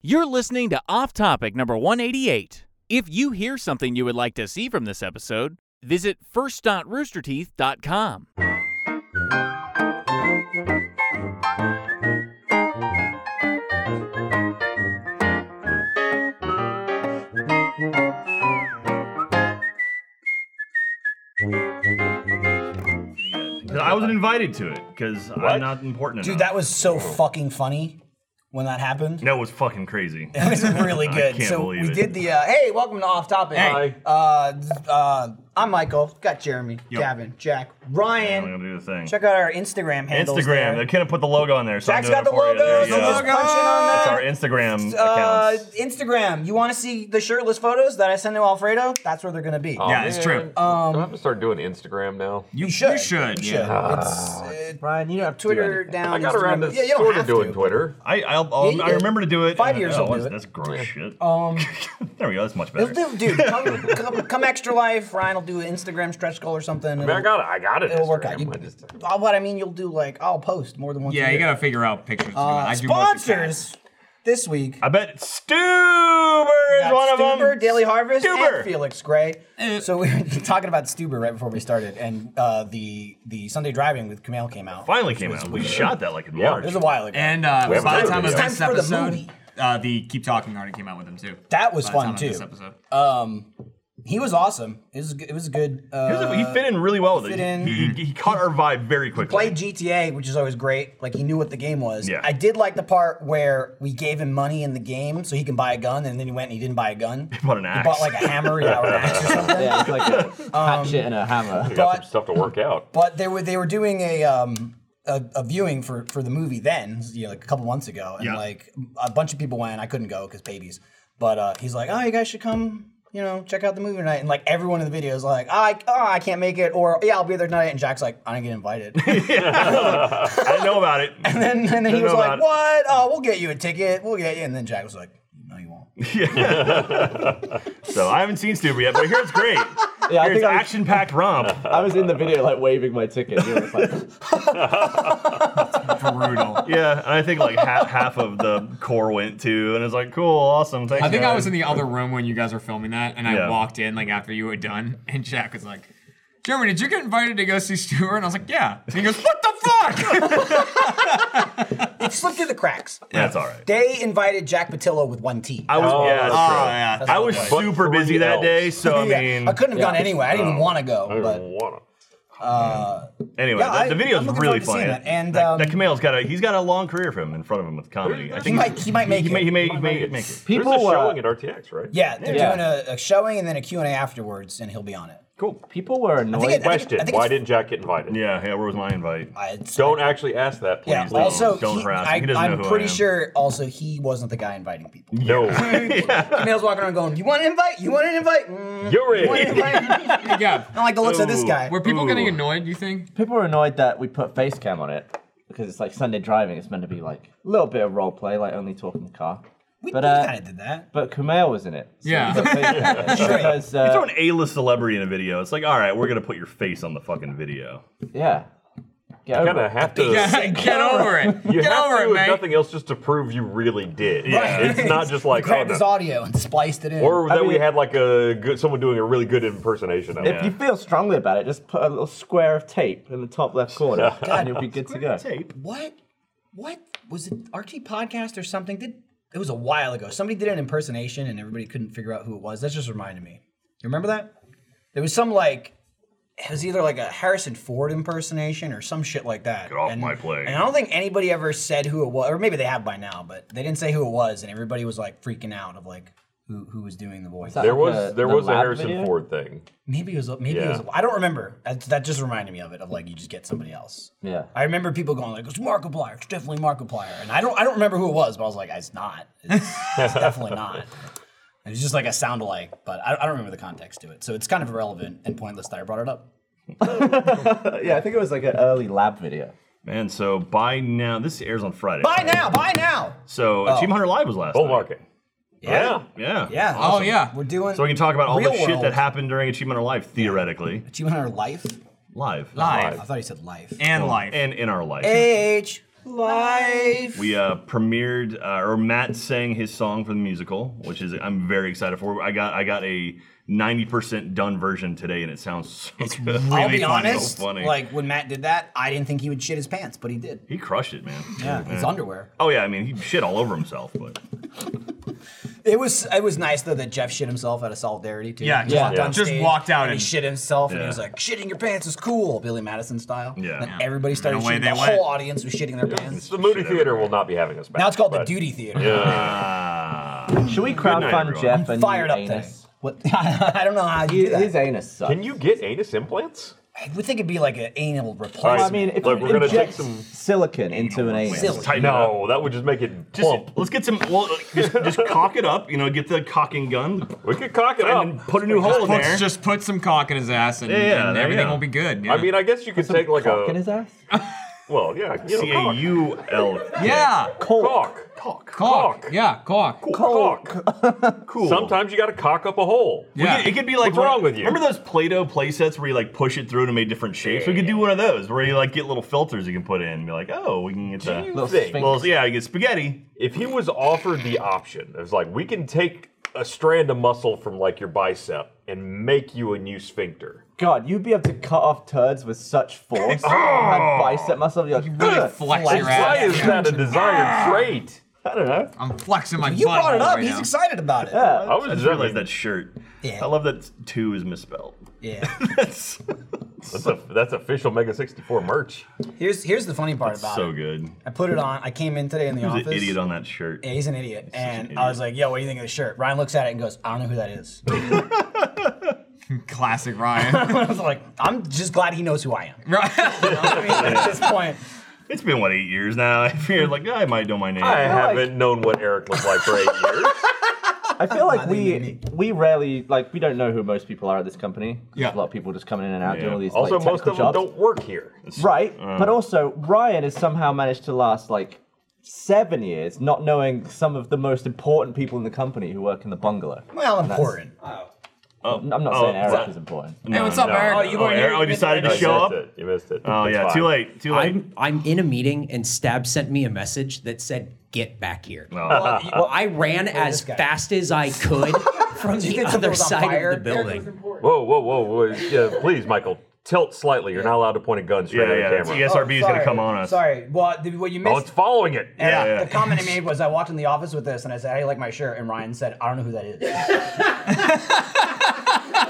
You're listening to Off Topic number 188. If you hear something you would like to see from this episode, visit first.roosterteeth.com. I wasn't invited to it because I'm not important Dude, enough. that was so fucking funny when that happened. that was fucking crazy. It was really good. can't so believe we it. did the uh, hey, welcome to Off Topic. Hey. Uh, uh, I'm Michael. Got Jeremy, Yep. Gavin, Jack, I'm gonna Ryan. do the thing. Check out our Instagram handles. Instagram. There. They couldn't put the logo on there. So Jack's I'm got the doing it for you. logo. There So you go. just punch in That's on our that. Instagram Uh, accounts. Instagram. You want to see the shirtless photos that I send to Alfredo? That's where they're gonna be. Yeah, it's true. I'm gonna have to start doing Instagram now. you should. you should, You yeah. Ah. It's, uh, Brian, you don't have Twitter down. I got around Instagram- to yeah, you don't sort have of doing to. Twitter. I I'll, I'll, you I did. remember to do it. Five and- years oh, will do that's, it. that's gross shit. Um, there we go. That's much better. dude, dude, come, come, come extra life. Ryan will do an Instagram stretch goal or something. I, mean, I got it. I got it. It'll work out. Instagram. You- I just, Uh, what I mean, you'll do like I'll post more than once. Yeah, a you year. gotta figure out pictures. to do that. I do mostly cats. Uh, Sponsors this week. I bet Stuber is got one of Stuber, them. Daily Harvest, Stuber. and Felix Gray. Uh, So we were talking about Stuber right before we started, and uh, the the Sunday driving with Camille came out. Finally came out. We shot that like in March. It was a while ago. And uh, haven't done by the it time of yet. this Time for the episode, movie. uh, the Keep Talking already came out with them too. that was By the time fun of too. This episode. Um, he was awesome. It was it was a good. He was Uh, a- he fit in really well with fit it. in. He, he- he caught our vibe very quickly. played GTA, which is always great. Like he knew what the game was. Yeah. I did like the part where we gave him money in the game so he can buy a gun, and then he went and he didn't buy a gun. He bought an axe. bought like a hammer, yeah, or an axe or something. Um, Yeah, it's like a hatchet and a hammer. I got but- some stuff to work out. But they were they were doing a um a, a viewing for for the movie then, you know, like a couple months ago, and Yeah. like a bunch of people went. I couldn't go because babies. But uh, he's like, oh, you guys should come. You know, check out the movie tonight, and like everyone in the video is like, oh, I, oh, I can't make it, or yeah, I'll be there tonight. And Jack's like, I didn't get invited. and I didn't know about it. then, and then he Didn't was know like, about it. What? Oh, we'll get you a ticket. We'll get you. And then Jack was like, No, you won't. So I haven't seen Stuber yet, but here it's great. Yeah, I Here's think I was, action-packed romp. I was in the video like waving my ticket. It was like, Brutal. Yeah, and I think like half, half of the core went too, and it's like cool, awesome. Thanks. I think I guys. was in the other room when you guys were filming that, and I Yeah. walked in like after you were done, and Jack was like, "Jeremy, did you get invited to go see Stuart?" And I was like, "Yeah." And he goes, "What the fuck?" It slipped through the cracks. That's all right. They invited Jack Patillo with one T. I was Oh, yeah, that's that's right. true. yeah. I was But super three busy that Ls. day, so I Yeah, mean, Um, I couldn't have gone yeah. anyway. I didn't want to go, I don't but wanna. anyway, Yeah, the, I- the video's I'm looking really forward funny. to seeing it, and, that, um, that Camille's got a he's got a long career for him in front of him with comedy. I he think might he might make he it. may he may, he may make it. people There's a were showing at RTX, right? Yeah, they're Yeah. doing a, a showing and then a Q&A afterwards, and he'll be on it. Cool. people were think it- I annoyed. think Question: it's- Why didn't Jack get invited? Yeah, yeah. Where was my invite? I, it's- Don't actually ask that, please. yeah. Please. Also, don't he, harass him. I, He doesn't know I'm who I pretty am. sure. Also, he wasn't the guy inviting people. no. Camille's walking around going, "You want an invite? You want an invite? Mm, You're you want an in. invite? I Hey, Gab, don't like the looks of this Ooh. guy." were people getting annoyed? Do you think? people were annoyed that we put face cam on it because it's like Sunday driving. It's meant to be like a little bit of role play, like only talking the car. we but, uh, kind of did that. But Kumail was in it. so we Yeah. put face cam on it. Because, uh, You throw an A-list celebrity in a video. It's like, all right, we're gonna put your face on the fucking video. yeah. Get Kind over of it. have to. Yeah, get over it. You get have over to, it, if man. nothing else, just to prove you really did. Yeah. It's not just like oh, grabbed his no. audio and spliced it in. or I that we mean- had like a good someone doing a really good impersonation of it. If you feel strongly about it, just put a little square of tape in the top left corner, and you'll be good to go. Tape. what? What was it? RT podcast or something? Did it was a while ago. Somebody did an impersonation and everybody couldn't figure out who it was. That just reminded me. You remember that? There was some like it was either like a Harrison Ford impersonation or some shit like that. off my plane. And I don't think anybody ever said who it was, or maybe they have by now, but they didn't say who it was, and everybody was like freaking out of like who who was doing the voice. that- There was The- there the was a lab Harrison video? Ford thing. Maybe it was. Maybe it was. Yeah. I don't remember. That, that just reminded me of it. Of like you just get somebody else. Yeah. I remember people going like, "It's Markiplier. It's definitely Markiplier." And I don't. I don't remember who it was, but I was like, "It's not. It's, it's definitely not." It was just like a sound alike, but I, I don't remember the context to it. So it's kind of irrelevant and pointless that I brought it up. Uh, Yeah, I think it was like an early lab video. Man, so by now this airs on Friday. Buy now. Buy now. So Achievement Hunter Live was last. Bull night. market. Yeah. Oh, Yeah. Yeah. Oh yeah. We're doing. So we can talk about all real the shit world. that happened during Achievement or Life, theoretically. Achievement Hunter life. Live. Live I thought you said life. and life. And in our life. Age Life. We uh, premiered, uh, or Matt sang his song for the musical, which is I'm very excited for. I got I got a 90% done version today, and it sounds so good. I'll It's be so honest. funny. Like when Matt did that, I didn't think he would shit his pants, but he did. he crushed it, man. Yeah, his underwear. Oh yeah, I mean he shit all over himself, but It was it was nice though that Jeff shit himself out of solidarity too. Yeah, He yeah. walked Yeah. on Just stage walked out and he and- shit himself, and he Yeah. was like, "Shitting your pants is cool," Billy Madison style. Yeah. And Yeah. everybody started And away shitting. they The went. whole audience was shitting their pants. The movie theater will not be having us back. Now it's called the but- Duty Theater. uh, Should we everyone. crowdfund Jeff and Fired your up today. anus? What? I don't know how you do His, that. his anus sucks. Can you get anus implants? I would think it'd be like an anal Well, I replacement. mean, if Look, you we're gonna inject take some- silicon into an anus, Silly. tighten it up. No, that would just make it Just, plump. let's get some. Well, just, just cock it up. You know, get the cocking gun We could cock it and up. then put a new hole in Let's there. just put some cock in his ass and, Yeah, yeah, and there you everything go. will be good. Yeah. I mean, I guess you could take like cock in a his ass. well, yeah, you C know, a cock. u l. yeah. Cock. Cock. Cock. Cock. Yeah, cock. Cock. Cool. Sometimes you got to cock up a hole. Yeah. It could- It could be like What's wrong with you? Remember those Play-Doh play sets where you like push it through to make different shapes? We could do one of those where you like get little filters you can put in and be like, oh, we can get the you- Little Thing. sphinx. well, yeah, you get spaghetti. If he was offered the option, it was like we can take a strand of muscle from like your bicep and make you a new sphincter. God, you'd be able to cut off turds with such force. Oh! Had bicep muscle. You're like, You really "Ugh." flex your Why ass. is that a desired trait? I don't know. I'm flexing my you butt brought it up. right He's now. excited about it. I, was just realized that shirt. Yeah. I love that two is misspelled. Yeah. That's, That's a, that's official Mega 64 merch. Here's here's the funny part about so it. good. I put it on. I came in today in the There's office. an idiot on that shirt. Yeah, he's an idiot. and an I was like, yo, what do you think of the shirt? Ryan looks at it and goes, I don't know who that is. Classic Ryan. I was like, I'm just glad he knows who I am. You Right. know what I mean? At this point, It's been what eight years now. I feel like I might know my name. I haven't known what Eric looked like for eight years. I feel like Nothing we unique. we rarely like we don't know who most people are at this company. 'cause Yeah. a lot of people just coming in and out doing Yeah. all these Also, like, most technical of them jobs. don't Uh. work here. Right, but also Ryan has somehow managed to last like seven years, not knowing some of the most important people in the company who work in the bungalow. well, important. I'm not oh, saying Eric that- is important. hey, what's up, Eric? Oh, you weren't here. Oh, decided to You show missed up. it. You missed it. Oh It's yeah, fine. too late. Too late. I'm I'm in a meeting and Stab sent me a message that said, "Get back here." Well, I ran as guy. fast as I could from you the think something other was on side fire? of the building. Whoa, whoa, whoa, whoa. Yeah, please, Michael, tilt slightly. You're not allowed to point a gun straight Yeah, at the yeah. camera. The SRB is gonna Sorry, come on us. Sorry. Well, the, what you missed. Oh, it's following it. and Yeah, yeah. The comment I made was I walked in the office with this and I said, How do you like my shirt? And Ryan said, I don't know who that is.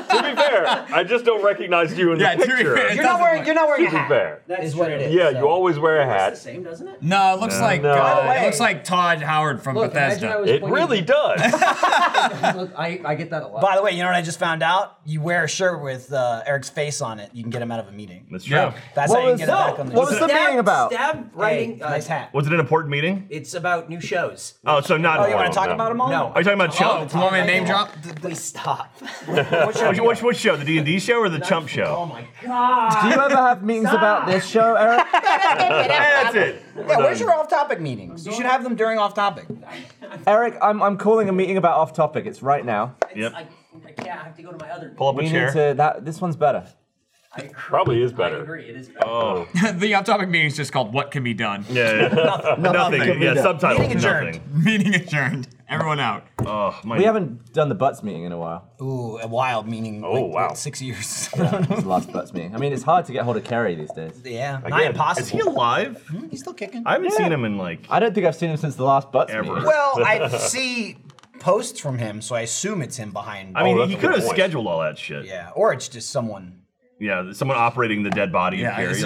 to be fair, I just don't recognize you in Yeah, to the be picture. fair, You're not wearing you're not wearing a To be hat. fair. Is what it is. yeah, so. you always wear a hat. same, doesn't it? No, it looks like No. God, By the it way- looks like Todd Howard from Look, imagine I Bethesda. was It pointing- really does. Look, I, I get that a lot. By the way, you know what I just found out? You wear a shirt with uh, Eric's face on it, you can get him out of a meeting. That's true. Yeah. That's What how you was- get it back on the what was the Hey, meeting about? Stab writing. uh, nice hat. Was it an important meeting? It's about new shows. Oh, so not. Oh, you want important. to talk no. about them all? No. Are you talking about Oh, Chump? do you want me to name drop? Please stop. What show Which, which, which show? The D and D show or the Chump Oh show? my god. Do you ever have meetings about this show, Eric? That's it. Yeah, where's your off-topic meetings? You should have them during off-topic. Eric, I'm, I'm calling a meeting about off topic. It's right now. Yep. I, I can't. I have to go to my other. Pull up a We chair. need to. That this one's better. I, Probably is I better. agree. It is. Better. the off-topic meeting is just called "What Can Be Done." Yeah, yeah. nothing. Nothing. Yeah, subtitles. Meeting adjourned. Nothing. Meeting adjourned. Everyone out. Oh, my. We haven't done the butts meeting in a while. Ooh, a wild meeting. Oh wow. six years. It's the last butts meeting. I mean, it's hard to get hold of Kerry these days. yeah, not Again, impossible. Is he alive? He's still kicking. I haven't seen him in like. I don't think I've seen him since the last butts Ever. meeting. well, I see posts from him, so I assume it's him behind. I mean, that's he a could good have point. scheduled all that shit. Yeah. yeah, or it's just someone. someone operating the dead body of Yeah, Carrie. it's-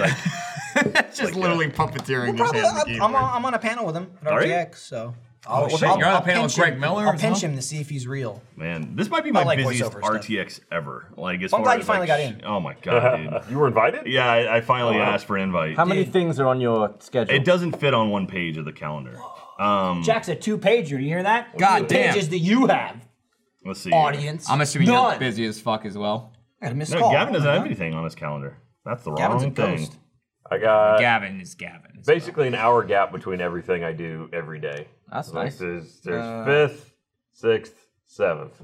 Like, just literally puppeteering Probably, his hand. I'm, I'm, on, I'm on a panel with him at Are you? RTX, so. Oh, shit, you're on a panel with pinch Greg him- Miller I'll as pinch well? him to see if he's real. man, this might be my like busiest voiceover stuff. RTX ever. Like, as Well, far I'm glad you as, like, finally got in. sh- Oh my god, dude. You were invited? Yeah, I, I finally asked for an invite. How many things are on your schedule? It doesn't fit on one page of the calendar. Um, Jack's a two-pager. You hear that? God Two damn. pages that you have, let's see. audience. I'm assuming None. you're busy as fuck as well. I got a missed No, call. Uh-huh. Gavin doesn't have anything on his calendar. That's the Gavin's a wrong thing. ghost. I got Gavin is Gavin. basically an hour gap between everything I do every day. That's Like, nice. Uh, There's, there's fifth, sixth, seventh.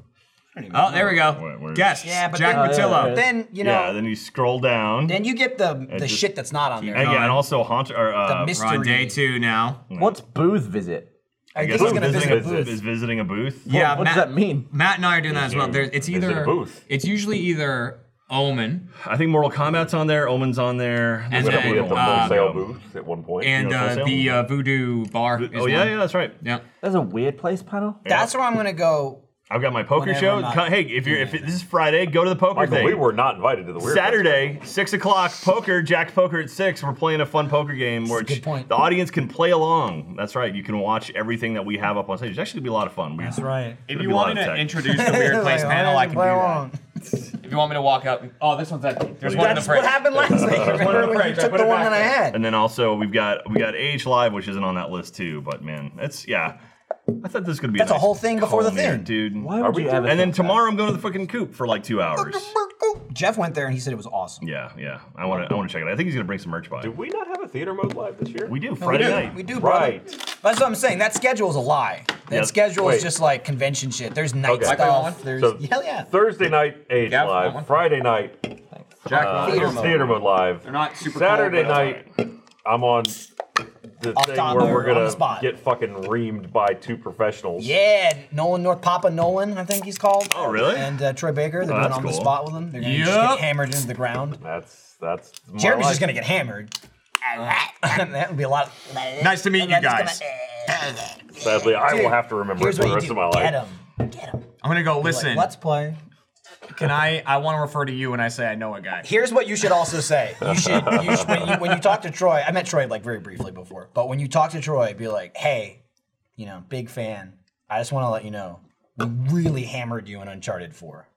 Oh, there we go. Where- where- Guest. Yeah, but Jack then- Patillo. Then you know, yeah, then you scroll down. then you get the the just- shit that's not on there. and, yeah, and also Haunter. Or, uh, mystery. We're on day two now. What's booth visit? I, I think guess he's is gonna visiting visit a a booth. booth. Is visiting a booth? Yeah, what does Matt- that mean? Matt and I are doing that as well. There, it's Is it a either booth? It's usually either Omen I think Mortal Kombat's on there. Omen's on there. And There's a then, couple We of had the other ones. uh, wholesale booth at one point. and You know, uh, Wholesale? the uh, Voodoo Bar. Is oh yeah, one. yeah, that's right. yeah. There's a weird place panel. That's where I'm gonna go. I've got my poker Whenever show. I'm not Come- hey, if you're if it, this is Friday, go to the poker Michael, thing. we were not invited to the weird. Saturday, six o'clock, poker, Jack Poker at six. We're playing a fun poker game where good point. the audience can play along. That's right. You can watch everything that we have up on stage. It's actually gonna be a lot of fun. We, That's right. It'll If be you a lot want me of to tech. introduce the weird place panel, I can do that. If you want me to walk out, oh, this one's that. There's one in the That's what fridge. happened last week. Remember when you fridge, I took put the it one back that I there. had? And then also we've got we got AH Live, which isn't on that list too. But man, it's yeah. I thought this was gonna be That's a nice whole thing before the culminate, thing. dude. Why would we you ever? And then think tomorrow I'm going to the fucking coop for like two hours. Jeff went there and he said it was awesome. Yeah, yeah. I want to I want to check it. out. I think he's gonna bring some merch by. Do we not have a theater mode live this year? We do We Friday do, night. we do, brother. Right. That's what I'm saying. That schedule is a lie. That Yeah, schedule wait. is just like convention shit. There's night Okay. Like we stuff. want one? There's So hell yeah. Thursday night age Gav, want one? live. Friday night Jack, uh, theater theater, mode. mode live. They're not super Saturday cold, but night. I'm on the Off thing top, where they're we're on the gonna spot. get fucking reamed by two professionals. Yeah, Nolan North, Papa Nolan, I think he's called. Oh, really? And uh, Troy Baker. They're Oh, going that's on the cool. spot with him. They're gonna just Yup. get hammered into the ground. That's that's. my Jeremy's life. just gonna get hammered. that would be a lot. Nice to meet you guys. Sadly, I will have to remember it Here's for what the you rest do. of my Get life. him. Get him. I'm gonna go. Listen, let's play. can I? I want to refer to you when I say I know a guy. Here's what you should also say. You should, you should when, you, when you talk to Troy, I met Troy like very briefly before, but when you talk to Troy, be like, hey, you know, big fan. I just want to let you know, we really hammered you in Uncharted 4.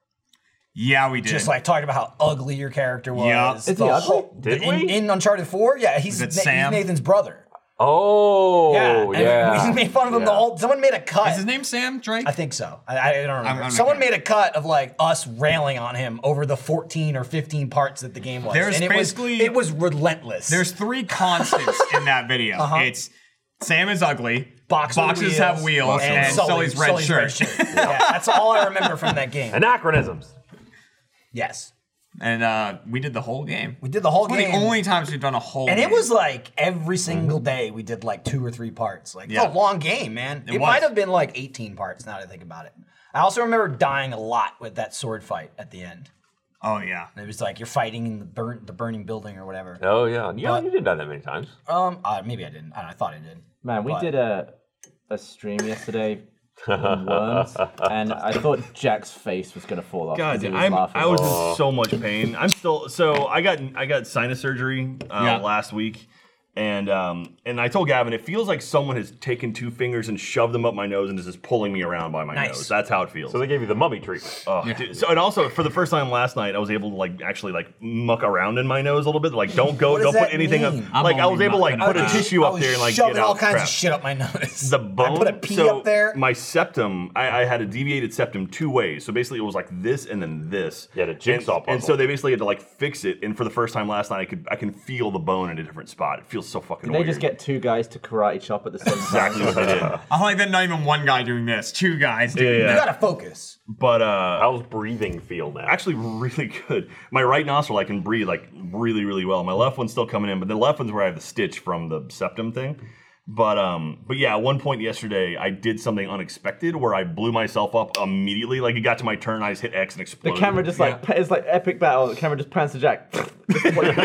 Yeah, we did. Just like talking about how ugly your character was. Yeah. Is he the ugly? whole- Did in, we? in Uncharted 4? Yeah, he's, Is it Na- he's Sam? Nathan's brother. Oh and We just made fun of him the Yeah. whole Someone made a cut. is his name Sam Drake? I think so. I, I don't remember. I'm Someone looking. made a cut of like us railing on him over the 14 or 15 parts that the game was. There's and it basically- was, it was relentless. There's three constants in that video. Uh-huh. It's Sam is ugly. Box with boxes have wheels, and, Sully- Sully's red Sully's shirt. yeah, that's all I remember from that game. Anachronisms. Yes, and uh, we did the whole game. we did the whole One of game. the only times we've done a whole. and it game. was like every single day we did like two or three parts. Like Yeah. it's a long game, man. It, was. might have been like 18 parts now that I think about it. I also remember dying a lot with that sword fight at the end. Oh yeah. It was like you're fighting in the burn, the burning building or whatever. Oh yeah, yeah. Uh, you didn't die that many times. Um, uh, maybe I didn't. I, don't know, I thought I did. Man, we But- did a a stream yesterday on worms, and I thought Jack's face was gonna fall off. God, 'cause he dude, was I'm, laughing. I was in so much pain. I'm still so I got I got sinus surgery uh, Yeah. last week, and um and I told Gavin it feels like someone has taken two fingers and shoved them up my nose and is just pulling me around by my Nice. nose. That's how it feels. So they gave you the mummy treatment. Oh, dude. So and also for the first time last night, I was able to like actually like muck around in my nose a little bit. Like don't go, What does don't put that anything mean? up. Like I was only able to like mucking put a around. tissue I up was there and like shoving get out all kinds crap of shit up my nose. the bone. I put a pee so up there. My septum, I, I had a deviated septum two ways. So basically, it was like this and then this. You had a and, jigsaw and puzzle. so they basically had to like fix it. And for the first time last night, I could I can feel the bone in a different spot. It feels so fucking They weird. just get two guys to karate chop at the same time. exactly what they did. I like that. Not even one guy doing this. Two guys. Yeah, Doing you yeah. gotta focus. But uh, How's breathing feel now? actually, really good. My right nostril, I can breathe like really really well. My left one's still coming in, but the left one's where I have the stitch from the septum thing. But um, but yeah, at one point yesterday, I did something unexpected where I blew myself up immediately. Like it got to my turn, I just hit X and The exploded. camera just like it's like epic battle. The camera just pans to Jack. and it was his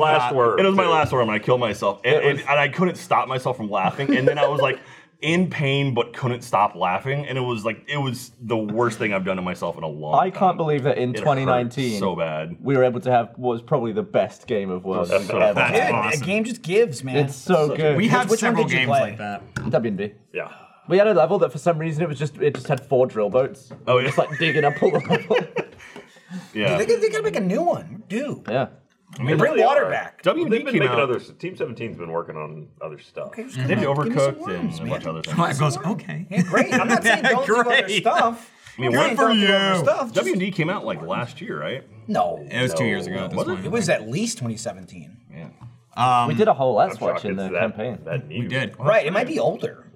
last that. word. It was my too. last one when I killed myself, and, It was- and, and I couldn't stop myself from laughing. And then I was like in pain, but couldn't stop laughing, and it was like it was the worst thing I've done to myself in a long. I time. can't believe that in It hurt 2019 so bad. we were able to have what was probably the best game of Worlds we've so ever. fun. That's Dude, awesome. a game just gives, man. It's so good. We had Which one several did you games play? like that. WB. Yeah. We had a level that for some reason it was just it just had four drill boats. Oh, yeah. Just like digging up all the level. Yeah, They, gotta- they gotta make a new one. Do yeah. I mean, bring really water are. back. WD They've been came making out. other Team 17's been working on other stuff. they did overcooked and a bunch of other Mike things. goes, okay. Great. I'm not saying don't do other Great. stuff. I mean, good for you. Stuff. Just, WD came out like last year, right? no, It was two years ago at this Was it? point. it was at least 2017. Yeah. we did a whole ass Um, Shocked watch in it's the that, campaign. That new We did. Mm. Right. It might be older.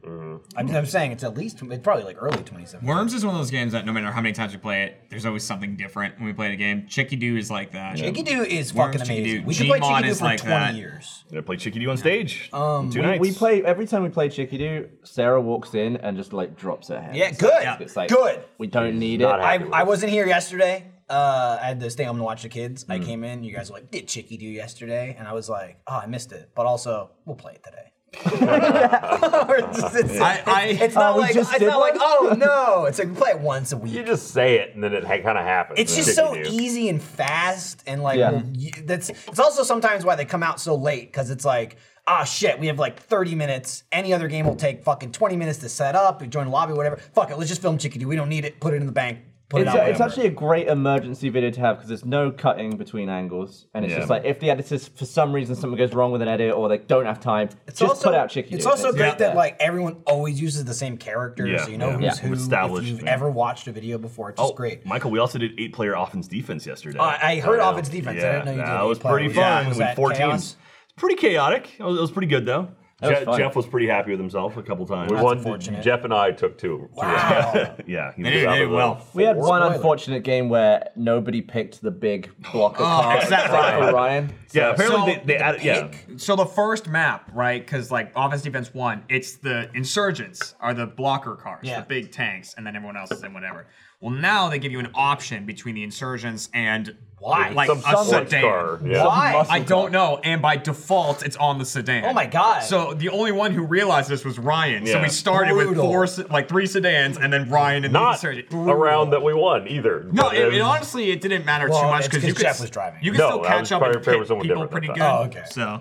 I'm, I'm saying it's at least it's probably like early 2017. Worms is one of those games that no matter how many times we play it, there's always something different when we play the game. Chicky Doo is like that. Chicky Doo is Worms, fucking Chicky amazing. Doo. We should play Gmod Chicky Doo is for like 20 that. years. Gonna play Chickadee on stage. Um, two We, nights. we play every time we play Chickadee. Sarah walks in and just like drops her hand. Yeah, good. Yeah. It's like, Good. We don't need it. Not I, happy with I it. wasn't here yesterday. Uh, I had to stay home to watch the kids. I came in. You guys were like, "Did Chicky do yesterday?" And I was like, "Oh, I missed it." But also, we'll play it today. Or it's, it's- I- I- it's not Oh, we like just it's did not like one? oh no. It's like we play it once a You week. just say it, and then it ha- kind of happens. It's just so Chickadee. easy and fast, and like Yeah. well, you- that's. It's also sometimes why they come out so late because it's like. Ah shit, we have like 30 minutes. Any other game will take fucking 20 minutes to set up, join the lobby, whatever. Fuck it, let's just film Chickadee. We don't need it. Put it in the bank. Put it It's, out. a, it's whatever. actually a great emergency video to have because there's no cutting between angles, and it's Yeah. just like if the editors for some reason something goes wrong with an edit or they don't have time, It's just also, put out Chicky. It's Doo. also great that out there. like everyone always uses the same characters. Yeah, so you know yeah. Yeah. who's who. If Established, you've yeah. ever watched a video before, it's just Oh, great. Michael, we also did eight player offense defense yesterday. Uh, I heard yeah. offense defense. I yeah, didn't know you did. that eight was player. pretty Yeah. fun Was with that four chaos? teams. It's pretty chaotic. It was, it was pretty good though. That was Je- fun. Jeff was pretty happy with himself a couple times. We won- unfortunate. Jeff and I took two. Wow. yeah, he They was did, out of they did the- well. we had one Spoiler. unfortunate game where nobody picked the big block of cards is that except right? for Ryan. Yeah, So, apparently they, they the added. Yeah, So the first map, right? Because like offense, defense, one. It's the insurgents are the blocker cars, Yeah. the big tanks, and then everyone else is in whatever. Well, now they give you an option between the insurgents and Why? like Some a sports sedan. car. Yeah. Why? I don't know, and by default, it's on the sedan. Oh my God. So the only one who realized this was Ryan. So Yeah. we started with Brutal. four, se- like three sedans, and then Ryan and Not the insurgent. a round that we won either. No, but um, it, it was- honestly it didn't matter Well, too much it's because 'cause you could, Jeff s- was driving. You could No, still I was catch up probably and paired with pick someone people different pretty that good. time. Oh, okay. So,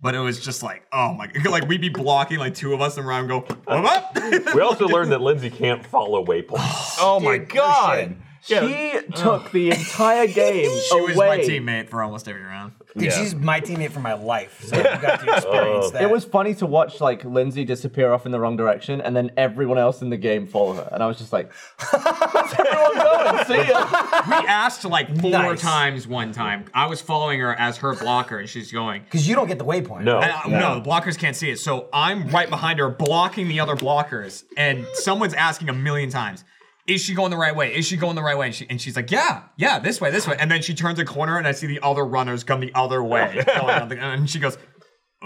but it was just like, oh my, like we'd be blocking like two of us and Ryan would go, "Well, up. We also learned that Lindsay can't follow waypoints. Oh my shit. god. Yeah. She took the entire game she was my away. teammate for almost every round. Dude, Yeah. she's my teammate for my life, so you got to experience that. It was funny to watch like Lindsay disappear off in the wrong direction, and then everyone else in the game follow her, and I was just like, "Where's everyone going? See ya." We asked like four Nice. times one time. I was following her as her blocker, and she's going. because you don't get the waypoint. No. And I- no, the blockers can't see it. So I'm right behind her, blocking the other blockers, and someone's asking a million times, "Is she going the right way? Is she going the right way?" And, she, and she's like, "Yeah, yeah, this way, this way." And then she turns a corner, and I see the other runners come the other way, going on the- and she goes,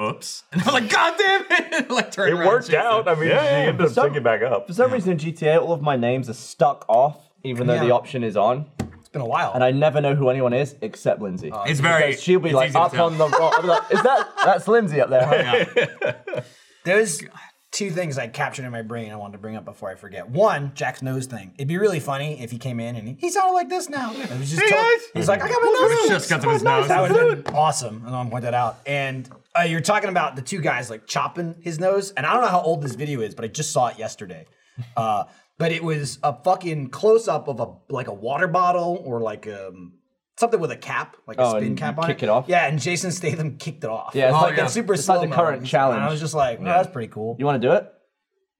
"Oops!" And I'm like, "God damn it!" like turn It around. worked chase her. out. I mean, she ended up Some- picking back up. For some reason in GTA, all of my names are stuck off, even though the Yeah. option is on, It's been a while. and I never know who anyone is except Lindsay. It's very. She'll be it's like easy to up tell. on the rock. I'll be like, Is that that's Lindsay up there? Huh? There's two things I captured in my brain I wanted to bring up before I forget. One, Jack's nose thing. It'd be really funny if he came in and he, he sounded like this now. It was just Hey, tot- guys. He's like, I got my nose. It's in." just because of his nose. That would have been awesome, and I'll point that out. And uh, you're talking about the two guys like chopping his nose, and I don't know how old this video is, but I just saw it yesterday. Uh, but it was a fucking close up of a like a water bottle or like um, something with a cap, like a Oh, spin and cap you on kick it off? Yeah, and Jason Statham kicked it off. Yeah, it's Oh, like yeah. It's super it's slow. like the current challenge. I was just like, no, that's pretty cool. you want to do it?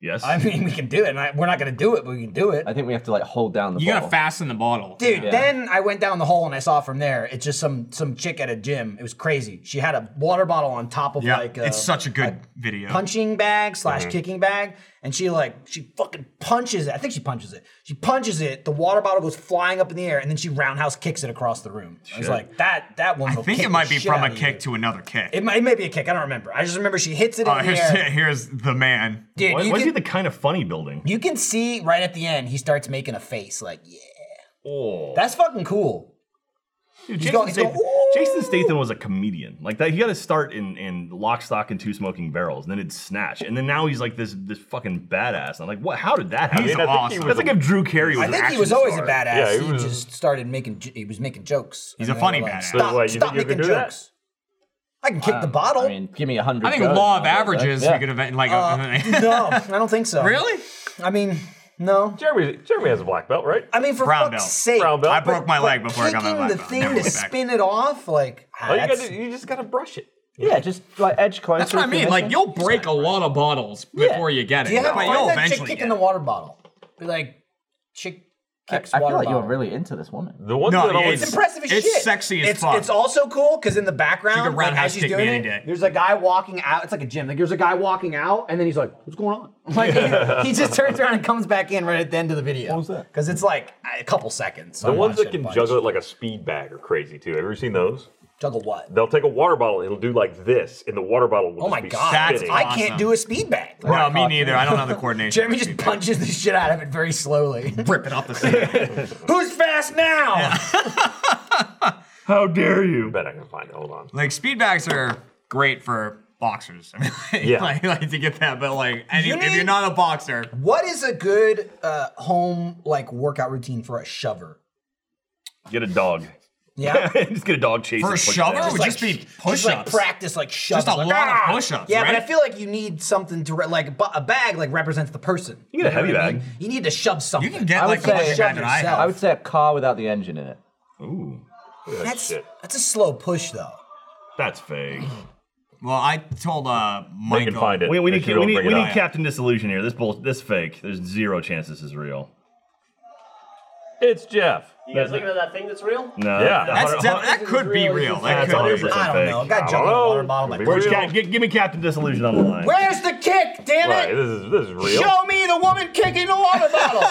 Yes. I mean, we can do it. And I, we're not going to do it, but we can do it. I think we have to like hold down the. You gotta bottle. fasten the bottle, Dude, then I went down the hole and I saw from there. It's just some some chick at a gym. It was crazy. She had a water bottle on top of Yeah, like uh, a, it's such a good Mm-hmm. video. punching bag slash kicking bag, and she like she fucking punches it. I think she punches it. She punches it. The water bottle goes flying up in the air, and then she roundhouse kicks it across the room. I was like, that that one. I will think kick it might the be shit from out a of kick you. to another kick. It might, it may be a kick. I don't remember. I just remember she hits it in Oh, the here's, air. here's the man. Dude, why you why is he can, the kind of funny building? you can see right at the end he starts making a face like, yeah, Oh. that's fucking cool. Dude, he's Jason, going- he's Statham, going, "Ooh." Jason Statham was a comedian. Like that, he got his start in in Lock, Stock, and Two Smoking Barrels, and then it's Snatch, and then now he's like this this fucking badass. I'm like, what? How did that happen? He's I mean, I think he awesome. was That's like if Drew Carey was. I an think he action was always star. a badass. Yeah, he he was- just started making. j- He was making jokes. He's And a they funny were like, badass. Stop, Wait, you stop think you making can do that? Uh, jokes. I can kick the bottle. I mean, give me a hundred. I think law of averages. We could have like. uh, a- no, I don't think so. really? I mean, no. Jeremy, Jeremy has a black belt, right? I mean, for Brown fuck's belt. sake, Brown belt. I broke my but leg before I got my kicking black the belt. thing Never to went back. spin it off, like ah, All you, that's- gotta, you just gotta brush it. Yeah, just like edge closer. That's what I if you mean. miss Like it. you'll break a lot of bottles before you get it, yeah, but why you'll that chick eventually kicking get the it. water bottle? Be like, chick kicks I water feel like you're bottle. really into this woman. The one No, that always It's impressive as It's shit. sexy as it's, fuck. It's also cool because in the She background, could like, as roundhouse she's kick me doing any it, day. there's a guy walking out. It's like a gym. Like there's a guy walking out, and then he's like, "What's going on?" Like he, he just turns around and comes back in right at the end of the video. What was that? Because it's like a couple seconds. the ones that can juggle it like a speed bag are crazy too. Have you ever seen those? Juggle what? They'll take a water bottle and it'll do like this, and the water bottle will Oh just my be god! spinning. I awesome. can't do a speed bag. No, me neither. I don't have the coordination. Jeremy for just speed punches the shit out of it very slowly. bag. rip it off the sand. Who's fast now? How dare you? bet I can find it. Hold on. like speed bags are great for boxers. I mean, like, Yeah. like, like, to get that, but like any, You if need- you're not a boxer, What is a good uh, home like workout routine for a shover? Get a dog. Yeah. just get a dog chasing. For a shovel? Like, Would that. just be Just like push-ups. practice, like shoves. a like, lot of "Ah!" push-ups, Yeah, but I right? feel like you need something to re- like bu- a bag like represents the person. You get a heavy know what I mean? bag. You need to shove something. you can get would like the say- one bag that I yourself. have. I would say a car without the engine in it. Ooh, that's shit. that's a slow push though. that's fake. Well, I told uh, We Michael. can find it. We, we if need, you we don't need, bring we it need up. Captain Disillusion here. This bull, this fake. There's zero chance this is real. It's Jeff. You guys looking at that thing that's real? No. Yeah. That's that's- def- that could be real. That That's could 100% be real. I don't fake. know. Got I jumped in don't a know. water bottle by Could be Where's real. Cap- gi- give me Captain Disillusion on the line. Where's the kick? Damn Right. it! This is this is real. Show me the woman kicking the water bottle.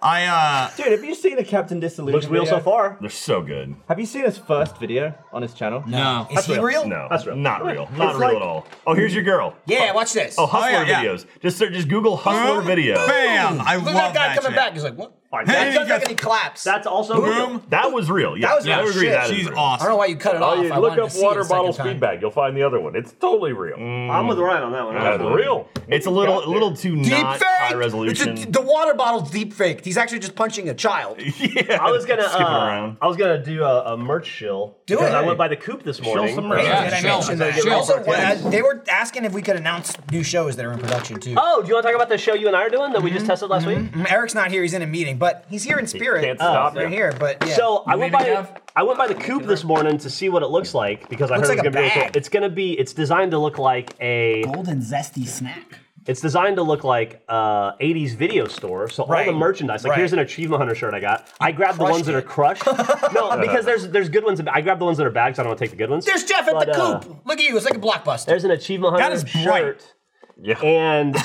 I uh, Dude, have you seen the Captain Disillusion? Looks real so far. They're so good. Have you seen his first video on his channel? no. Is he real? No, that's real. not real. Not real It's like- at all. Oh, here's your girl. Yeah, watch this. Oh, hustler Oh, yeah, yeah. videos. Just search, just Google hustler videos. Bam! I Look love at that guy coming shit. back. He's like, what? Hey, That comes you back got- and he claps. That's also real. Boom. That was real. Yeah, That was I real would agree. shit. That is She's real. I don't know awesome. why you cut it Oh, off. you I look wanted up to see it a water second bottle time. speed bag. You'll find the other one. It's totally real. Mm. I'm with Ryan on that one. That's real. It's a little, a little too Deep not fake. high It's a- resolution. the water bottle's deep faked. He's actually just punching a child. I was gonna Skipping uh, around. I was gonna do a, a merch shill. Do because it. I went by the coop this morning. some merch. Yeah, Did I show mention that? us that. Also, Show us what- that. uh, they were asking if we could announce new shows that are in production too. Oh, do you want to talk about the show you and I are doing that we just Mm-hmm. tested last week? Mm, Eric's not here; he's in a meeting, but he's here in spirit. can't stop They're it. here, but yeah. So I went by leaving, Kev? I went by the coop this morning to see what it looks like because I Looks heard like it was gonna a be really cool. bag. It's gonna be it's designed to look like a golden zesty snack. it's designed to look like uh 80s video store. So all Right. the merchandise, like Right. here's an achievement hunter shirt I got. I grabbed the crushed ones that it. are crushed. no, because there's there's good ones. I grabbed the ones that are bags. I don't want to take the good ones. There's Jeff at But, the uh, coop. Look at you; it's like a blockbuster. There's an achievement hunter That is bright. shirt. Yeah. And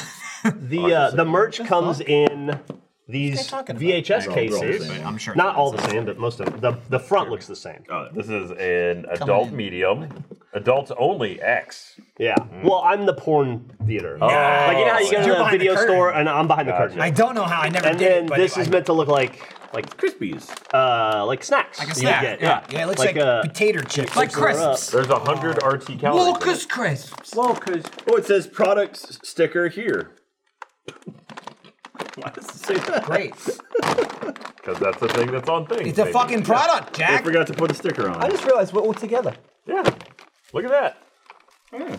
the uh, the merch comes in What are you these talking about? VHS cases. But I'm sure. Not all the same, but most of them. The, the front looks the same. This is an adult medium, adults only X. Yeah. Mm. Well, I'm the porn theater. Oh. Like you know how you go You're to the behind the video curtain. store and I'm behind the curtain. I don't know how I never and did then it, but this I- is meant to look like like Crispies. uh like snacks. Like a you snack, get. yeah. yeah, it looks like, uh, potato chips. Like they're up. crisps. There's a hundred RT calories. in it. Lucas crisps. Well, cause oh, it says products sticker here. Why does it say that? great. Because that's the thing that's on things. It's a baby. fucking product, I Jack. forgot to put a sticker on. I just realized we're all together. Yeah. Look at that. Oh,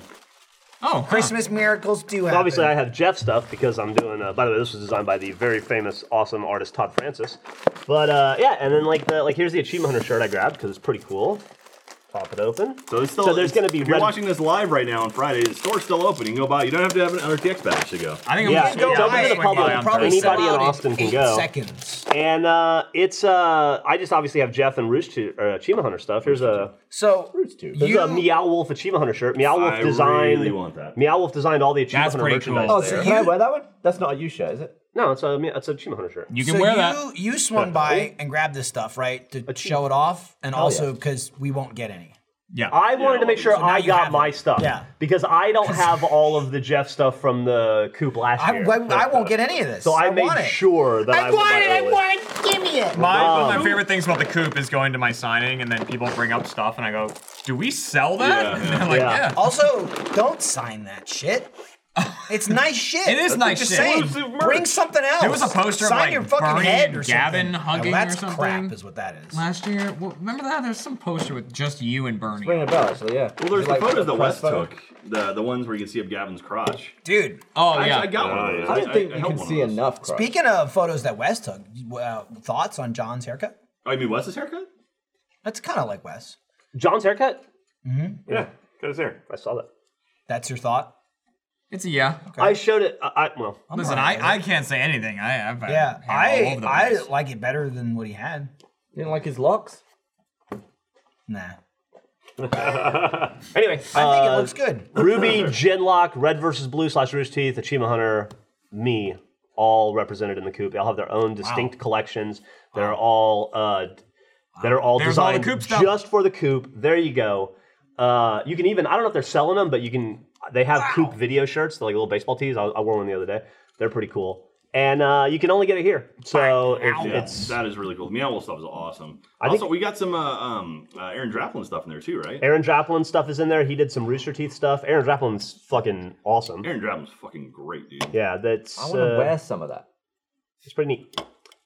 huh. Christmas miracles do happen. Obviously, I have Jeff stuff because I'm doing. Uh, by the way, this was designed by the very famous, awesome artist Todd Francis. But uh, yeah, and then like the like here's the Achievement Hunter shirt I grabbed because it's pretty cool. Pop it open. So, it's still, there's going to be If you're red. watching this live right now on Friday, the store's still open. You can go buy. it. You don't have to have an RTX badge to go. I think Yeah, I'm it's open just to I'm the just public. gonna buy Probably anybody on Thursday. in sell out Austin can eight go. Seconds. And uh, it's uh, I just obviously have Jeff and Roost to, uh, Achievement Hunter stuff. Here's a So there's you, a Meow Wolf Achievement Hunter shirt. Meow Wolf I designed. really want that. Meow Wolf designed all the Achievement That's Hunter pretty cool. merchandise. Oh, there. so can I wear that one? That's not a you shirt, is it? No, it's a it's an Achievement Hunter shirt. You can so wear you, that. you swung by and grabbed this stuff, right? To show it off, and also because we won't get any. Yeah. I wanted to make sure So now I you got have my it. stuff. Yeah. Because I don't have all of the Jeff stuff from the coop last I, year. I, I won't get any of this. so I, made want it. sure that I, would buy early. it. Give me it. My, one of my favorite things about the coop is going to my signing and then people bring up stuff and I go, "Do we sell that?" Yeah. And they're like, Yeah. yeah. Also, don't sign that shit. It's nice shit. It is I'm nice just shit. Saying, Exclusive merch. bring something else. There was a poster of, Sign like, your fucking Bernie head and or Gavin something. hugging Now, that's or something. crap, is what that is. Last year, well, remember that? There's some poster with just you and Bernie. Ring a bell, actually, yeah. Well, there's Is the it like photos that press Wes photo? took. The the ones where you can see up Gavin's crotch. Dude, Oh I, yeah. I got one of those. I don't held think you can one of see those. enough. Croc. speaking of photos that Wes took, uh, thoughts on John's haircut? Oh, you mean Wes's haircut? That's kind of like Wes. John's haircut? Yeah. Got his hair. I saw that. That's your thought? It's a yeah. I showed it. I, I well, Listen, I, I can't say anything. I I've Yeah, I'm all I over the I place. like it better than what he had. You didn't like his locks? Nah, anyway, I think uh, it looks good. Ruby, Genlock, Red versus Blue slash Rooster Teeth, Achievement Hunter, me, all represented in the coupe. They all have their own distinct collections. They're all uh, that are all There's all the designed coupe stuff. just for the coupe. There you go. Uh, you can even I don't know if they're selling them, but you can. They have coupe video shirts, they're like little baseball tees. I, I wore one the other day. They're pretty cool, and uh, you can only get it here. So if Yeah, it's Oh, that is really cool. The Meow stuff is awesome. I also, think- we got some uh, um, uh, Aaron Draplin stuff in there too, right? Aaron Draplin stuff is in there. He did some Rooster Teeth stuff. Aaron Draplin's fucking awesome. Aaron Draplin's fucking great, dude. Yeah, that's. I want to uh, wear some of that. It's pretty neat.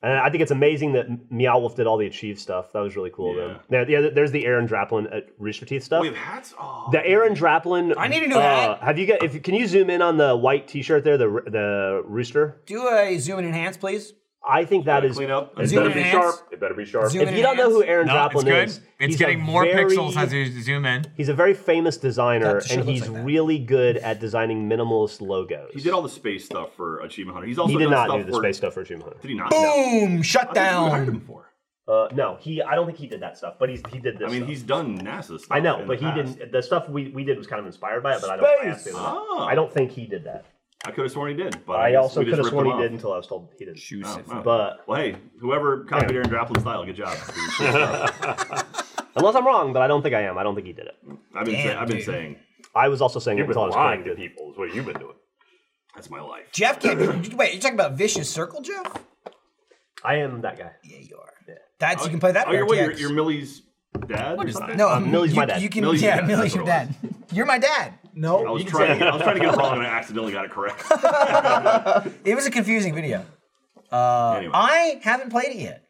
And I think it's amazing that M- Meow Wolf did all the Achieve stuff. That was really cool. Yeah. though. There, yeah, there's the Aaron Draplin at Rooster Teeth stuff. We have hats. Oh, the Aaron Draplin. uh, I need a new hat. Have you got? If can you zoom in on the white T-shirt there, the the rooster? Do a zoom and enhance, please. I think that is. clean up. It Zoom better in be enhance. sharp. It better be sharp. Zoom If you don't know who Aaron No, it's Draplin good. is, It's he's a getting more very- pixels as you zoom in. He's a very famous designer, That shirt and looks he's like that. really good at designing minimalist logos. He did all the space stuff for Achievement Hunter. He's also He did done not stuff do the for- space stuff for Achievement Hunter. Did he not? Boom! Shut I think we hired him down. for. Uh, no, he. I don't think he did that stuff, but he's, he did this. I mean, stuff. he's done NASA stuff. I know, in but the he past. didn't. The stuff we, we did was kind of inspired by it, but I don't. I, Space! absolutely don't- Ah. I don't think he did that. I could have sworn Oh, he did, but I guess also we just could have ripped sworn him he off. did until I was told he didn't. Oh, wow. But- well, hey, whoever copied Aaron Draplin's style, good job. Unless I'm wrong, but I don't think I am. I don't think he did it. I've been saying, Damn, I've been dude. saying I was also saying it You've was been all his lying to coding. people. Is what you've been doing. that's my life. Jeff can't. wait, you're talking about vicious circle, Jeff? I am that guy. Yeah, you are. That's you can play that. Oh, with you're, wait, you're, RTX. you're Millie's dad. What is that? no, Uh, Millie's you, my dad. You can, Millie's your yeah, dad, that's Millie's your what it dad. You're my dad. I No, was trying. To get, I was trying to get it wrong, and I accidentally got it correct. it was a confusing video. anyway, I haven't played it yet.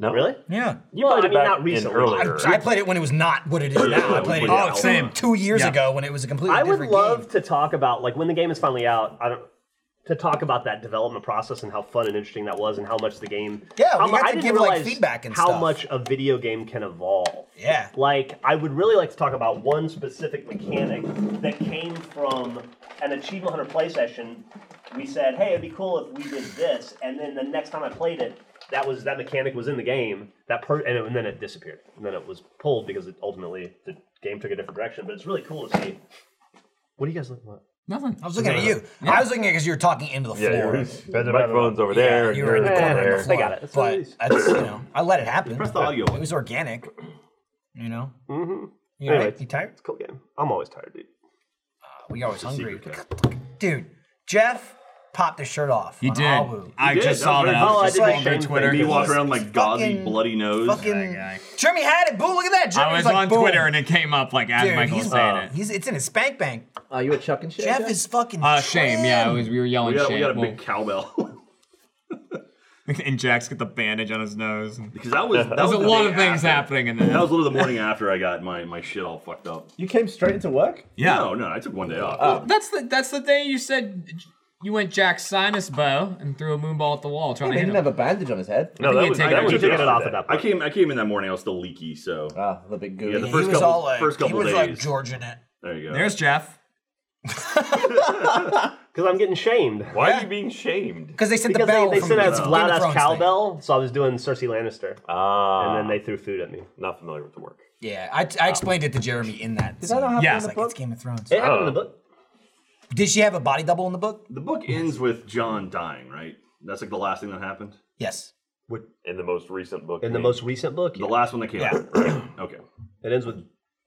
No, really? Yeah. You played it back in I, earlier. I played it when it was not what it is now. I played it Oh, same. two years Yeah. ago when it was a completely I would different love game. to talk about like when the game is finally out. I don't to talk about that development process and how fun and interesting that was and how much the game. Yeah, how we mu- got I to didn't give, like, realize feedback and how stuff. much a video game can evolve. Yeah. Like I would really like to talk about one specific mechanic that came from an achievement hunter play session. We said, "Hey, it'd be cool if we did this," and then the next time I played it, that was that mechanic was in the game. That per- and, it- and then it disappeared. And then it was pulled because it ultimately the game took a different direction. But it's really cool to see. What do you guys looking at? Nothing. I was looking at you. I was looking at because you were talking into the Yeah, floor. you're- the microphone's over there. you were in the you're corner. there. on the floor. I got it. That's what it But is. that's, you know, I let it happen. press the audio. It was organic. You know. Mm-hmm. You, Anyway. right? You tired? Cool game. I'm always tired, dude. We always hungry. Dude, Jeff popped his shirt off. He on did. Awu. I did. just That saw was that. very- Oh, I just did the saw it on same Twitter. thing. He walked around like gauzy, fucking- bloody nose. Fucking guy. Jeremy had it. Boo! Look at that. Jeremy I was like, on boom. Twitter and it came up like as Dude, Michael he's, was saying it. he's it's in his spank bank. Are you a Chuck and shit? Jeff is fucking. Uh, shame. Yeah, it trim. was, we were We yelling got, we shame. got a big cowbell Well, and Jack's got the bandage on his nose. and- because that was that There's was a the lot day of things after. happening in there. That was literally the morning after I got my my shit all fucked up. You came straight into work? yeah. No, no, I took one day off. That's the that's the day you said you went Jack sinus bow and threw a moonball at the wall trying He to hit didn't him. have a bandage on his head. No, that think he was had that taken was it. He took it off at yesterday. that I point. came I came in that morning. I was still leaky, so Ah, the big gooey. yeah, the He first was couple all like, first couple he days. was like Georgian it. there you go. There's Jeff. Because I'm getting shamed. Why are you being shamed? Because they sent Because the bell. they, they from sent Game out of loud ass Thrones thing. cowbell, so I was doing Cersei Lannister, Ah, and then they threw food at me. not familiar with the work. Yeah, I, I explained it to Jeremy in that. Is that not happening Yeah. in the like book? it's Game of Thrones. It happened in the book. Did she have a body double in the book? the book ends with John dying, right? That's like the last thing that happened. Yes. In the most recent book. In the we- most recent book, The last one that came out. right? Okay. it ends with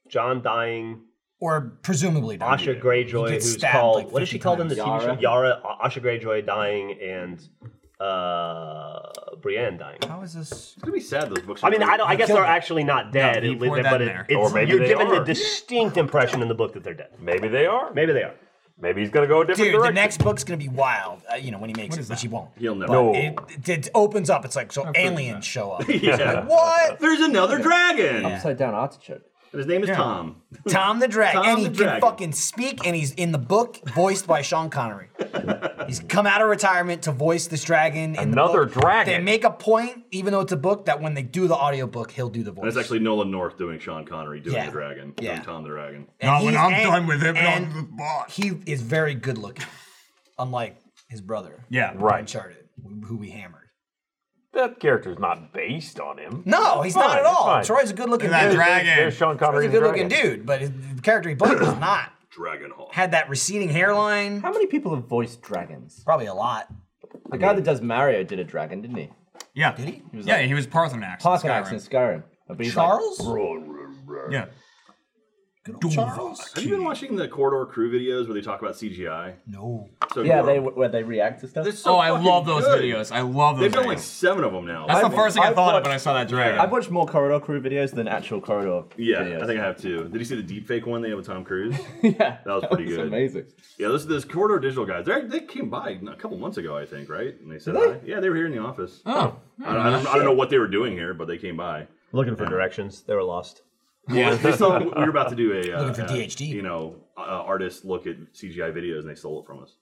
John dying, Or presumably not. Asha Greyjoy, gets who's stabbed, called like, what is she 50 called in the times. TV show? Yara, A- Asha Greyjoy dying, and uh, Brienne dying. How is this? It's gonna be sad. Those books. I mean, I don't. I guess Killed they're them. actually not dead, he it- poured that but in it- there. it's, Or maybe you're they given the are. distinct impression in the book that they're dead. Maybe they are. Maybe they are. Maybe he's gonna go a different Dude, the direction. next book's gonna be wild. Uh, you know when he makes it, which he won't. He'll never. No. It, it, it opens up. It's like so aliens show up. Yeah. what? There's another dragon. Upside down artichoke. And his name is Tom. Tom the Dragon, Tom and he the can Dragon. fucking speak, and he's in the book voiced by Sean Connery. He's come out of retirement to voice this dragon. In Another the book. dragon. They make a point, even though it's a book, that when they do the audiobook, he'll do the voice. That's actually Nolan North doing Sean Connery doing Yeah. the dragon, Yeah. doing Tom the Dragon. And Not when he's- Oh, I'm and- done with him, not and with the boss. He is very good looking, unlike his brother. Yeah. Right. Uncharted, who we hammered. That character's not based on him. No, he's not Fine, at all. fine. Troy's a good looking And that dude. dragon- There's Sean Connery. He's a and the good looking dragon. dude, but his, the character he played was not. Dragonhawk. Had that receding hairline. How many people have voiced dragons? Probably a lot. The guy that does Mario did a dragon, didn't he? Yeah. Did he? yeah, he was Parthenax. in Parthenax Skyrim. in Skyrim. But he's like- Charles? Yeah. Good old Charles? Have you been watching the Corridor Crew videos where they talk about CGI? No. So yeah, they adorable. where they react to stuff. They're so oh, I fucking love those good. videos. I love those They've done like videos. seven of them now. That's the I've- first thing I I've thought of when I watched- saw that dragon. I've watched more Corridor Crew videos than actual Corridor. yeah, videos. I think I have too. Did you see the deepfake one they have with Tom Cruise? yeah, That was pretty good. Amazing. Yeah, those those Corridor Digital guys. They they came by a couple months ago, I think, right? And they said, hi. yeah, they were here in the office. oh. I, don't, I, don't, I don't know what they were doing here, but they came by. Looking for directions. They were lost. Yeah, they still, we were about to do a uh, Looking for uh, DHD. You know, uh, artist look at CGI videos, and they stole it from us.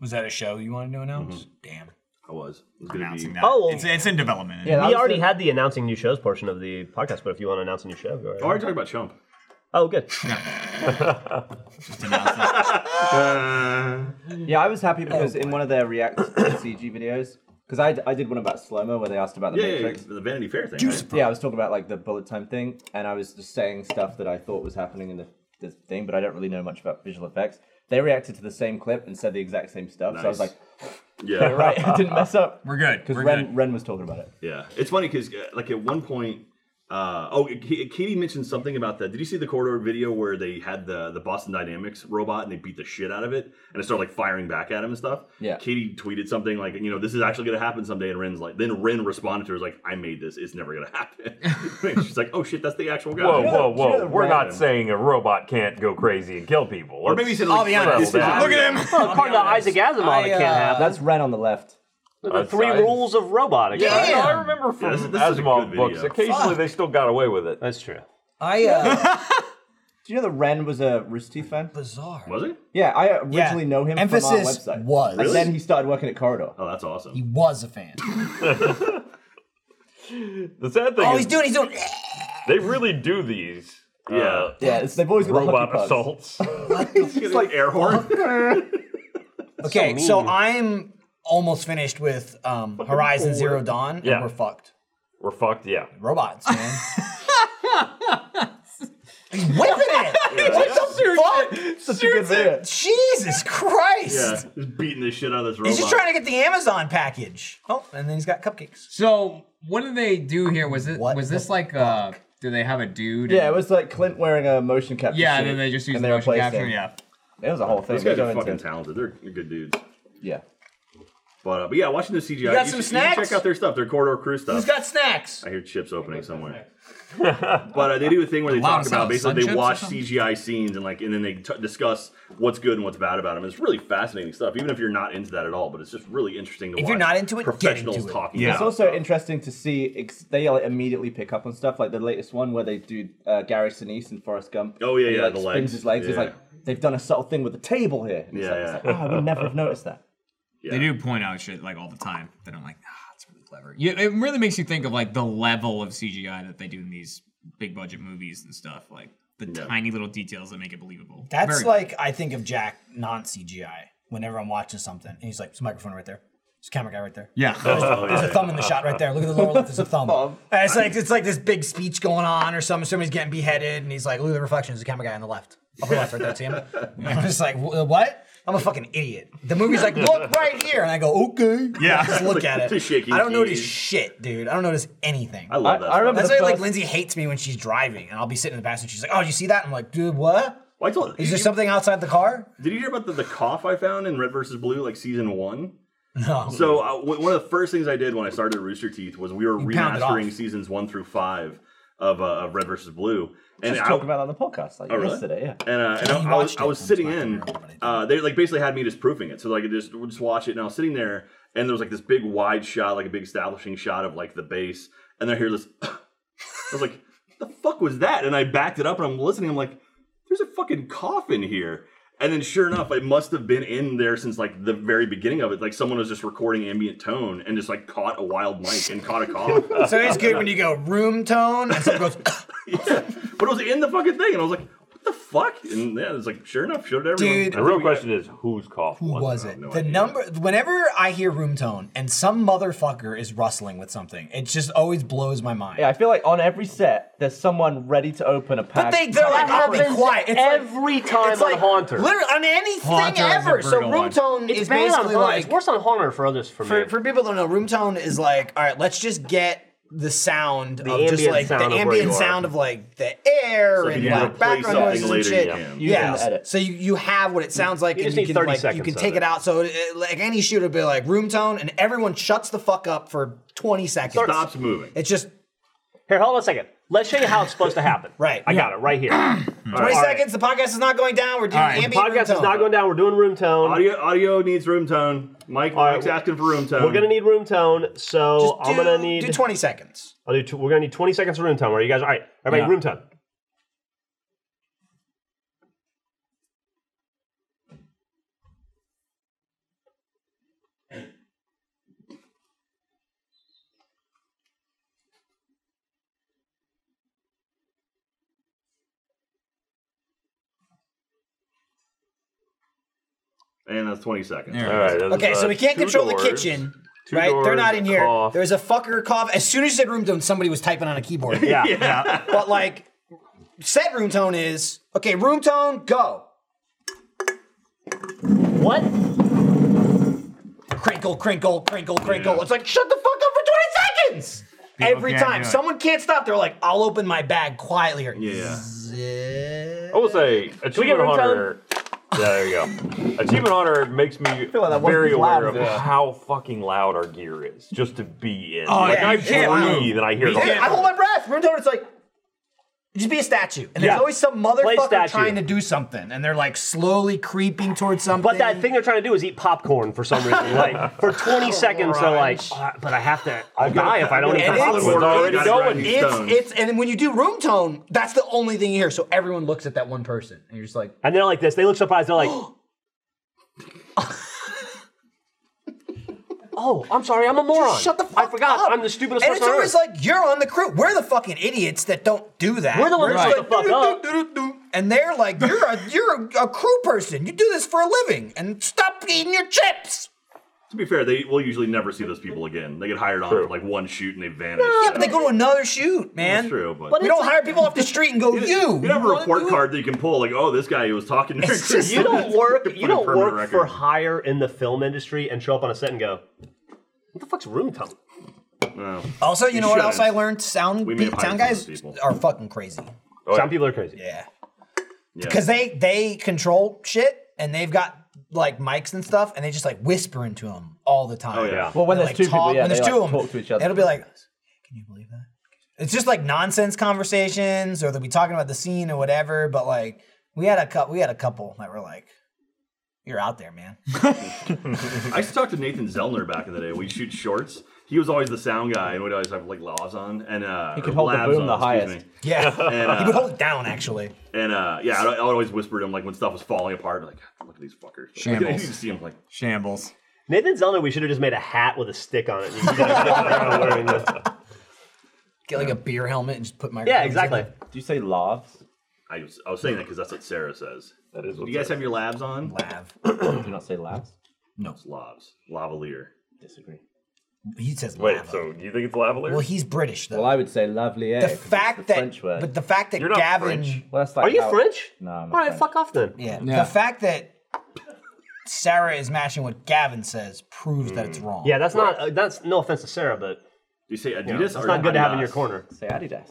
Was that a show you wanted to announce? Damn. I was. It was gonna be. Announcing that. Oh. It's, it's in development. Yeah, that We was already the- had the announcing new shows portion of the podcast, but if you want to announce a new show, Oh, go I ahead. already talked about Chump. Oh, good. Yeah, I was happy because in one of their React CG videos, because I, d- I did one about slow mo where they asked about the Yeah, yeah, yeah, Matrix. the Vanity Fair thing. right? Yeah, I was talking about like the bullet time thing, and I was just saying stuff that I thought was happening in the, the thing, but I don't really know much about visual effects. They reacted to the same clip and said the exact same stuff, so I was Nice. like, Yeah, right, I E. didn't mess up We're good. because We're Ren good. Ren was talking about it. Yeah, it's funny because like at one point, uh, oh, K- Katie mentioned something about that. Did you see the corridor video where they had the the Boston Dynamics robot and they beat the shit out of it and it started like firing back at him and stuff? Yeah. Katie tweeted something like, you know, this is actually gonna happen someday, and Ren's like, then Ren responded to her like, I made this. It's never gonna happen. And she's like, oh shit, that's the actual guy. Whoa, whoa, do you know whoa! the We're not random- saying a robot can't go crazy and kill people. Or maybe he said, I'll like, be like, honest. this is- Look at him. Well, according to Isaac Asimov, I, it can't uh, happen. That's Ren on the left. The three I- rules of robotics. Yeah, right? I know, I remember from this is- this is a Asimov good books. video. Occasionally, they still got away with it. That's true. I, uh, Do you know that Ren was a Rooster Teeth fan? bizarre. Was he? Yeah, I originally Yeah. know him Emphasis from our website. was. And then he started working at Corridor. Oh, that's awesome. He was a fan. The sad thing oh, is, he's doing, he's doing. they really do these. uh, yeah. Yeah, it's, they've always got the robot hockey pucks. assaults. It's like air horn. Okay, so, I'm almost finished with um, Horizon Zero Dawn, and Yeah. we're fucked. We're fucked. Yeah. Robots, man. he's whipping it. What the fuck? Such a good video. Jesus Christ. yeah, just beating the shit out of this robot. He's just trying to get the Amazon package. Oh, and then he's got cupcakes. So what did they do here? Was it What was the this like uh do they have a dude? Yeah, it was like Clint wearing a motion capture. yeah, suit, and then they just used and the they motion replaced capture. him. Yeah. it was a whole thing. These guys We are go fucking into- talented. They're they're good dudes. Yeah. But, uh, but yeah, watching the CGI. You got some should- snacks? should check out their stuff, their corridor crew stuff. He's got snacks. I hear chips opening somewhere. but uh, they do a thing where they Loud talk about sounds, basically sun chips they or watch something? CGI scenes and like and then they t- discuss what's good and what's bad about them. It's really fascinating stuff, even if you're not into that at all. But it's just really interesting to If watch. you're not into it, get professionals into it. talking. Yeah. It's about also stuff. interesting to see ex- they like, immediately pick up on stuff like the latest one where they do uh, Gary Sinise and Forrest Gump. Oh, yeah, and he, yeah, like, the spins legs. his legs. It's Yeah. like they've done a subtle thing with the table here. And it's Yeah, like, it's yeah. like, oh, I would never have noticed that. They do point out shit like all the time that I'm like, ah, it's really clever. Yeah, it really makes you think of like the level of CGI that they do in these big budget movies and stuff, like the tiny little details that make it believable. That's Very- like I think of Jack non CGI whenever I'm watching something, and he's like, "There's a microphone right there. There's a camera guy right there. yeah. Oh, There's a thumb in the shot right there. Look at the lower left. There's a thumb. And it's like it's like this big speech going on, or something. Somebody's getting beheaded, and he's like, "Look at the reflection. There's a camera guy on the left. Upper left, right there. See him?" And I'm just like, "Wh- "What?" I'm a fucking idiot. The movie's like, "Look right here," and I go, "Okay." Yeah. Just look at It's a it. shaky I don't notice keys. shit, dude. I don't notice anything. I love I- that. I stuff. remember- That's the why like first- Lindsay hates me when she's driving, and I'll be sitting in the passenger. She's like, "Oh, did you see that?" I'm like, "Dude, what? Well, I told- Is you- there something outside the car?" Did you hear about the, the cough I found in Red versus Blue, like season one? No. So uh, w- one of the first things I did when I started at Rooster Teeth was we were pounded remastering off. seasons one through five of, uh, of Red versus Blue, and Just I- Oh, talking about it on the podcast like really? yesterday. Yeah. and, uh, and he I, I was, watched I it was once sitting back in. in the day. Uh, they like basically had me just proving it. So like I just would just watch it, and I was sitting there, and there was like this big wide shot, like a big establishing shot of like the base, and then I hear this. I was like, "The fuck was that?" And I backed it up, and I'm listening. I'm like, "There's a fucking cough in here." And then, sure enough, it must have been in there since like the very beginning of it. Like someone was just recording ambient tone and just like caught a wild mic and caught a cough. So it's good when you go room tone and someone goes, yeah. But it was in the fucking thing, and I was like, "What the fuck?" And yeah, it's like, sure enough, showed everyone. Dude. The real question is whose cough Who was it? I have no the idea. number. Whenever I hear room tone and some motherfucker is rustling with something, it just always blows my mind. Yeah, I feel like on every set, there's someone ready to open a pack. But they, they're like, I'll be happens quiet. It's like, every time it's on like Haunter. Literally on anything Haunter is a ever. So brutal room one. tone It's is bad on basically Haunter. like it's worse on Haunter for others for, for, me. for people that don't know, room tone is like, all right, let's just get the sound of just ambient like sound the of where ambient you are. sound of like the air if and you need to like replace background something noises and later, shit. you Yeah, can. You can edit. so you, you have what it sounds like, and just you need can 30 like you seconds can of take it. it. out. So it- it, like any shoot would be like room tone, and everyone shuts the fuck up for twenty seconds. stops moving. It's just Here, hold on a second. Let's show you how it's supposed to happen. Right. I got it right here. twenty All right. seconds. The podcast is not going down. We're doing right, the ambient room Podcast is tone. not going down. We're doing room tone. Audio, audio needs room tone. Mike, right, Mike's asking for room tone. We're gonna need room tone, so Just I'm do- gonna need. do twenty seconds. I'll do. Two, we're gonna need 20 seconds of room tone. Are you guys all right? Everybody, room tone. and that's twenty seconds. Yeah. All right, that was, Okay, so uh, we can't two control doors, the kitchen, two right? They're doors, not in here. cough. There was a fucker cough. As soon as you said room tone, somebody was typing on a keyboard. Yeah. but like, set room tone is okay. Room tone, go. What? Crinkle, crinkle, crinkle, crinkle. Yeah. It's like shut the fuck up for twenty seconds. People Every can't time do it. someone can't stop, they're like, "I'll open my bag quietly." Or, Yeah. I will say, Achievement room Hunter. Yeah, there you go. Achievement Hunter makes me like that wasn't very as loud aware of as it is. how fucking loud our gear is just to be in. Oh, like, yeah, I you can't breathe move. and I hear You the- can't- I hold my breath. Room tone, it's like. Just be a statue, and Yeah. there's always some Play motherfucker statue. trying to do something, and they're like slowly creeping towards something. But that thing they're trying to do is eat popcorn for some reason. Like for 20 seconds, they're like, "Ah, but I have to I'll die if I don't eat And it's- popcorn. it's already going. It's, it's and when you do room tone, that's the only thing you hear. So everyone looks at that one person, and you're just like, And they're like this. They look surprised. They're like, "Oh, I'm sorry. I'm a moron. "Shut the fuck I forgot. up." I'm the stupidest And it's person on always earth." like you're on the crew. We're the fucking idiots that don't do that. We're the ones that just shut the fuck "Do-do-do-do-do-do." And they're like, you're a you're a, a crew person. You do this for a living, and stop eating your chips. To be fair, they will usually never see those people again. They get hired on for like one shoot and they vanish. Yeah, but they go to another shoot, man. That's true, but- we don't hire people off the street and go, you. You don't have a wanna report do it?" card that you can pull, like, oh, this guy was talking to It's just- you don't work. Put You a don't permanent work for record. hire in the film industry and show up on a set and go, "What the fuck's room tone?" No. Also, you, You know what else shouldn't. I learned? Sound We may pe- have sound hired guys some of those people. are fucking crazy. Some people are crazy. Yeah. Yeah. because they they control shit and they've got like mics and stuff and they just like whisper into them all the time. Oh, yeah. Well, when They, there's two people, yeah, when there's they, two like, of them, talk to each other. it'll be like, can you believe that? It's just like nonsense conversations, or they'll be talking about the scene or whatever. But like, we had a couple, we had a couple that were like, "You're out there, man." I used to talk to Nathan Zellner back in the day. We shoot shorts. He was always the sound guy, and we'd always have like lavs on and uh, He could or hold the labs boom on, the excuse highest. me. Yeah, And, he would uh, hold it down actually. and uh, yeah, I, I would always whisper to him like when stuff was falling apart, like look at these fuckers. Like, you Shambles. see him like Shambles. Nathan Zellner, we should have just made a hat with a stick on it. You could just sit around wearing this. Get like a beer helmet and just put my yeah, exactly. Do you say laughs? I was, I was saying that because that's what Sarah says. That is Do what you guys have your labs on? Lav. Do you not say laughs? It's lavs, lavalier. Disagree. He says Wait, lava. so do you think it's lavalier? well, he's British though. Well, I would say lovelier. the 'cause it's fact the that, French word. but the fact that You're not Gavin, French. well, that's like Are you how- French? No, I'm not All right, French. fuck off then. yeah, Yeah. the fact that Sarah is matching what Gavin says proves that it's Mm. wrong. Yeah, that's not. Uh, that's no offense to Sarah, Do but you say Adidas? it's or not good to have in Adidas? your corner. Say Adidas.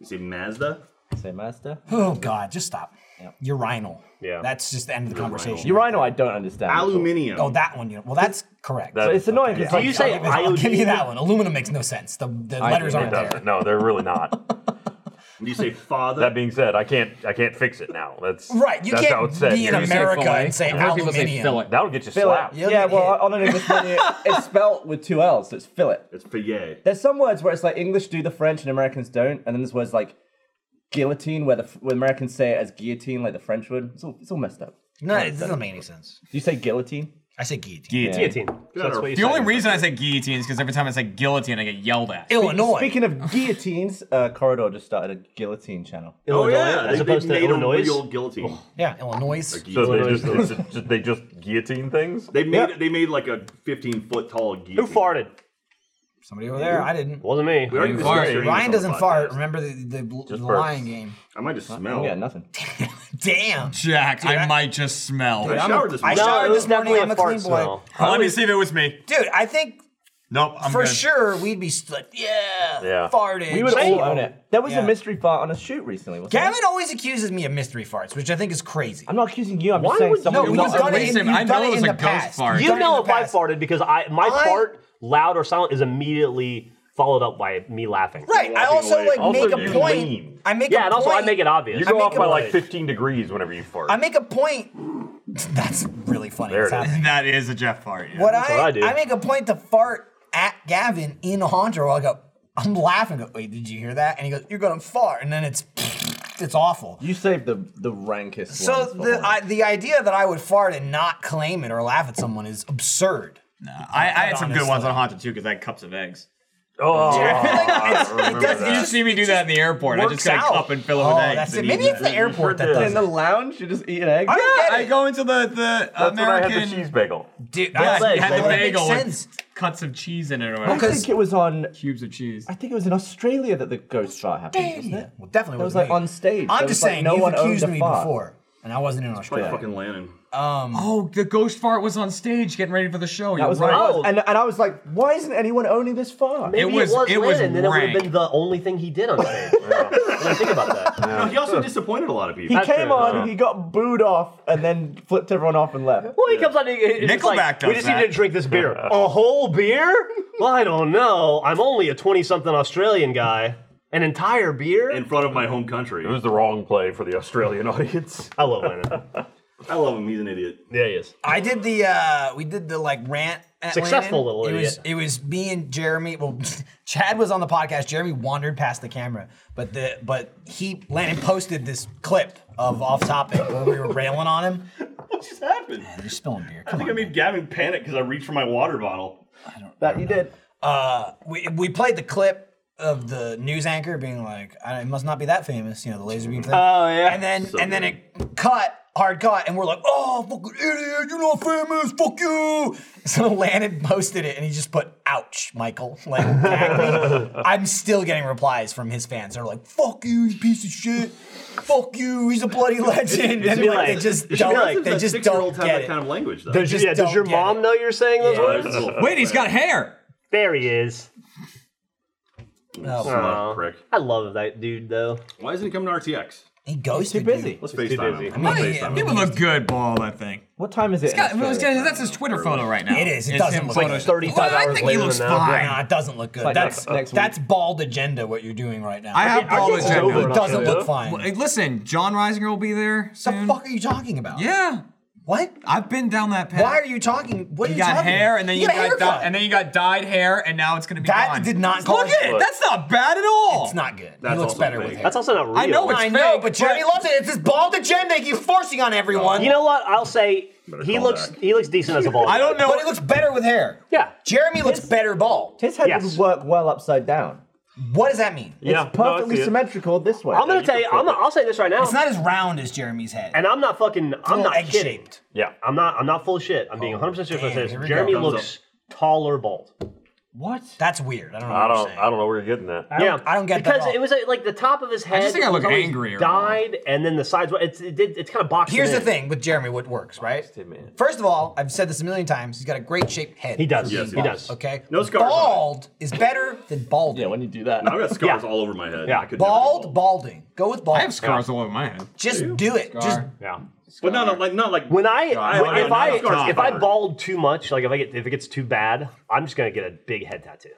You say Mazda. Say Mazda. Oh God, just stop. Urinal. Yeah. That's just the end of the conversation. Urinal, I don't understand. at all. Aluminium. Oh, that one. You well, that's correct. So it's annoying because Do you say I'll give you IOD? that one. Aluminum makes no sense. The, the I letters do, It aren't there. doesn't. No, they're really not. Do you say father? that being said, I can't I can't fix it now. That's Right, you that's how can't it's said. be in here. America fillet. and say I've heard people say aluminium. fillet. That'll get you Fillet. slapped. You'll Yeah, get well, hit. on an English menu, it's spelt with two L's, so it's fillet. it's Payet. There's some words where it's like English do the French and Americans don't, and then there's words like guillotine, where the where Americans say it as guillotine, like the French would. It's all, it's all messed up. No, it doesn't make any sense. you say guillotine? I say guillotine. Yeah. Guillotine. That's what you The only reason I say guillotine is because every time I say guillotine, I get yelled at. Illinois. Speaking of guillotines, uh, Corridor just started a guillotine channel. Oh Illinois, yeah, as they, opposed they to made Illinois. a real guillotine. yeah, Illinois. So they just, it's just- they just guillotine things? They made they made like a 15 foot tall guillotine. Who farted? Somebody over there. I didn't. Wasn't me. We already discussed doing farted. this on Ryan the doesn't podcast. fart. Remember the the, bl- the burps. lying game. I might just smell. Yeah, nothing. Damn. Jack, I might just smell. I I'm a- showered this I morning. showered it this was morning. definitely a I'm a fart clean boy. smell. Let me see if it was me. Dude, I think Nope, I'm for good. sure we'd be st- like, yeah, Yeah. farted. We would Shame. all own it. There was Yeah. a mystery fart on a shoot recently, wasn't there? Gavin always accuses me of mystery farts, which I think is crazy. I'm not accusing you. I'm Why just saying would you- someone. no, It you've wasn't done it. In, recent. you've I done know it it was in a the ghost past. fart. You've You done it in know the if I past. farted because I my I- fart, loud or silent, is immediately followed up by me laughing. Right. I Walking also away like from it. make Also, a you point. lean. I make Yeah, a and also I point- make it obvious. You I go make off a by point. like 15 degrees whenever you fart. I make a point. That's really funny. There it's it is. happening. That is a Jeff fart. yeah. What That's I, what I I do. make a point to fart at Gavin in Honda. While I go, I'm laughing. I go, wait, did you hear that? And he goes, you're gonna fart, and then it's it's awful. You saved the the rankest. So ones for the one. I, the idea that I would fart and not claim it or laugh at someone is absurd. I, I had some good ones on Haunted too because I had cups of eggs. oh, it does, You just see me do that in the airport. I just got a cup and fill it oh, with eggs. That's it. and Maybe eat it's the airport that did. does in the it. lounge, you just eat an egg. Yeah, get I it. go into the the that's when I American. had the cheese bagel. Dude, Yeah, that's- you had that the would make bagel sense. with cuts of cheese in it or I whatever. because- think it was on. Cubes of cheese. I think it was in Australia that the ghost fart happened, wasn't it? Well, definitely That was wasn't like me. on stage. I'm There just was, like, saying, no you've one owned accused a me fart. before, and I wasn't in Like Australia. fucking Lannon. Oh, the ghost fart was on stage getting ready for the show. That You're was what it right. was. And, and I was like, why isn't anyone owning this fart? It Maybe was- it was Lynn, and then it would rank. have been the only thing he did on stage. Now think about that. No, he also disappointed a lot of people. He came true. on, he got booed off, and then flipped everyone off and left. Well, he comes on. He, it's just like, Nickelback does We just that. need to drink this beer. a whole beer? Well, I don't know. I'm only a twenty-something Australian guy. An entire beer? in front of my home country. It was the wrong play for the Australian audience. I love Lennon. I love him. He's an idiot. Yeah, he is. I did the uh we did the like rant at Successful Landon. little it was idiot. it was me and Jeremy well Chad was on the podcast Jeremy wandered past the camera but the but he Landon posted this clip of off topic where we were railing on him What just happened? you're spilling beer I come think I on made Gavin panic because I reached for my water bottle. That you did. uh we we played the clip of the news anchor being like I must not be that famous you know the laser beam thing Oh yeah. and then and then it cut hard cut and we're like oh fucking idiot you're not famous fuck you so landon posted it and he just put ouch michael like tagged me. i'm still getting replies from his fans they're like fuck you you piece of shit fuck you he's a bloody legend and like, they like- just You realize don't they that just six-year-olds have don't get that it kind of language, though. Does, just yeah, does your don't get mom it. know you're saying those Yeah. words? Wait, he's got hair. There he is. Oh, Slut prick. I love that dude though. Why isn't he coming to RTX? he ghosted Too busy. Let's FaceTime busy. him. I'm me. gonna Hey, FaceTime He him. would look good, ball. I think. What time is it? in God, well, it's- Australia? that's his Twitter photo right now. It is. It It's does him look like photo- 35 Well, I hours think he later looks than that. fine. Nah, it doesn't look good. like That's next- next week. that's bald agenda. What you're doing right now. I have I ball think it's over agenda. now. doesn't Yeah. look fine. Well, hey, Listen, John Reisinger will be there the soon. fuck are you talking about? Yeah, What? I've been down that path. Why are you talking? What are You you got talking hair, about? and then He you got a got haircut. di- and then you got dyed hair, and now it's gonna be That gone. did not Look call- at it. That's not bad at all. It's not good. That's he looks also better fake. with hair. That's also not real. I know it's I fake. know, but Jeremy loves it. It's his bald agenda he's forcing on everyone. You know what? I'll say he call looks back. he looks decent as a ball. I don't know. but he looks better with hair. Yeah. Jeremy looks better bald. His head Yes. would work well upside down. What does that mean? Yeah, it's no, I perfectly see it. symmetrical this way. I'm gonna tell you. I'm, I'll say this right now. It's not as round as Jeremy's head. and I'm not fucking. It's a I'm little not egg kidding. shaped. Yeah. I'm not. I'm not full of shit. I'm being 100 percent serious when I Oh, damn, say here we this. Jeremy go. Thumbs looks taller bald. What? That's weird. I don't know. I what don't. I don't know where you're getting that. yeah, I don't get that because at all. it was like, like the top of his head. just think I was look always angrier. Dyed, and then the sides. were- It's it did. It's kind of boxed. Here's in. the thing with Jeremy, what works, right? in. First of all, I've said this a million times. He's got a great shaped head. He does. Yes, he he does. Okay. No scars on it. Bald is better than bald. Yeah, when you do that. I've got scars Yeah. all over my head. Yeah. I could never be Bald, balding. Go with bald. I have scars all over my head. Just do it. Just Yeah. But not like not like When I, I- when- I- if I- I, Scar's if I covered. bald too much, like if I get if it gets too bad, I'm just gonna get a big head tattoo.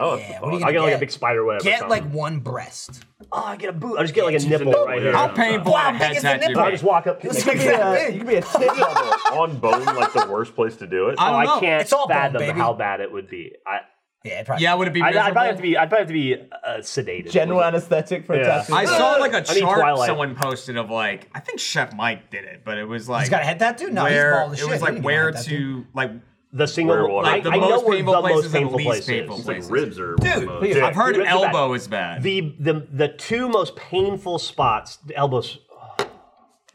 Oh, yeah, what are you gonna I get like get? a big spider web. or Get something. like one breast. oh, I get a boot. I just get like a just a nipple nipple, right yeah. here. How painful Wow, would a big head is the tattoo. nipple? I just walk up. to It's the- like You could be that a- you big. could be a titty on it. on bone, like the worst place to do it. I Oh, don't know. I can't It's all bone, fathom baby. how bad it would be. I Yeah, it probably. Yeah, would it be I'd, miserable? I'd probably have to be. I'd probably have to be uh, sedated. General anesthetic for Yeah. a tattoo. I saw like a I need chart Twilight. someone posted of like I think Chef Mike did it, but it was like He's got a head tattoo? No, he's where, bald as shit. It was He like didn't where get a head to like The single. Werewolf. I, like the I know most where painful the places most and painful least place is. painful It's like places. ribs are Dude, most- Dude, I've heard Ribs are bad. elbow is bad. The the the two most painful spots. The elbows.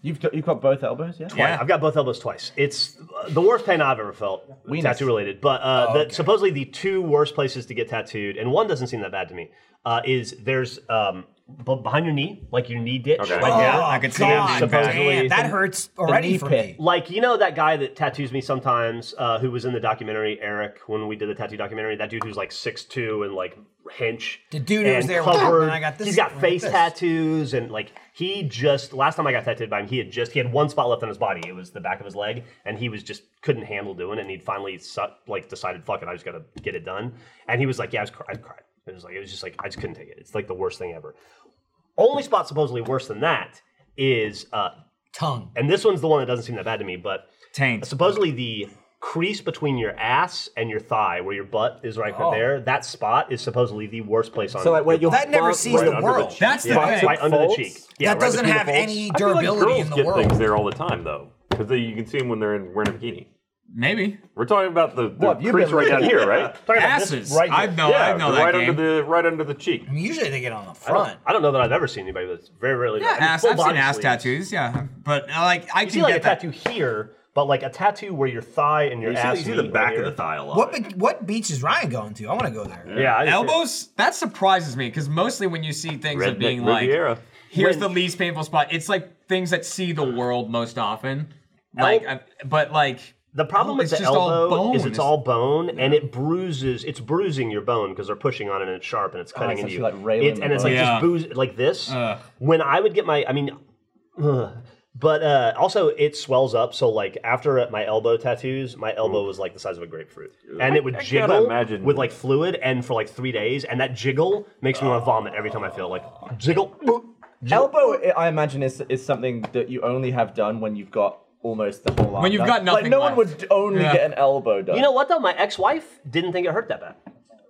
You've got, you've got both elbows, yeah? yeah, I've got both elbows twice. It's uh, the worst pain I've ever felt, Weenus. tattoo related. But uh, Oh, the, okay. supposedly the two worst places to get tattooed, and one doesn't seem that bad to me, uh, is there's um, b- behind your knee, like your knee ditch, Okay. like Oh, that. I could see that God, being bad. damn, that hurts already knee for pit. me. Like you know that guy that tattoos me sometimes, uh, who was in the documentary Eric when we did the tattoo documentary. That dude who's like six two and like hench. The dude who and was there with covered. that, and I got this He's got one, face this. tattoos and like he just last time I got tattooed by him, he had just he had one spot left on his body. It was the back of his leg, and he was just couldn't handle doing it. And he'd finally su- like decided, fuck it, I just gotta get it done. And he was like, yeah, I was cry- I cried. It was like it was just like I just couldn't take it. It's like the worst thing ever. Only spot supposedly worse than that is uh, Tongue. and this one's the one that doesn't seem that bad to me, but Taint. supposedly the crease between your ass and your thigh, where your butt is right Oh. there, that spot is supposedly the worst place on So like where your your That never bump sees right the under world. That's the yeah, thing. right under the folds? cheek. that Yeah, right doesn't between the have folds. any I feel like durability girls in the get things world. there all the time though, because you can see them when they're in wearing a bikini. Maybe We're talking about the, the What, you've crease been right down looking- here, right? Talking about this asses. right I here. know. Oh, I know that right game. under the right under the cheek. I mean, usually they get on the I front. don't, I don't know that I've ever seen anybody that's very rarely. yeah, I mean, ass. full I've seen body ass sleeves. tattoos. Yeah, but uh, like I You can see get like a that. tattoo here, but like a tattoo where your thigh and your You see, ass. you see meet the right back here. of the thigh a lot. What be- what beach is Ryan going to? I want to go there. Yeah, I just- Elbows? That surprises me because mostly when you see things of Redneck being Riviera. like, here's the least painful spot. It's like things that see the world most often. Like, I- but like The problem with it's the just all elbow bone. is it's all bone and it bruises. It's bruising your bone because they're pushing on it and it's sharp and it's cutting it's into you. actually, like, railing It's- and the it's like bone. Yeah. just booze like this. When I would get my, I mean, ugh. but uh, also it swells up. So like after my elbow tattoos, my elbow was like the size of a grapefruit, and it would I gotta jiggle imagine- with like fluid and for like three days, and that jiggle makes me want to vomit every time I feel it. like jiggle. boop, jiggle. Elbow, I I imagine, is, is something that you only have done when you've got almost the whole arm When you've done. got nothing Like, no one left. would only Yeah. get an elbow done. You know what though? My ex-wife didn't think it hurt that bad,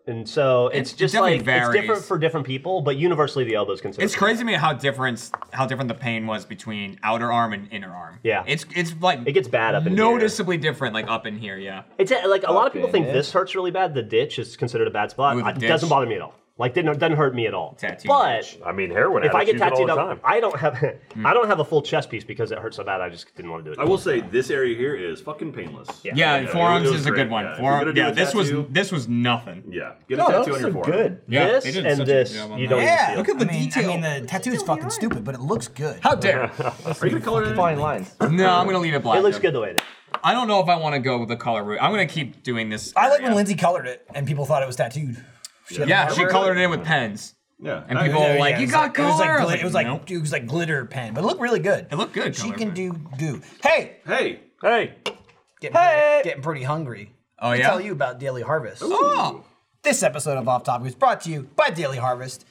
and so it's, It- it just definitely like varies. it's different for different people, but universally the elbows considered. It's crazy to me how different how different the pain was between outer arm and inner arm. Yeah. it's it's like It gets bad up in here. noticeably different. Like up in here, yeah. It's a, like a lot of people Fucking think this hurts really bad. The ditch is considered a bad spot. Ooh, the it ditch. doesn't bother me at all. Like didn't doesn't hurt me at all. Tattoo but ditch. I mean, heroin. if I get addicts use it all tattooed the up, time. I don't have I don't have a full chest piece because it hurts so bad. I just didn't want to do it. I will say this area here is fucking painless. Yeah. Yeah, it forearms was is a great, good one. yeah. If you're Forearm. gonna do Yeah, a this was tattoo- this was nothing. Yeah, get a no, tattoo those on your are forearm. good. Yeah, this they did and such a good this job on you that. don't even Yeah, feel. look at the I mean, detail. I mean, the tattoo is fucking stupid, but it looks good. How dare? Are you gonna color it? Fine lines. no, I'm gonna leave it black. it looks then. good the way it is. I don't know if I want to go with the color route. I'm gonna keep doing this. I like when area. Lindsay colored it and people thought it was tattooed. She had Yeah, a she marker. colored it in with pens. Yeah, And I- people- Yeah, like, yeah, "You it was got It was color." like, glit- I was like, it was like "Nope." it was like glitter pen, but it looked really good. It looked good. She color can pen. do do. Hey, Hey, Hey, getting, hey. Pretty, getting pretty hungry. Oh, Let me yeah? Tell you about Daily Harvest. Oh, This episode of Off Topic is brought to you by Daily Harvest.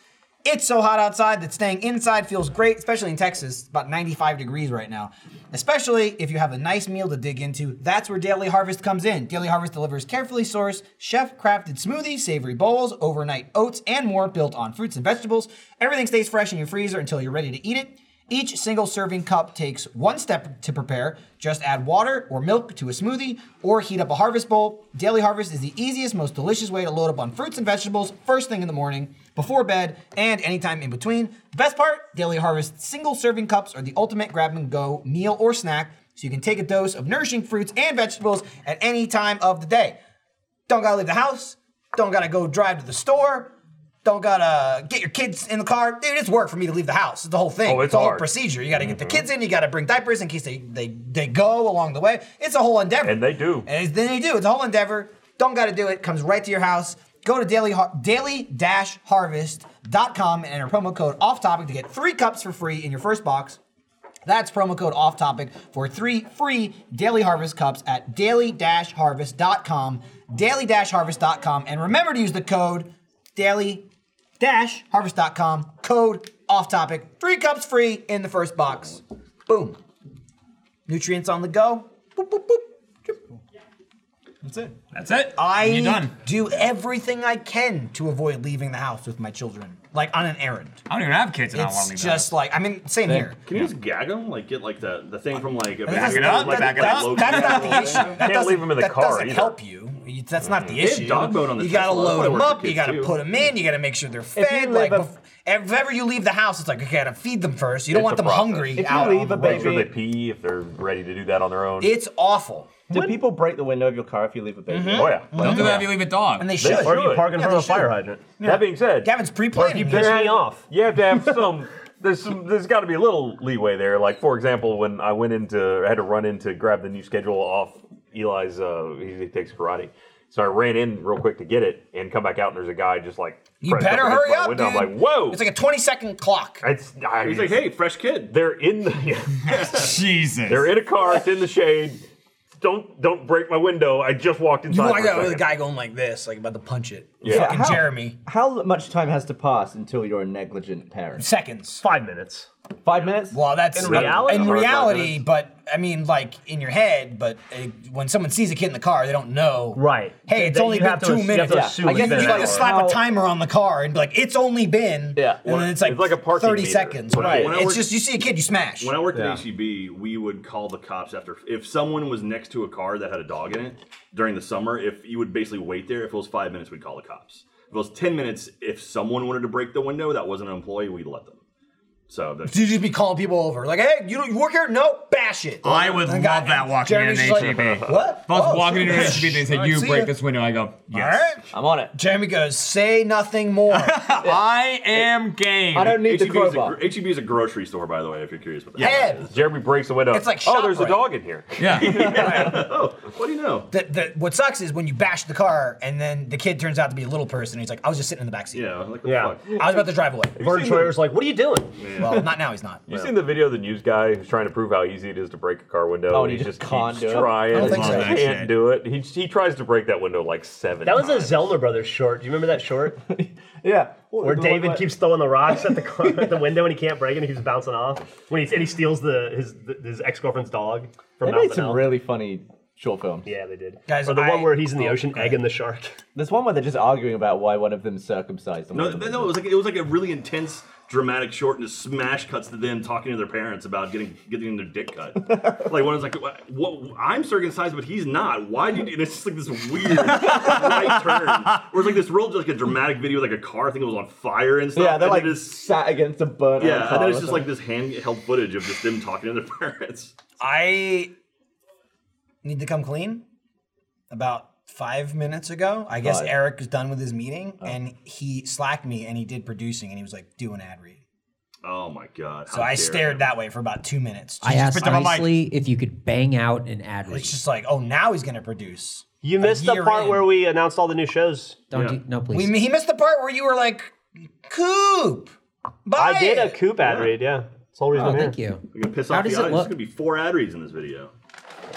It's so hot outside that staying inside feels great, especially in Texas. It's about 95 degrees right now. Especially if you have a nice meal to dig into, that's where Daily Harvest comes in. Daily Harvest delivers carefully sourced, chef crafted smoothies, savory bowls, overnight oats, and more built on fruits and vegetables. Everything stays fresh in your freezer until you're ready to eat it. Each single serving cup takes one step to prepare. Just add water or milk to a smoothie or heat up a harvest bowl. Daily Harvest is the easiest, most delicious way to load up on fruits and vegetables first thing in the morning, before bed, and anytime in between. The best part Daily Harvest single serving cups are the ultimate grab and go meal or snack, so you can take a dose of nourishing fruits and vegetables at any time of the day. Don't gotta leave the house. Don't gotta go drive to the store. Don't gotta get your kids in the car. Dude, it's work for me to leave the house. It's the whole thing. Oh, it's the whole hard. Mm-hmm. procedure. You gotta get the kids in. You gotta bring diapers in case they they they go along the way. It's a whole endeavor. And they do. And it's- then they do. It's a whole endeavor. Don't gotta do it. Comes right to your house. Go to daily har- daily-harvest.com and enter promo code off topic to get three cups for free in your first box. That's promo code off topic for three free daily harvest cups at daily-harvest.com, daily-harvest.com, and remember to use the code daily-harvest.com, code off topic, three cups free in the first box. Boom. Nutrients on the go. Boop, boop, boop. Choop. That's it. That's it. I And you're done. do everything I can to avoid leaving the house with my children, like on an errand. I don't even have kids, and I want It's to leave. just like I mean, same here. Can you just gag them? Like get like the, the thing from like a That's- it up, like, back it like, up. low- That's not the issue. That Can't doesn't- leave 'em in the that car doesn't either. help you. You- That's not the issue. dog mode on the you gotta Tesla. That load would've them worked for up. You kids, gotta too. put them in. You gotta make sure they're you fed. live Like a- bef- ev- whenever you leave the house, it's like okay, I gotta feed them first. You don't It's want a them process. hungry If you out. leave on a the road. Make sure Maybe- they pee if they're ready to do that on their own. It's awful, Do people break the window of your car if you leave a baby? oh yeah. Don't do that if you leave a dog. and they They should. should. Or if you park in Yeah, front of they a fire should. hydrant. That being said, Gavin's You pre-planning. piss me off. you have to have some. There's some, there's got to be a little leeway there. Like for example, when I went into, I had to run in to grab the new schedule off Eli's. Uh, he, he takes karate, so I ran in real quick to get it and come back out, and there's a guy just like You pressed better against hurry my up, dude. window. I'm like, whoa! It's like a 20-second clock. It's- I- He's like, hey, fresh kid. they're in the, Jesus. they're in a car. It's in the shade. Don't don't break my window. I just walked You inside. want for a to the second. guy going like this, like about to punch it. Mm-hmm. Yeah. Fucking How- Jeremy. How much time has to pass until you're a negligent parent? Seconds. Five minutes. Five minutes? Well, that's In reality? In Or five reality, minutes. but I mean, like in your head. But uh, when someone sees a kid in the car, they don't know. Right. Hey, it's That only you been have to two ass- you have minutes. to Yeah. assume I it's guess been you an like hour. to slap How- a timer on the car and be like, "It's only been." Yeah. And then it's like, It's like a parking thirty meter. seconds. When I- right. when I it's worked- just you see a kid, you smash. When I worked Yeah. at HEB, we would call the cops after if someone was next to a car that had a dog in it during the summer. If you would basically wait there, if it was five minutes, we'd call the cops. If it was ten minutes, if someone wanted to break the window that wasn't an employee, we'd let them. So that's So you just be calling people over, like, "Hey, you, don't- you work here? No, bash it." I would And love God- that walking Jeremy's in an just HEB. Like, what? If I was Oh, walking sure. into an HEB and they All say, right, you see break ya." this window, I go, All yes. right. I'm on it. Jeremy goes, "Say nothing more." I am game. I don't need the HEB E is, a, crowbar. gr- HEB is a grocery store, by the way, if you're curious about that. Ed, Jeremy breaks the window. It's like oh, there's ShopRite. a dog in here. Yeah. Oh, what do you know? the, the, what sucks is when you bash the car and then the kid turns out to be a little person. And he's like, I was just sitting in the back seat. Yeah, like the Yeah. fuck. I was about to drive away. Vern Troyer's like, what are you doing? Well, not now. He's not. You seen the video of the news guy who's trying to prove how easy it is to break a car window? Oh, and he he just just can't keeps do it? trying. I don't and think so. he can't do it. He, he tries to break that window like seven. That was a times. Zellner Brothers short. Do you remember that short? Yeah. Where David keeps throwing the rocks at the car, at the window and he can't break it and he keeps bouncing off. When he, and he steals the his his ex girlfriend's dog from They made Malcolm some L. really funny short films. Yeah, they did. Guys, or the one I- where he's in the oh, ocean go ahead. egging the shark. There's one where they're just arguing about why one of them's circumcised. and No, one of th- them no, it was like it was like a really intense, dramatic short, and just smash cuts to them talking to their parents about getting getting their dick cut. like one was like, "What? what- I'm circumcised, but he's not. Why do you?" do-" And it's just like this weird right turn, or it's like this real, just like a dramatic video, like a car. I think it was on fire and stuff. Yeah, they're and like it is- sat against a burner. yeah, and then it's just like this handheld footage of just them talking to their parents. I need to come clean. About five minutes ago, I guess Five. Eric was done with his meeting Oh. and he slacked me and he did producing and he was like, do an ad read. Oh my god! So I stared that way for about two minutes. I asked down my mic. honestly if you could bang out an ad read. It's just like, oh, now he's going to produce. You missed the year part in. where we announced all the new shows. Don't Yeah. do, no, please. We, he missed the part where you were like, Coop, buy I did a it." coop ad read. Yeah, that's the whole reason oh, I'm here. thank you. I'm gonna piss How off the does audience. it look? There's gonna be four ad reads in this video.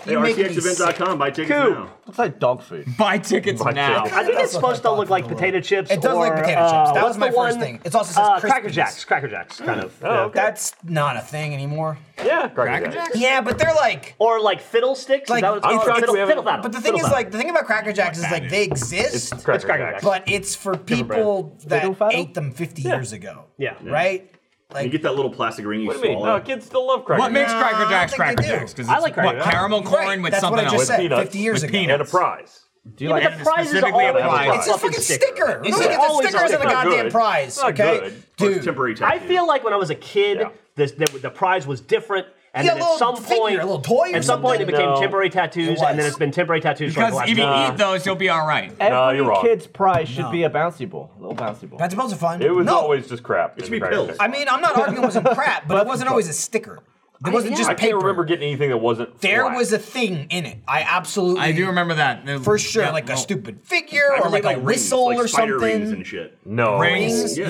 Hey, You make me sick. rtxevent.com. Buy tickets Coop. now. Looks like dog food. Buy tickets now. I think it's supposed to look like potato chips. It does or, look like potato chips. uh, That was what's my the first one? thing. It's also says Uh, Cracker Krispies. Jacks. Cracker Jacks, kind of. Oh, yeah. That's not a thing anymore. Yeah. Cracker Jack. Yeah, but they're like. Or like fiddlesticks. Like- is that what it's I'm called? shocked we Fiddle, haven't- fiddle battle. But the thing Fiddle is, battle. like, the thing about Cracker Jacks is like they exist, It's Cracker, Cracker Jack. Jack. but it's for people Fiddle that faddle? ate them 50 years ago. Yeah. Yeah. Right. You Like get that little plastic ring you What do you mean? swallow. No, kids still love Cracker What Jack. makes Nah, I Cracker don't Jacks think they Cracker do. Jacks? Because I it's like Cracker what, Jacks. caramel corn Right, with that's something what I just else. said. peanuts, 50 years with ago. peanuts. and a prize. Do you like the prize is specifically always a prize. on It's the a fucking sticker. It's Look at the always stickers on and the it. It's not goddamn good. prize. It's not Okay, good. Or it's dude. temporary I tattoo. feel like when I was a kid, Yeah. this, the, the prize was different. And Yeah, then a at little some figure, point, a little toy or at some point, it something. became No. temporary It tattoos, and was. then it's been temporary tattoos. for like the Because last if you decade. eat those, you'll be all right. No, Every you're wrong. kid's prize should be a bouncy ball. A little bouncy ball. That's supposed to fun. It was no, always just crap. It should be pills. I mean, I'm not arguing it wasn't crap, but it wasn't always a sticker. It wasn't just I paper. can't remember getting anything that wasn't. there flat. was a thing in it. I absolutely I do remember that. It was- Mm-hmm. for sure, yeah, like a no. stupid figure I or really like, a rings, whistle like or spider Rings something. and shit. no Rings. Yeah, Yeah,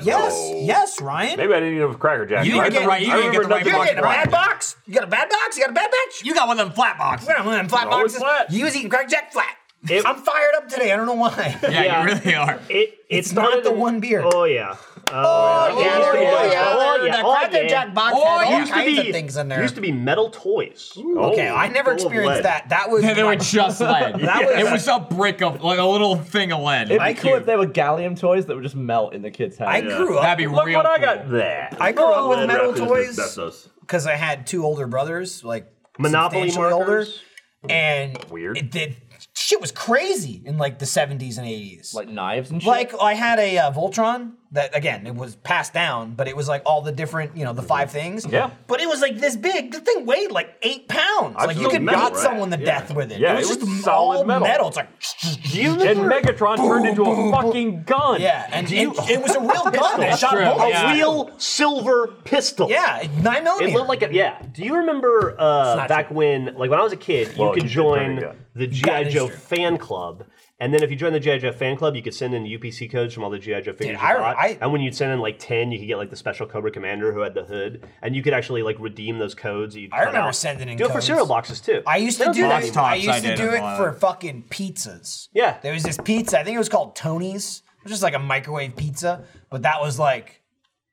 yes, yeah, yes, yes, Ryan. Maybe I didn't even have Cracker Jack. You I didn't get the right. You I didn't get the remember right You're nothing box. getting a bad Right. box. You got a bad box. You got a bad batch. You got one of them flat boxes. Wait, I'm in flat Always boxes. flat. You was eating Crack Jack flat. It- I'm fired up today. I don't know why. Yeah, Yeah. you really are. It, It's it's, not one of the one beer. Oh yeah, Oh, yeah, used to be- yeah, yeah. oh, yeah, The oh, Cracker yeah. Jack box Oh, had all used to kinds of be- things in there. Used to be metal toys. Oh, Okay, I never full of experienced lead. that. That was they were just lead. That was- it was a brick of like a little thing of lead. It'd be Like cool you. if they were gallium toys that would just melt in the kids' hands. I grew up. That'd be Look real. what I cool. got there. I grew Oh, up with Lead metal wrapped in toys asbestos. because I had two older brothers, like Monopoly substantially older, markers. and Weird. It did shit was crazy in like the seventies and eighties. like knives and shit. Like I had a uh, Voltron that again it was passed down, but it was like all the different you know the five things. Yeah. But it was like this big. The thing weighed like eight pounds. I like feel you could metal, beat right? someone to Yeah. death with it. Yeah, it was it just was solid all metal. It's like and Megatron turned into a fucking gun. yeah, and it, it was a real gun that shot True, bullets. yeah. A real silver pistol. Yeah, nine millimeter. It looked like a, yeah. Do you remember uh, not back true. when, like when I was a kid, Well, you could you did turn it join on. the GI is Joe true. fan club, and then if you joined the GI Joe fan club, you could send in UPC codes from all the GI Joe figures I- you bought. I- and when you'd send in like ten, you could get like the special Cobra Commander who had the hood, and you could actually like redeem those codes. That you'd I cut remember out. sending in Do it for codes. cereal boxes too. I used to Cereal do that. boxes. tops, I used I to did do a it lot. for fucking pizzas. Yeah. There was this pizza. I think it was called Tony's, which is like a microwave pizza, but that was like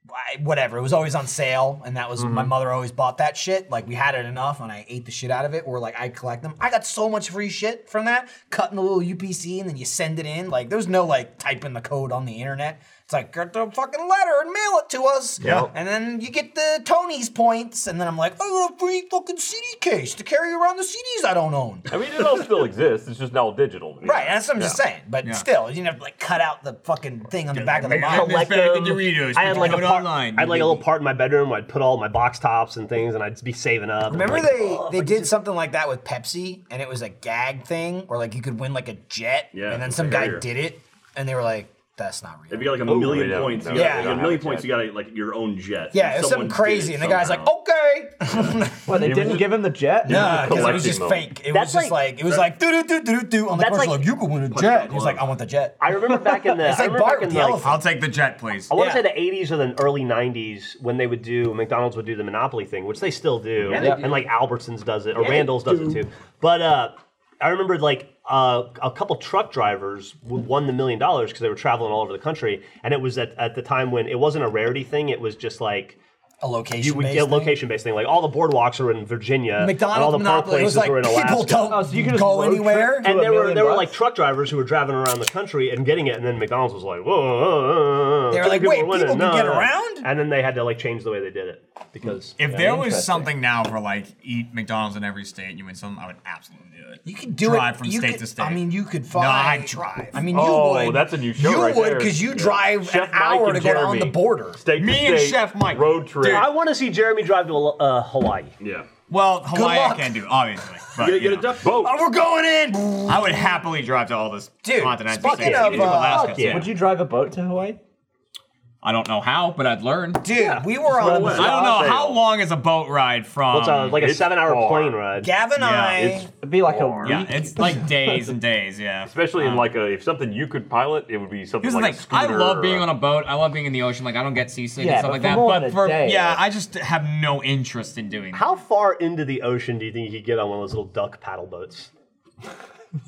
I- whatever. It was always on sale, and that was my mother always bought that shit. Like we had it enough, and I ate the shit out of it. Or like I collect them. I got so much free shit from that. Cutting the little UPC and then you send it in. Like there's no like typing the code on the internet. It's like get the fucking letter and mail it to us. Yeah. And then you get the Tony's points, and then I'm like, I got a free fucking CD case to carry around the CDs I don't own. I mean, it all still exists. It's just now digital. Right, that's what I'm just saying. But still, you never like cut out the fucking thing on the back of the Yeah. box. This collect bag of them. Doritos, I had we like a can go part, I online. had like a little part in my bedroom where I'd put all my box tops and things, and I'd be saving up. and, Remember like, they they did something like that with Pepsi, and it was a gag thing, or like you could win like a jet, Yeah, and then it's some a guy carrier. did it, and they were like, "That's not real." If you got like a Oh, million we don't- points, no, you got, we like, don't a have million a points, you got like your own jet. yeah, it was Someone something did crazy, and the guy's like, somehow. "Okay." well, they didn't give him the jet. Nah, because it was just Collecting fake. It That's was just like- like it was like do do do do do on the That's commercial. like- Like, you could win a jet. He was like, "I want the jet." I remember back in the. It's I like remember back Bart in with the the, like, elephant. I'll take the jet, please. I want Yeah. to say the 80s or the early 90s when they would do McDonald's would do the Monopoly thing, which they still do, and like Albertsons does it or Randall's does it too. But uh, I remember like uh, a couple truck drivers w- won the million dollars because they were traveling all over the country, and it was at, at the time when it wasn't a rarity thing; it was just like A location. you would based get thing. location based thing. Like all the boardwalks are in Virginia, and all McDonald's the park monopoly. It was places like were in people Alaska. don't Oh, so you can just go road trip anywhere. to and a there were million there were bucks? like truck drivers who were driving around the country and getting it, and then McDonald's was like, whoa, whoa, whoa, They were whoa, like, people wait, winning, people can no, get no, no." around? and then they had to like change the way they did it because If there was interesting. something now for like eat McDonald's in every state, you win some, I would absolutely do it. You could do drive it. from you state could, to state. I mean, you could fly. No, I'd drive. I mean, you Oh, would. that's a new show You right would there. because you Yeah. drive Chef an Mike hour and to go Jeremy. down the border. State to Me and state, Chef Mike. Road trip. Dude. I want to see Jeremy drive to uh, Hawaii. Yeah. well, Hawaii I luck. can do, obviously. But, You gotta you get a know. duck Boat. Oh, we're going in. I would happily drive to all this Dude, continental speaking states, of, even to uh, Alaska. fuck yeah. so- Would you drive a boat to Hawaii? I don't know how, but I'd learn. Dude, we were on. I don't I'll say know how it. long is a boat ride from. It's uh, like a it's seven-hour far. plane ride. Gav and Yeah, I. it's- It'd be like a Or- week. yeah, it's like days and days. Yeah. Especially in like a if something you could pilot, it would be something Here's like the a thing. I scooter love or being a- on a boat. I love being in the ocean. Like I don't get seasick Yeah, and stuff but like for that. more than But a for day, yeah, like- I just have no interest in doing. that. How far into the ocean do you think you could get on one of those little duck paddle boats?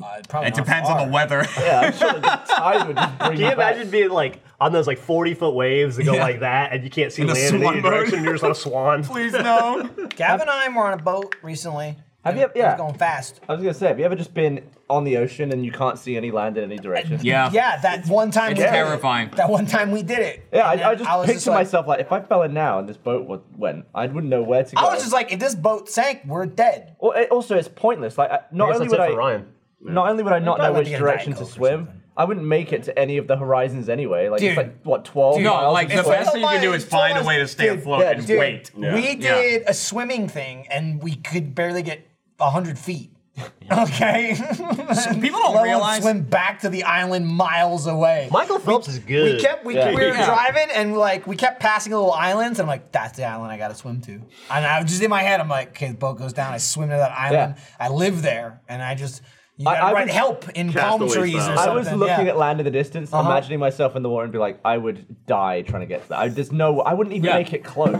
Uh, probably It not depends on far. the weather. Yeah, I'm sure the tide would just bring Can you you back. imagine being like on those like forty-foot waves that go Yeah. like that, and you can't see In a land in swan any boat. direction? and You're just on a swan. Please no. Gav and I were on a boat recently. Have It you- was yeah. going fast. I was gonna say, have you ever just been on the ocean and you can't see any land in any direction? Yeah. Yeah, that one time. It's we did it. terrifying. That one time we did it. Yeah, And I, I then just was picture like- myself like if I fell in now and this boat wa- went, I wouldn't know where to go. I was just like, if this boat sank, we're dead. Or- it- also, it's pointless. Like, I- I not guess only that's would it I, for Ryan. not only would I not Probably know want which to get a Diet direction to Coke or swim, something. I wouldn't make it to any of the horizons anyway. Like, Dude. it's like what twelve No, miles like, of the swim? best thing you can do is find a way to stay Dude, afloat yeah, and dude. wait. We Yeah. did a swimming thing and we could barely get 100 feet. Okay. people don't Let alone realize- Swim back to the island miles away. Michael Phelps is good. we kept we, Yeah. we were Yeah. driving and like we kept passing little islands and I'm like that's the island I gotta swim to and I was just in my head I'm like okay the boat goes down I swim to that island Yeah. I live there and I just you I- gotta I write was- help in palm Castaway trees style. or something I was looking yeah. at land in the distance, Uh-huh. imagining myself in the water and be like, I would die trying to get to that. I just no, I wouldn't even Yeah. make it close.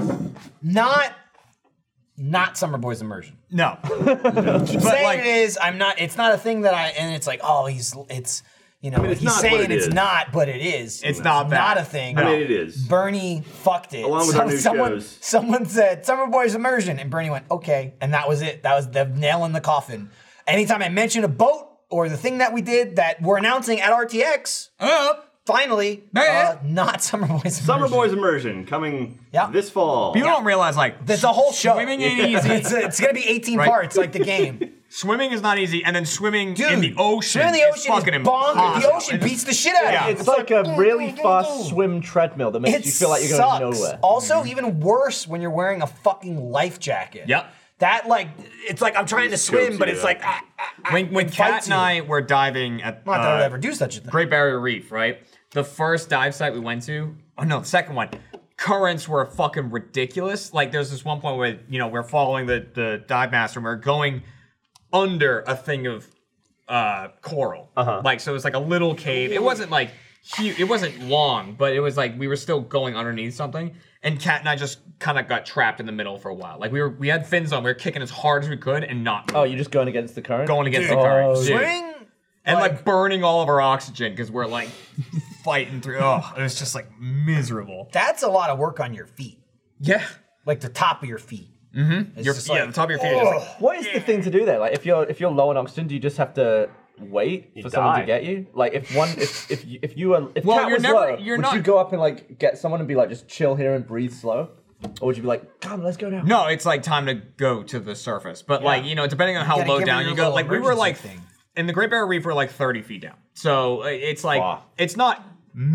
not not summer boys immersion No. but saying like, it is, I'm not. It's not a thing that I. And it's like, oh, he's. It's You know, it's he's not what saying it it's is. not, but it is. It's not that. not a thing. I mean, it is. Bernie fucked it. Along with our new someone, shows. someone said Summer Boys Immersion, and Bernie went, okay. And that was it. That was the nail in the coffin. Anytime I mention a boat or the thing that we did that we're announcing at RTX, Oh, finally, Man. uh, not Summer Boys Summer Immersion. Boys Immersion coming Yeah. this fall. people don't realize like There's a whole show. Swimming ain't It's, easy. it's going to be 18 Right. parts, like the game. swimming is not easy, and then swimming Dude, in the ocean. swimming in the is ocean fucking is bonkers. The impossible. ocean beats the shit out of Yeah. you. It's like a really fast swim treadmill that makes It you feel like you're going sucks. nowhere. Also, Mm-hmm. even worse when you're wearing a fucking life jacket. Yep. That like it's like I'm trying to swim, but it's like ah, ah, ah, When when it Kat fights and you. I were diving at Not that I would uh, ever do such a thing. Great Barrier Reef, right? The first dive site we went to, oh no, the second one, currents were fucking ridiculous. Like there's this one point where, you know, we're following the, the dive master and we're going under a thing of uh, coral. Uh-huh. Like, so it was like a little cave. It wasn't like huge, it wasn't long, but it was like we were still going underneath something. And Kat and I just kind of got trapped in the middle for a while. Like we were, we had fins on, we were kicking as hard as we could and not Oh, you're just going against the current. going against the current. Oh, Dude Swing. and like, burning all of our oxygen because we're like fighting through. Oh, it was just like miserable. That's a lot of work on your feet, Yeah, like the top of your feet. Mm-hmm. your, yeah, the top of your feet. Is just like, What is the thing to do there? Like, if you're if you're low on oxygen, do you just have to wait for someone die. to get you? Like, if one if if you, if you were if Well, Kat you're was never- low, you're would not- you go up and like get someone and be like just chill here and breathe slow, or would you be like, come, let's go now? no, it's like time to go to the surface. But like you know, depending on how gotta low give her down your you go, little like we were emergency like thing. in the Great Barrier Reef, we're like 30 feet down. So uh, it's like it's not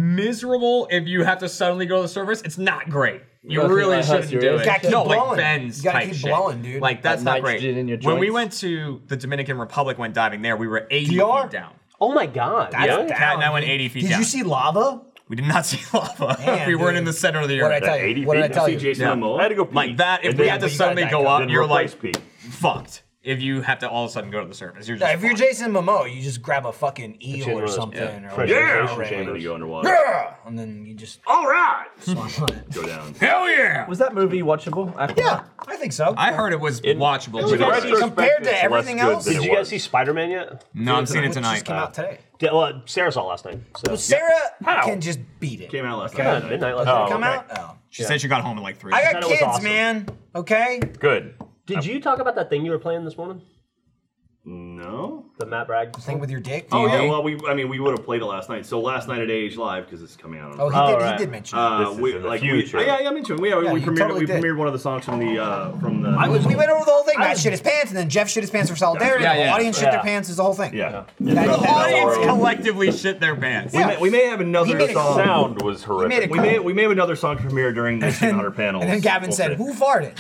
miserable if you have to suddenly go to the surface. It's not great. You gotta keep really my heart shouldn't do serious. it. Gotta keep no, like blowing. bends You gotta type keep shit. blowing, dude. Like that's That not great. nitrogen in your when we joints. went to the Dominican Republic when diving there, we were 80 DR? feet down. Oh my god. Yeah, really? Cat and I went 80 feet Did down. you see lava? we did not see lava. Man, we weren't dude. in the center of the What did I earth. tell you? What did I tell See you? Jason Momoa. I had to go Like pee. that, if And we then- had to but you suddenly gotta go back up. up, then you're like replace pee. fucked. If you have to all of a sudden go to the surface, you're just Now, if you're fucked. Jason Momoa, you just grab a fucking eel one or of those, something. yeah, Or Yeah. Ocean I'm gonna chambers. go underwater. and then you just Oh. All right. swim on it. Go down. Hell yeah! Was that movie watchable? After Yeah, I think so. I heard it was watchable. With but- retrospect, Compared to it's less everything good else, than did it Did you guys was. see Spider Man yet? no, I'm seeing it Which just tonight. came out today. D- well, Sarah saw it last night. So. Well, Sarah How? can just beat it. Came out last Yeah, night. midnight last Oh. night. Come okay. out. Oh. She said she got home at like three. I thought got it was kids, awesome. man. Okay. Good. Did you talk about that thing you were playing this morning? No. The Matt Bragg. Thing with your dick. Oh yeah. Well, we. I mean, we would have played it last night. So last night at AH Live because it's coming out. On Oh, he Oh, did. right. He did mention. it. Uh, This is we, in the like future. We, yeah, yeah, I mentioned. We, yeah, we, Yeah, we you premiered. totally we did. premiered one of the songs from the uh, from the. we went over the whole thing. Matt shit his pants, and then Jeff shit his pants for solidarity. Yeah, the yeah. audience shit Yeah. their pants. Is the whole thing. yeah. That- the that- audience collectively shit their pants. We, Yeah. may, we may have He another made a song. Sound was made a horrific. Oh. We may we may have another song premiere during the 200 panels. And then Gavin We'll said, see. "Who farted?"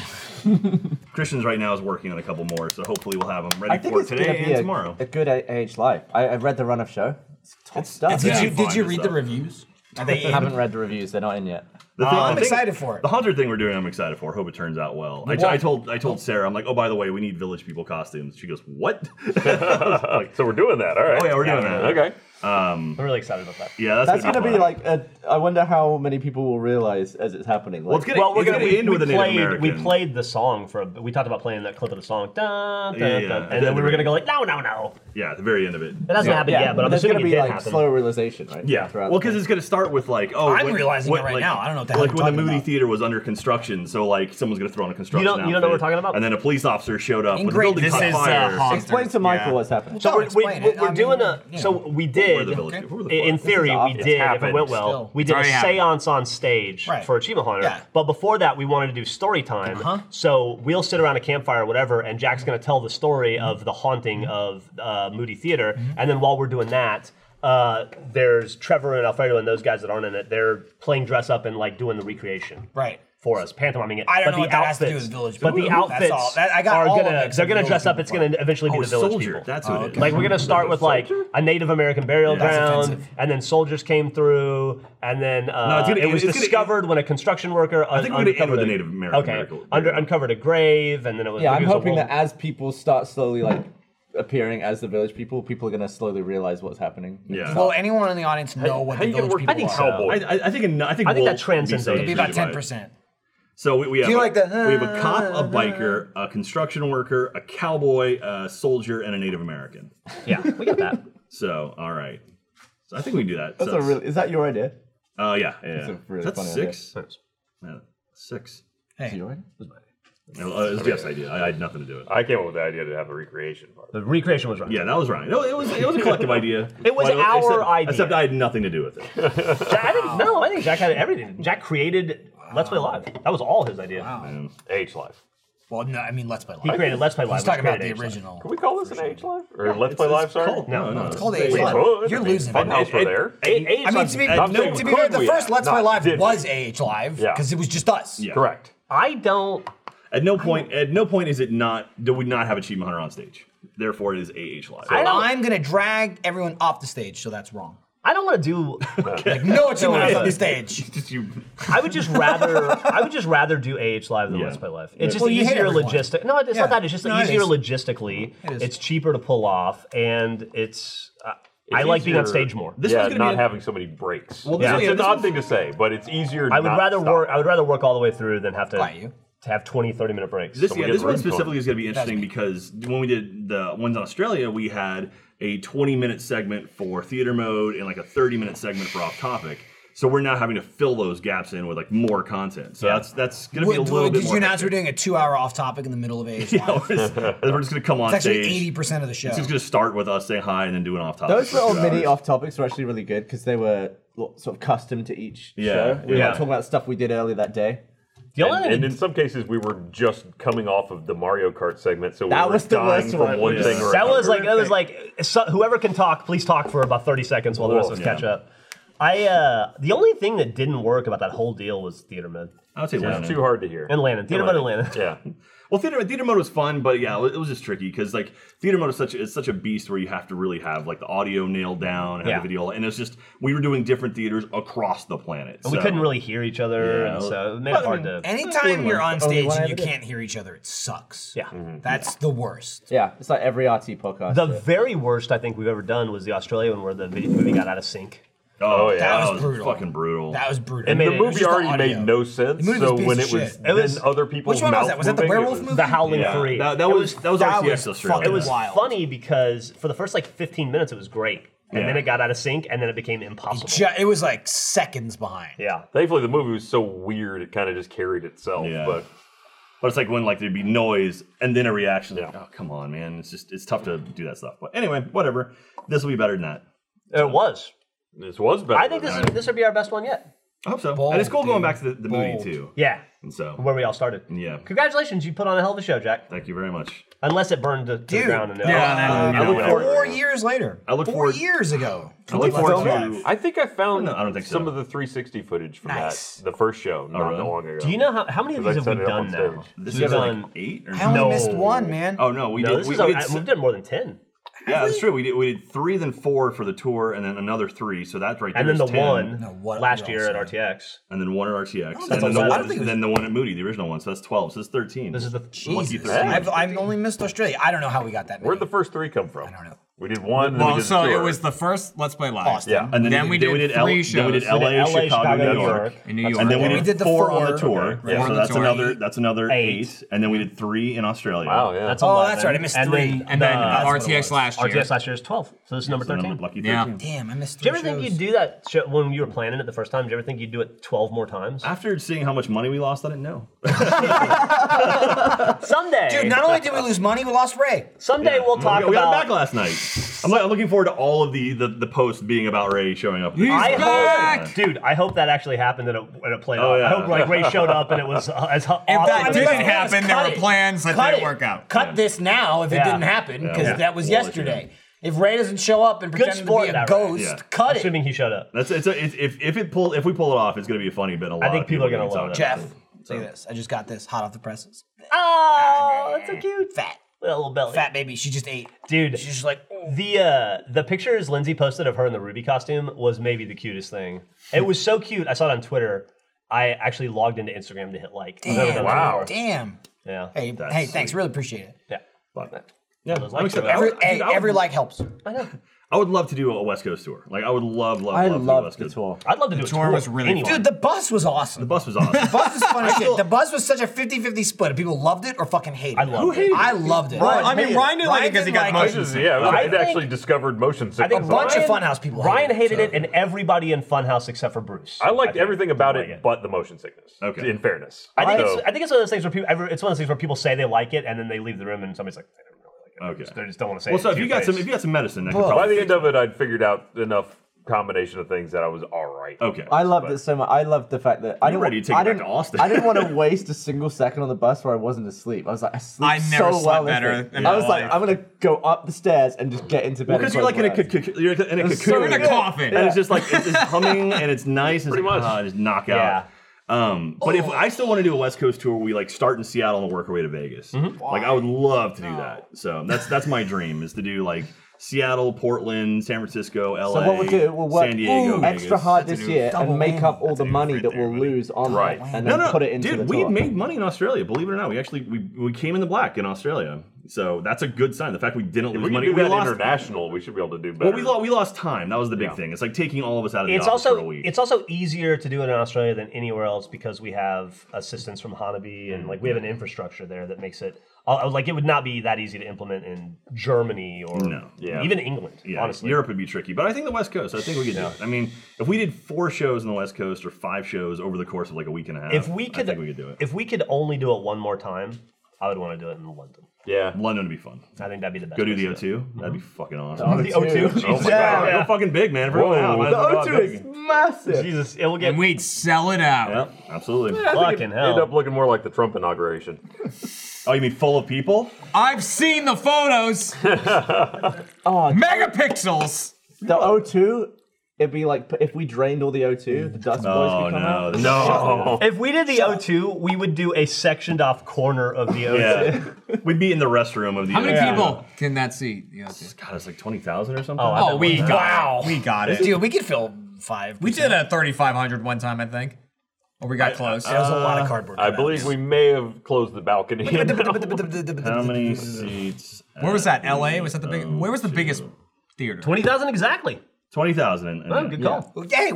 Christian's right now is working on a couple more, so hopefully we'll have them I ready think for it's gonna today be and a, tomorrow." a good A- age life. I, I read the run of show. It's top stuff. Did you fine, Did you good read the stuff. reviews? Are I they in? haven't read the reviews. They're not in yet. The thing- I'm the thing- excited for it. The hunter thing we're doing, I'm excited for. Hope it turns out well. I, t- I told I told Sarah, I'm like, oh by the way, we need village people costumes. She goes, what? so we're doing that. All right. Oh, yeah, we're doing that. Okay. I'm really excited about that. yeah, that's, That's gonna fun. be like. A, I wonder how many people will realize as it's happening. Like, Well, it's gonna, Well, we're it's gonna gonna, we, end with a Native played, American. we played the song for. A, we talked about playing that clip of the song, da, da, Yeah, yeah. da, and then we were gonna go like, no, no, no. Yeah, at the very end of it. It hasn't happened yet, but I'm there's assuming gonna it be did like happen. slow realization, right? Yeah, Throughout well, the- because it's going to start with like, oh, I'm realizing it right now. I don't know what the hell Like when you're the talking Moody about. Theater was under construction, so like someone's going to throw on a construction. you don't know what outfit, we're talking about? And then a police officer showed up. In when the great- building This caught is fire. uh, Haunter. explain to Michael Yeah. what's happening. Don't we're, we're, explain it. we're, I doing mean, a. you know. So we Were did. the village- in- who were the In fuck? theory, we obvious. did. If it Happened. went well, Still. we did a already happened. séance on stage Right. for Achievement Hunter. Yeah. But before that, we wanted to do story time. Uh-huh. So we'll sit around a campfire or whatever, and Jack's going to tell the story Mm-hmm. of the haunting of uh, Moody Theater. And then while we're doing that. Uh, there's Trevor and Alfredo and those guys that aren't in it. They're playing dress up and like doing the recreation Right. for us, pantomiming it. I don't but know the what that outfits, has to do with Village But the People. That's outfits all. That- I got are all of gonna it except they're gonna Village dress up. People It's gonna eventually be Oh, the Village soldier. People. That's who it is. Like we're gonna start with like a Native American burial that's ground, offensive. and then soldiers came through, and then uh, No, it's gonna- it was it's gonna- discovered when a construction worker. I think we're gonna end with the Native American Okay, miracle. under, uncovered a grave, and then it was. yeah, I'm maybe it was a hoping woman. that as people start slowly like appearing as the village people, people are gonna slowly realize what's happening. Yeah. Will anyone in the audience know what the How you gonna village work? people I think are? cowboy. I, I, I think en- I think I think that we'll transcends be it. safe It'd It'd be to about divide. ten percent. So we, we have you like the- we have a cop, uh, a biker, a construction worker, a cowboy, a soldier, and a Native American. yeah, we got that. So all right, So I think we can do that. That's so a really. Is that your idea? Uh, yeah, yeah. yeah. a really That's funny six. Yeah, six. Is it your idea? No, uh, it was Jeff's idea. I had nothing to do with it. I came up with the idea to have a recreation part. The recreation was right. Yeah, that was Ryan. No, it was it was a collective idea. It was Well, our except- idea. Except I had nothing to do with it. Jack- I think no, I think Jack had everything. Jack created Let's Play Live. That was all his idea. Man. Age Life. Well, no, I mean, let's play He live. created Let's Play Live. Let's talk which about the created Age Live. original. Can we call this an Age Life or Let's Play Live? Sorry. Called, no, no, no, it's called it's Age Live. Could. You're losing. Funhouse were It- there. Age- Age I mean, Live- to be, I'm no, saying to be could fair, the we first have? Let's Play Not Live did we. was Age Live Yeah. because it was just us. Yeah. Correct. I don't. At no point, at no point is it not. Do we not have Achievement Hunter on stage? Therefore, it is AH Live. I don't. I'm gonna drag everyone off the stage, so that's wrong. I don't want to do. Like no achievement no, on the stage. Just you. I would just rather. I would just rather do AH live than Yeah. Let's Play Live. It's just Well, you hit easier everyone. logistic. No, it's Yeah. not that. It's just No, it easier is. logistically. is. It's cheaper to pull off, and it's. Uh, I It's like being on easier- stage more. This yeah, one's gonna not be a- having so many this breaks. yeah, one's- it's an this odd one's- thing to say, but it's easier. I would not rather stop. work. I would rather work all the way through than have to Right, you. to have 20, 30 minute breaks. This, we yeah, get this the one rest going. specifically is going to be interesting because when we did the ones on Australia, we had a 20 minute segment for theater mode and like a 30 minute segment for off topic. So we're now having to fill those gaps in with like more content. So that's that's going to be a Would- little bit did more. you announce we're hectic. doing a two-hour off-topic in the middle of Age Yeah, Live? we're just, we're just going to come on It's actually stage. eighty percent of the show. It's just going to start with us saying hi and then do an off topic. Those little mini off topics were actually really good because they were lo- sort of custom to each Yeah, show. We were yeah. like, talking about stuff we did earlier that day. The only And, thing- and in some cases, we were just coming off of the Mario Kart segment, so we That were was the dying worst from one. one Yeah. thing or That was another. like that was like so, whoever can talk, please talk for about thirty seconds while the rest of us Yeah. catch up. I uh, the only thing that didn't work about that whole deal was theater mode I would say It was too hard to hear. and Landon. Theater mode and Landon. Yeah. Well, theater theater mode was fun, but yeah, it was- it was just tricky because like theater mode is such it's such a beast where you have to really have like the audio nailed down, have Yeah. the video, and it's just we were doing different theaters across the planet. And we so- couldn't really hear each other, Yeah. and so it made But, it I hard mean, to. Anytime you're on Only stage one and I you ever did. can't hear each other, it sucks. Yeah. that's the worst. Yeah, it's like every RT podcast. The very worst I think we've ever done was the Australia one where the video movie got out of sync. Oh, Oh, yeah, yeah. that, That was was brutal. fucking brutal. That was brutal. It made The it- movie just the already audio. made no sense. The movie was So a piece when of it was shit. It was- then other people's Which one was mouth that? Was that the moving, it werewolf was- movie? The Howling Yeah. Three. That, that It was that was that RTX was Australia. It was Wild. funny because for the first like 15 minutes it was great, and Yeah. then it got out of sync, and then it became impossible. Ju- it was like seconds behind. yeah. Thankfully, the movie was so weird it kind of just carried itself. Yeah. But But it's like when like there'd be noise and then a reaction. Like, Yeah. oh come on, man! It's just it's tough to do that stuff. But anyway, whatever. This will be better than that. It was. this was better. I think than this that. is this would be our best one yet. I hope so. Bold, and it's cool going dude. back to the, the movie Bold. too. Yeah, And so where we all started. yeah, Congratulations, you put on a hell of a show, Jack. thank you very much. Unless it burned to, to the Dude, ground and it- yeah, I look forward- Four years later. I look Four forward- years ago. I look Let's forward Play to. Live. I think I found No, I don't think some so. Oh, of the 360 footage from Nice. that the first show not really? that long ago. Do you know how, how many of these Because have I we set it up done on now? stage. This We've is like done- eight or I only No. missed one, man. Oh no, we no, did. this We, is our- we did I- s- we've done more than ten, yeah, that's true. We did, we did three, then four for the tour, and then another three. So that's right. and there then is the 10, one No, what- last what year else? at RTX. and then one at RTX, don't and think then that's the a lot. I one, don't think it was- then the one at Moody, the original one. So that's twelve. So that's thirteen. This is the Jesus, 13. I've, I've only missed Australia. I don't know how we got that. Where'd the many. first three come from? I don't know. We did one. then we Well, did so two. it was the first Let's Play Live. Austin. Yeah. and then, Then we did L- three Then we did shows. LA, We did LA, Chicago, Chicago, New New York. York. In New York. And then we We did, did the four, on the four. tour. Okay, Yeah, four so on the that's tour. another that's another eight. Eight. And then we did three in Australia. Wow, yeah. That's Oh, 11. that's right, I missed and three. Then And then the RTX last year. RTX last year is twelve, so this is number So number- thirteen. Lucky Yeah. thirteen. Damn, I missed. Do Three you ever think shows. you'd do that show when you were planning it the first time? Do you ever think you'd do it twelve more times? After seeing how much money we lost, I didn't know. Someday, Dude, not only did we lose money, we lost Ray. someday we'll talk we about. got back last night. I'm, like, I'm looking forward to all of the the, the posts being about Ray showing up. He's I back! hope, dude. I hope that actually happened and it, and it played Oh, out. yeah. I hope like Ray showed up and it was uh, as ho- If awesome. that as- mean, didn't that's- happen, there cut were it. plans that Cut didn't it. work out. Cut this now if Yeah. it didn't happen because Yeah. that was We'll let you yesterday. If Ray doesn't show up and pretend to sport be a that, Ray. ghost, Yeah. cut it. assuming he showed up. That's it's a, it's if if it pull if we pull it off, it's gonna be a funny bit. A lot. think of people are are gonna talk love about it. Jeff, say this. I just got this hot off the presses. Oh, that's so cute. Fat, Little belly. fat baby. She just ate. Dude, She's just like, "Oh." the uh, the pictures Lindsay posted of her in the Ruby costume was maybe the cutest thing. It was so cute. I saw it on Twitter. I actually logged into Instagram to hit like. I've never damn, done that wow. before. damn. Yeah. Hey, That's hey, thanks. Really appreciate it. Yeah. But, yeah, those I'm likes excited. are- I Every, would- hey, dude, I would- every like helps. I know. I I would love to do a West Coast tour. Like I would love, love, I love to do a love West the Coast tour. I'd love to do a tour tour was really anyway. fun. Dude, the bus was awesome. The bus was awesome. bus was funny shit. The bus was such a 50-50 split. and People loved it or fucking hated it. I loved Who it. hated it? I loved it. Well, I mean, Ryan didn't like it because he didn't got like motion sick. yeah, I I think- actually discovered motion I sickness. think on bunch it. of Ryan- Funhouse people Ryan hated hated it, and everybody in Funhouse except for Bruce. I liked think. everything about Didn't it, like but the motion sickness. Okay. In fairness, I think So- it's I think it's one of those things where people every- it's one of those things where people say they like it and then they leave the room and somebody's like, I don't really like it. They Okay. just- They just don't want to say. well, it so to if you your got face. some, if you got some medicine, that could Well, By probably. the end of it, I'd figured out enough combination of things that I was all right. Okay. I loved it so much. I loved the fact that I You're didn't ready to take I it back didn't- to Austin. I didn't want to waste a single second on the bus where I wasn't asleep. I was like, I sleep I never so slept well. this better week. in I my was like, life. I'm gonna go up the stairs and just get into bed. because in you're like in a, 24 hours. cocoon, you're in a cocoon, so You're in a coffin. and it's just like it's just humming and it's nice. It's Pretty like, much. ah, just knock out. Yeah. Um, but Oh. if I still want to do a West Coast tour, where we like start in Seattle and work our way to Vegas. Mm-hmm. Like I would love to do that. So that's that's my dream is to do like Seattle, Portland, San Francisco, LA, So what we'll do, we'll work San Diego, Vegas. extra hard That's a this new year double and make whammy. up all That's the a new money right that there, we'll buddy. lose on Right. that and No, then no, put it into dude, the we tour. made money in Australia. Believe it or not, we actually we, we came in the black in Australia. So that's a good sign. The fact we didn't If lose we can money, do we that lost international, we should be able to do better. Well, we lost, we lost time. That was the big thing. It's like taking all of us out of the It's office for a also week. it's also easier to do it in Australia than anywhere else because we have assistance from Hanabi and like we have Mm-hmm. an infrastructure there that makes it uh, like it would not be that easy to implement in Germany or No. Yeah. even England. yeah, honestly, Europe would be tricky, but I think the West Coast. I think we could do. It. I mean, if we did four shows on the West Coast or five shows over the course of like a week and a half, if we could, I think we could do it. If we could only do it one more time, I would want to do it in London. yeah. London would be fun. I think that'd be the best. Go do place the to do it. O2. That'd be fucking awesome. The O2. Oh my god, go fucking big, man! For Whoa. now, might as The well go out O2 big. is massive. Jesus, it will get And we'd sell it out. Yep, absolutely. fucking End up hell. looking more like the Trump inauguration. Oh, you mean full of people? I've seen the photos. Megapixels. The O2, it'd be like p- if we drained all the O2, the Dust Boys Oh could come no, out. this is- No. If we did the O2, we would do a sectioned off corner of the O2. Yeah, we'd be in the restroom of the. How many Yeah. people can that seat? The other two? God, it's like twenty thousand or something. Oh, we got Wow. it. We got it. Dude, we could fill five. We did a 3,500 one time, I think. Or we got close. That was a lot of cardboard. I believe we may have closed the balcony. How many seats? where was that? L.A. Was that the Oh, big? Where was the biggest theater? 20,000 exactly. Twenty thousand. Oh, good call. Hey,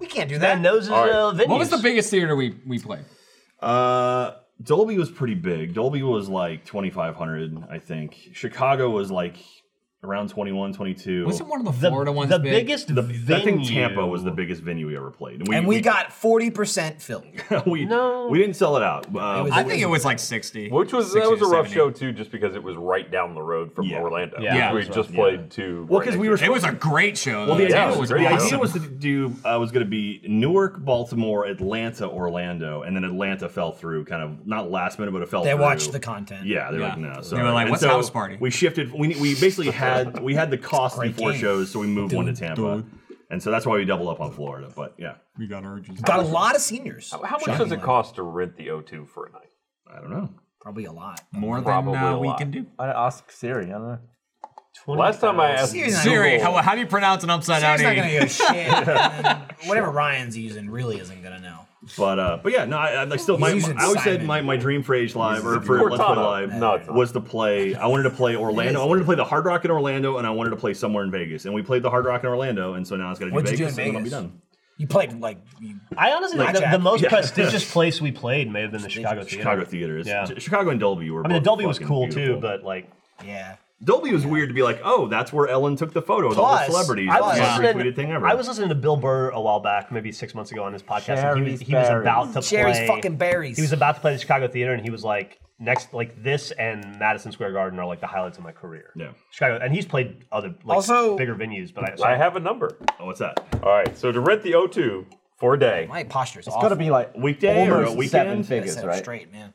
we can't do That that. knows his All right. uh, venues. What was the biggest theater we we played? Uh, Dolby was pretty big. Dolby was like 2,500, I think. Chicago was like around 21, 22. Wasn't one of the The, Florida ones the big? biggest The- venue. I think Tampa was the biggest venue we ever played. And we got 40% filled. we, we didn't sell it out. Uh, was- I think it was like 60. Which was 60 that was a to rough 70. show too, just because it was right down the road from Yeah. Orlando. Yeah. Yeah. we just played two. well, right because next we were. to It was a great show. well, the though. idea, it was, was the great. idea Awesome. was to do. I was going to be Newark, Baltimore, Atlanta, Orlando, and then Atlanta fell through. Kind of not last minute, but it fell. They through. watched the content. Yeah, they're Yeah. like no. So They were like, "What's house party?" We shifted. We, we basically had we had the cost in Great four game. shows, so we moved one to Tampa, and so that's why we double up on Florida. But yeah, we got urges. Got a lot of seniors. it. How much does it cost to rent the O2 for a night? I don't know. Probably a lot. more than Probably uh, a we lot. can do. I don't ask Siri, I don't know. Last time I asked Seriously. Siri, Google- how, how do you pronounce an upside Siri's not down going E? to go shit. And Whatever Ryan's using really isn't going to know. But uh, but yeah, no, I, I like still. My, He's using I always said Simon. my, my dream for Age Live or using for Let's Play Cortana. Live No, it's not. was to play. I wanted to play Orlando. I wanted to play the Hard Rock in Orlando, and I wanted to play somewhere in Vegas. And we played the Hard Rock in Orlando, and so now it's got to do What'd you do Vegas. and in then Vegas? I'll be done. You played like. You, I honestly think the, Blackjack. the most prestigious place we played may have been the Chicago Theater. Chicago theaters. Yeah. Ch- Chicago and Dolby were. I mean, the both Dolby was fucking cool too, beautiful. but like, yeah. Dolby was weird to be like, oh, that's where Ellen took the photo with all the Plus, celebrities. I That's was, the Yeah. most listening, retweeted thing ever. I was listening to Bill Burr a while back, maybe six months ago on his podcast, and he was, Cherries, he was berries. about to Jerry's play. fucking berries. He was about to play the Chicago Theater, and he was like, "Next, like this and Madison Square Garden are like the highlights of my career." Yeah. Chicago, and he's played other like Also- bigger venues, but I, so I have a number. Oh, what's that? All right, so to rent the O2 for a day, My posture's It's gotta be like Weekday or a almost seven weekend? figures, right? straight, man.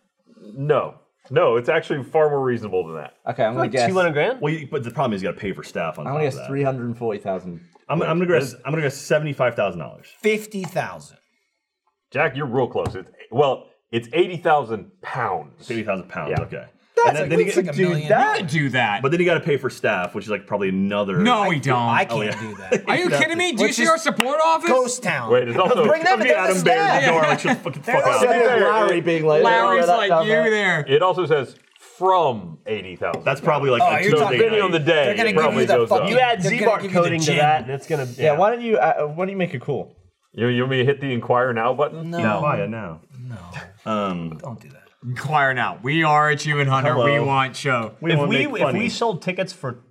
no, no, it's actually far more reasonable than that. Okay, I'm gonna guess. two hundred grand. Well, you, but the problem is you got to pay for staff on I'm top gonna of guess that. three hundred and forty thousand. I'm, I'm gonna guess. I'm gonna guess seventy-five thousand dollars. 50,000. Jack, you're real close. It's well, it's eighty thousand pounds. Eighty thousand pounds. Yeah. Okay. That's then- like, then you that's get- like a dude, million. that- We could do that. But then you got to pay for staff, which is like probably another. no, we don't. I can't Oh, yeah. do that. Are you kidding me? Do you Let's see just- our support office? Ghost Town. Wait, it's also Bring them That'd be to Adam the Bear from eighty thousand. That's probably like Oh, a you're Tuesday talking- depending night. on the day. They're gonna it give probably you the goes up. fucking- You add They're Z gonna bar give you the coding to gin. that, and it's gonna Yeah, why don't you uh, why don't you make a call? You, you want me to hit the inquire now button? No. Quiet now. Um, Don't do that. Inquire now. We are at Human Hunter. We Hello. want show. We if wanna we make if funny. we sold tickets for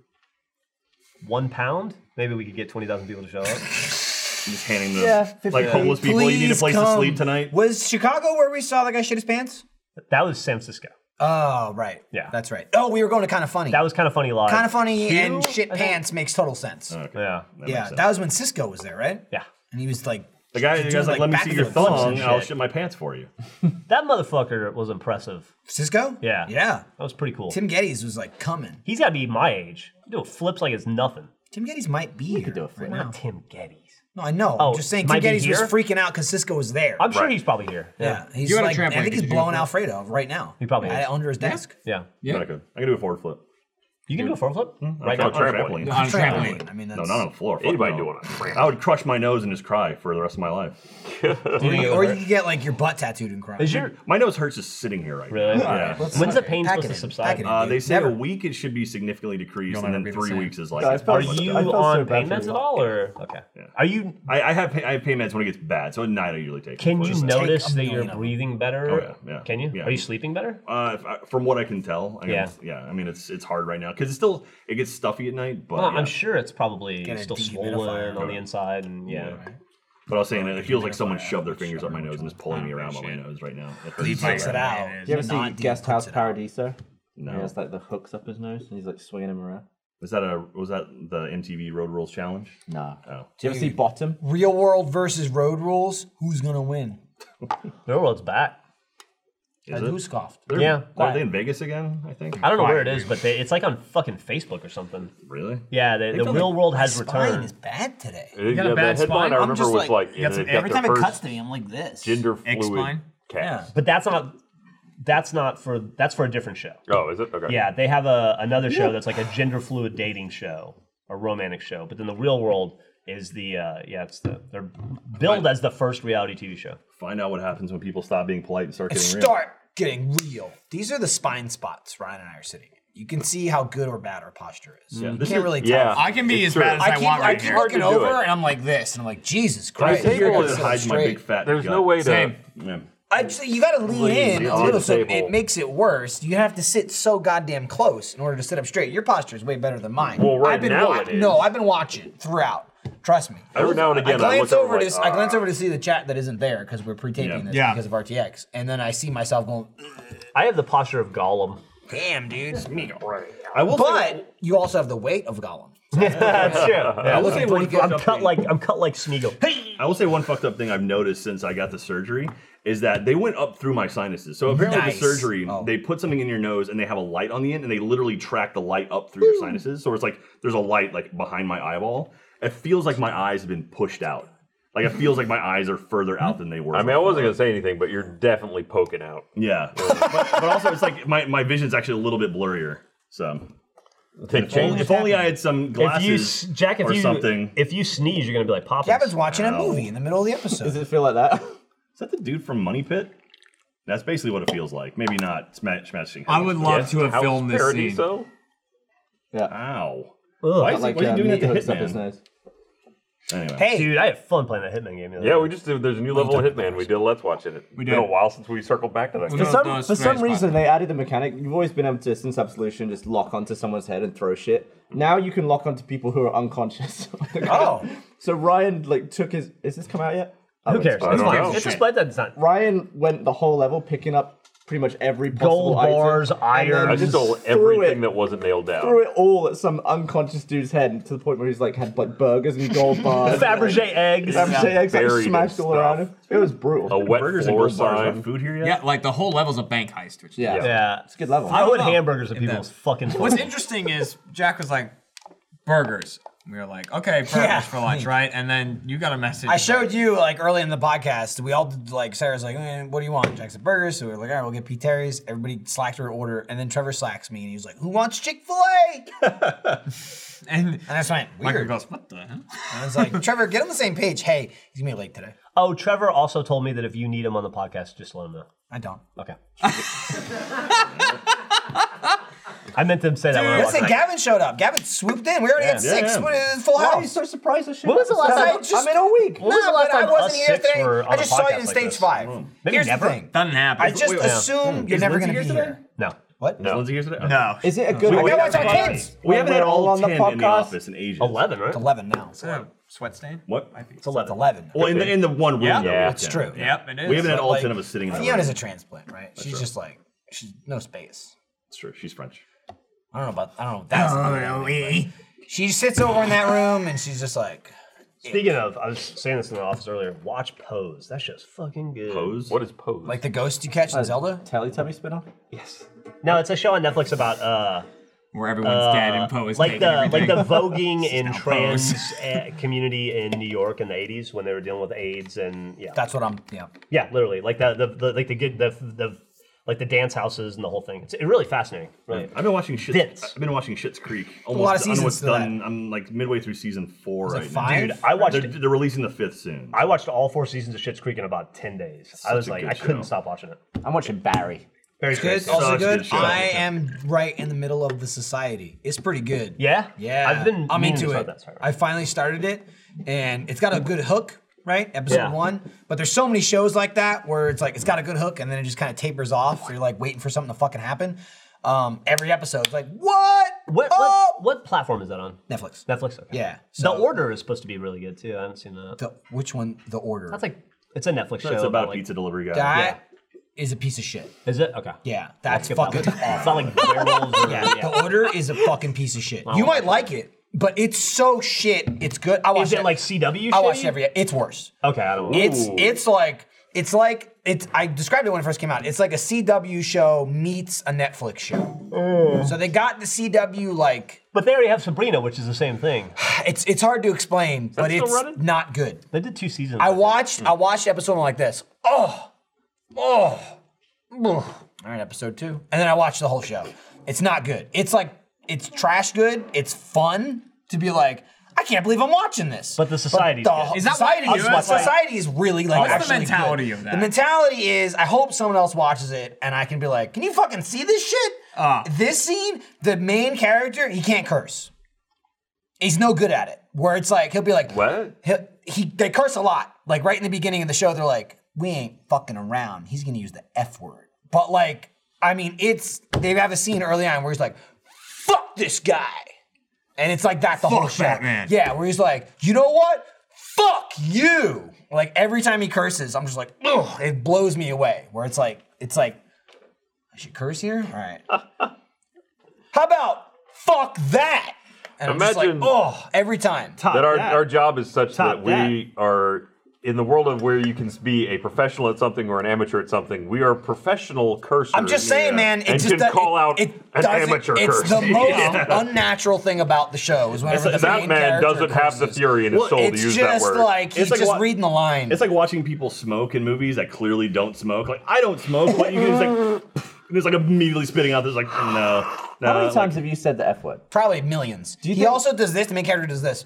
one pound, maybe we could get twenty thousand people to show up. just handing the Yeah, fifty like homeless people. You need a Please place to come. sleep tonight. Was Chicago where we saw the guy shit his pants? that was San Francisco. Oh, right. Yeah. That's right. Oh, we were going to kind of funny. That was kind of funny live. kind of funny and shit pants makes total sense. yeah. yeah, that was when Cisco was there, right? Yeah. And he was like, The guy, the doing, guy's like, "Let me see your backflips and thong. and I'll shit." shit my pants for you." That motherfucker was impressive. Cisco? Yeah. Yeah. That was pretty cool. Tim Geddes was like coming. He's got to be my age. Do flips like it's nothing. Tim Geddes might be here right now. Not Tim Geddes. No, I know. Oh, I'm just saying might Tim be Geddes was here? freaking out because Cisco was there. I'm sure he's probably here. yeah, he's You had a like, trampoline, I think did he's you do blowing that? Alfredo right now. He probably At- is. under his desk. Yeah. Yeah. I, could, I can do a forward flip. You can do a front flip Right right on now. a trampoline. On a trampoline. I mean, No, that's not on the floor. Fuck Anybody no. doing it? I would crush my nose and just cry for the rest of my life. or you could get like your butt tattooed and cry. Is your My nose hurts just sitting here right really? now. Yeah. Let's- When's the okay, pain pack supposed it to in, subside? pack it in, Uh, dude. they say Never. a week it should be significantly decreased, and ever then be the three same. weeks is like. I felt- Are I you felt so on bad pain for meds you. at all, or okay? Are you? I, I have pay, I have pain meds when it gets bad, so at night I usually take. it Can before you I go to bed. notice a that you're million of them. breathing better? Oh, yeah, yeah. Can you? Yeah. Are you sleeping better? Uh, if I- from what I can tell, I Yeah. yeah, yeah. I mean, it's it's hard right now because it's still it gets stuffy at night, but Well, yeah. I'm sure it's probably Get a still dehumidifier. swollen on the inside, and yeah. But I was saying that it feels like someone shoved their fingers up my nose and is pulling me Oh, around by my nose right now. It hurts so takes it bad. out. Yeah, it is. You ever see Not deep, Guest puts House it out. Paradiso? No. He has like the hooks up his nose and he's like swinging him around. Was that a was that the MTV Road Rules challenge? Nah. Oh. Do you ever see Bottom? Real world versus road rules. Who's gonna win? Real world's back. Is Who it? scoffed? They're- Yeah. Are they in Vegas again? I think. I don't know where it is, but they, it's like on fucking Facebook or something. Really? Yeah, the, the real world has Spine returned. is bad today. You got a bad the headline spine? I I'm remember just was like- like, you got some- they've got every their first me, I'm like this. gender fluid X-spine? cast. But that's not. That's not for. That's for a different show. Oh, is it? Okay. Yeah, they have a another show that's like a gender fluid dating show, a romantic show. But then the real world is the uh, yeah, it's the they're billed as the first reality TV show. Find out what happens when people stop being polite and start getting real. Start getting real. These are the spine spots Ryan and I are sitting in. You can see how good or bad our posture is. you this can't is- really tell. Yeah. I can be it's as true. bad as I I, keep, want I right keep here. hard looking to do over it. and I'm like this, and I'm like, Jesus I Christ. table you're that so hides my big straight. fat. There's gut. no way to. Same. Yeah. I just, you gotta lean in a on little the so table. it makes it worse. You have to sit so goddamn close in order to sit up straight. Your posture is way better than mine. Well, right I've been now wa- it is. No, I've been watching throughout. Trust me. Every now and again, I, I glance look over to like, "Ah." I glance over to see the chat that isn't there because we're pre-taping Yeah. this Yeah. because of RTX, and then I see myself going, I have the posture of Gollum. "Damn, dude!" I will. say, But you also have the weight of Gollum. that's true. I will say one I'm fucked up cut thing- like I'm cut like Smeagol. Hey, I will say one fucked up thing I've noticed since I got the surgery is that they went up through my sinuses. So apparently, Nice. the surgery Oh. they put something in your nose and they have a light on the end and they literally track the light up through your sinuses. So it's like there's a light like behind my eyeball. It feels like my eyes have been pushed out. Like it feels like my eyes are further out than they were. I mean, I before. wasn't gonna say anything, but you're definitely poking out. Yeah, but, but also it's like my, my vision's actually a little bit blurrier. So They've only, changed. if only I had some if glasses you s- Jack, if or you something. if you sneeze, you're gonna be like Poppins. Gavin's watching a movie in the middle of the episode. Does it feel like that? Is that the dude from Money Pit? That's basically what it feels like. Maybe not smash, smashing. I would love to have House filmed this scene. Paradiso? yeah. Ow. Ugh. Why is, Like why are uh, you doing meat that to hooks up his Hitman? nose. Anyway. hey, Dude, I had fun playing that Hitman game. the other Yeah, day. we just did. There's a new level of Hitman. We did a Let's Watch in it. We did. Been a while since we circled back to that. It For game. was on some, those for some strange reason, they added the mechanic. You've always been able to, since Absolution, just lock onto someone's head and throw shit. Now you can lock onto people who are unconscious. Oh. So Ryan, like, took his. Is this come out yet? Oh, who cares? I It's don't fine. know. It's a split that's not Ryan went the whole level, picking up pretty much every possible gold item, bars, and then I irons. just stole threw everything it- that wasn't nailed down. Threw it all at some unconscious dude's head to the point where he's like had like burgers and gold bars. Fabergé eggs. Fabergé eggs like, Buried in smashed all stuff. around him. It was A brutal. wet Burgers and floor gold bars. sign. Got food here yet? Yeah, like the whole level's a bank heist. Which Yeah. Yeah, it's It's a good level. I don't would know. hamburgers at If people's that- fucking. What's interesting is Jack was like, burgers. We were like, okay, burgers Yeah. for lunch, right? And then you got a message. I showed you like early in the podcast. We all did, like Sarah's like, eh, "What do you want?" Jackson burgers. So we were like, "All right, we'll get Pete Terry's." Everybody slacked her order, and then Trevor slacks me, and he was like, "Who wants Chick Fil A?" And And I just went Michael weird. And goes, what the hell? I was like, "Trevor, get on the same page." Hey, he's gonna be late today. Oh, Trevor also told me that if you need him on the podcast, just let him know. I don't. Okay. I meant to say that when I Let's walked say in. Gavin showed up. Gavin swooped in. We already had Yeah, six. yeah. What is- Full Why are you house. so surprised this shit? When was the last happened? time- I just, I'm in a week. When was Nah, the last but time I wasn't us here six today. were on I a just saw you podcast in like stage this? Hmm. five. Maybe Here's never. the thing. Doesn't happen. I just Wait, assume Hmm. you're never going to be here. No. What? No. Lindsay here today? no. Is it a good? I we gotta watch haven't our had- kids. We haven't had We're all all on the 10 in the podcast. office in ages. 11, right? It's 11 now. Is that a sweat stain? What? It's 11. It's 11. Well, in the, in the one room. Yeah. though, Yeah. we It's can. It's true. Yep, it is. We haven't had But, all like, 10 of us sitting in the Fiona's a room. transplant, right? she's just like, she's no space. It's true. She's French. I don't know about, I don't know if that's. She sits over in that room and she's just like, Speaking of, I was saying this in the office earlier. Watch Pose. That shit's fucking good. Pose. What is pose? like the ghost you catch in Zelda. Teletubby spin-off? Yes. No, it's a show on Netflix about uh, Where everyone's uh, dead and Poe is like taking the everything. like the voguing and now trans uh, community in New York in the '80s when they were dealing with AIDS and yeah, That's what I'm, yeah. yeah, literally like the, the, the like the good the, the like the dance houses and the whole thing. It's really fascinating. Really. I've been watching shit. Vince. I've been watching Shit's Creek. of Almost seasons almost to that. done. I'm like midway through season four it right now. five? Dude, I watched They're, they're releasing the fifth soon. I watched all four seasons of Shit's Creek in about ten days. I was a like, good I couldn't show. stop watching it. I'm watching Barry. Very Good, good. also Such a good. good show. I am right in the middle of the society. It's pretty good. Yeah, Yeah, I've been. I'm meaning to into start it. that, sorry. I finally started it, and it's got a good hook, right? Episode Yeah. one. But there's so many shows like that where it's like it's got a good hook, and then it just kind of tapers off. So you're like waiting for something to fucking happen. Um, every episode's like what? What, oh! what what platform is that on? Netflix. Netflix. Okay. Yeah, the so- Order is supposed to be really good too. I haven't seen that. The, which one? The order. That's like it's a Netflix show. It's about a like- pizza delivery guy. That is a piece of shit. Is it okay? Yeah, that's Skip that fucking one. awful. It's not like werewolves or Yeah, the order is a fucking piece of shit. You might like it, but it's so shit. It's good. I watched Is it like CW? I watched shitty? every. It's worse. Okay, I don't. know. It's it's like it's like it's. I described it when it first came out. It's like a CW show meets a Netflix show. So they got the CW like but they already have Sabrina, which is the same thing. it's it's hard to explain, but still it's running? not good. They did two seasons. I think. watched I watched episode one like this. Oh, oh, oh. All right, episode two, and then I watched the whole show. It's not good. It's like it's trash good. It's fun to be like. I can't believe I'm watching this. But the society's good. Is that why society, you do it? society, Like- is really like What's the actually mentality good. of that? The mentality is I hope someone else watches it and I can be like, can you fucking see this shit? Uh. this scene, the main character, he can't curse. He's no good at it. Where it's like he'll be like, What? he he they curse a lot. Like right in the beginning of the show, they're like, "We ain't fucking around." He's gonna use the f word, but like, I mean, it's they have a scene early on where he's like, "Fuck this guy," and it's like that the whole Fuck show. Batman. Yeah, where he's like, "You know what? Fuck you!" Like every time he curses, I'm just like, "Ugh!" It blows me away. Where it's like, it's like, I should curse here. All right. How about fuck that? And I'm just like, Imagine- oh, every time. Top that our, that. our job is such Top that we are in the world of where you can be a professional at something or an amateur at something. We are professional cursors. I'm just saying, man. It and just can does- call it- out it an doesn't- amateur It's curse. the most unnatural thing about the show is whenever the main that man character doesn't have the curses. fury in his Well, soul to It's use that just word. like he's like just wa- reading the line. It's like watching people smoke in movies that clearly don't smoke. Like I don't smoke, but you can just like and it's like immediately spitting out this like no. no How Uh, many like, times have you said the F word? Probably millions. you he think- also does this. The main character does this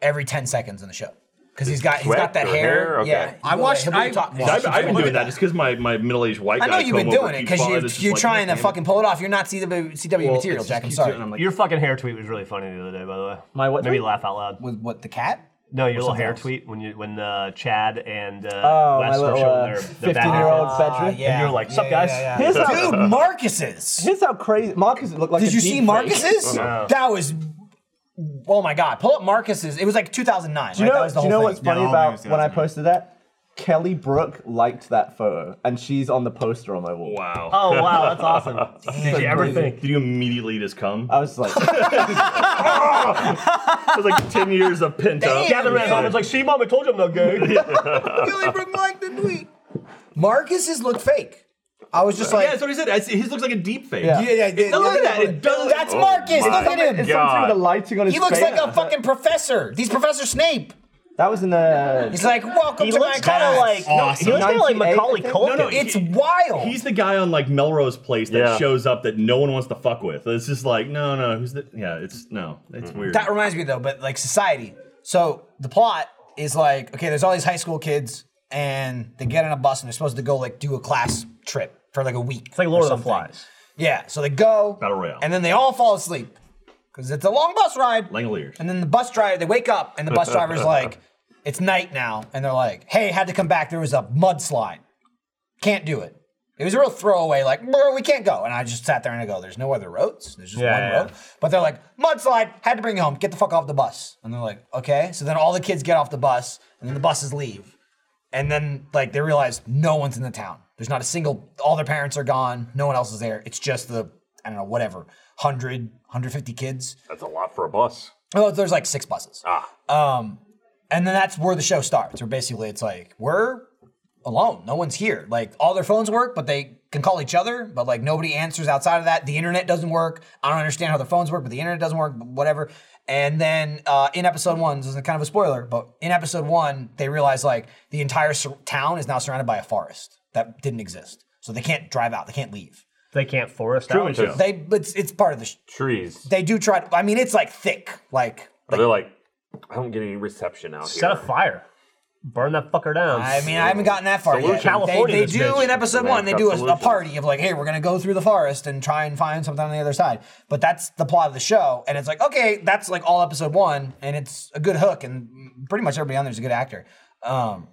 every ten seconds in the show because he's got he's sweat got that or hair. hair? Okay. Yeah, I watched- He'll be I- talking- I've, I've been doing that just because my, my middle aged white I guy. know you've been comb over doing it keeps because following you, this, just you're like, trying to damn it. fucking pull it off. You're not CW, CW Well, material, it's Jack. just I'm keeps sorry. doing it, I'm like, Your fucking hair tweet was really funny the other day, by the way. My what Made me tweet? laugh out loud. With what the cat? No, your little something hair else? tweet when you when uh, Chad and uh, Oh, Wes my were little showing uh, their, their back 15 year old outfits. bedroom. Uh, yeah. you're like, "Sup, Yeah, yeah, guys?" yeah, yeah. Here's how, Dude, Marcus's. here's how crazy Marcus looked like. Did a you see deep fake. Marcus's? No. That was. Oh my God! Pull up Marcus's. It was like 2009. Do you right? know, that was the do whole you know thing. what's funny Yeah, all about those guys, when I man. posted that? Kelly Brook liked that photo, and she's on the poster on my wall. Wow. Oh wow, that's awesome. Did you ever think? Did you immediately just come? I was like, It was like 10 years of pent up. Damn, Gavin ran home and was like, "See, mom, I told you I'm not gay." Billy Brook Mike didn't we? Marcus's looked fake. I was just like, yeah, that's what he said. I see, his looks like a deep face. Yeah. yeah, yeah, Look at yeah. that, it doesn't- That's Oh Marcus. my Look at him. it's something God. with the lighting on his He looks face. like a fucking professor. He's Professor Snape. That was in the. He's like, welcome He to looks my kind of class. like Awesome. no, he looks kind of like 98, I Macaulay think. Culkin. No, no, it's wild. He's the guy on like Melrose Place that Yeah. shows up that no one wants to fuck with. It's just like, no, no, who's the. Yeah, it's. No, it's Mm-hmm. weird. That reminds me though, but like society. So the plot is like, okay, there's all these high school kids, and they get on a bus and they're supposed to go like do a class trip for like a week. it's like or Lord of the something. Flies. Yeah, so they go. Battle Royale. And then they all fall asleep because it's a long bus ride. Langoliers. And then the bus driver, they wake up and the bus driver's like, it's night now. And they're like, hey, had to come back. There was a mudslide. Can't do it. It was a real throwaway, like, bro, we can't go. And I just sat there and I go, there's no other roads. There's just Yeah, one yeah, road. But they're like, mudslide, had to bring you home. Get the fuck off the bus. And they're like, okay. So then all the kids get off the bus and then the buses leave. And then like they realize no one's in the town. There's not a single all their parents are gone, no one else is there. It's just the I don't know, whatever, 100, 150 kids. That's a lot for a bus. Oh, there's like six buses. Ah. Um, and then that's where the show starts. Where basically it's like we're alone. No one's here. Like all their phones work, but they can call each other. But like nobody answers outside of that. The internet doesn't work. I don't understand how their phones work, but the internet doesn't work. Whatever. And then uh, in episode one, this is kind of a spoiler, but in episode one, they realize like the entire sur- town is now surrounded by a forest that didn't exist. So they can't drive out. They can't leave. They can't forest out. show. They it's it's part of the. Sh- Trees. they do try. To, I mean, it's like thick. Like But they're like, I don't get any reception out Set a here. fire. Burn that fucker down. I mean, I haven't gotten that far Salute yet. California, they they this do bitch. in episode Man, one. They got do a, a solutions. party of like, hey, we're gonna go through the forest and try and find something on the other side. But that's the plot of the show, and it's like, okay, that's like all episode one, and it's a good hook, and pretty much everybody on there's a good actor. Um,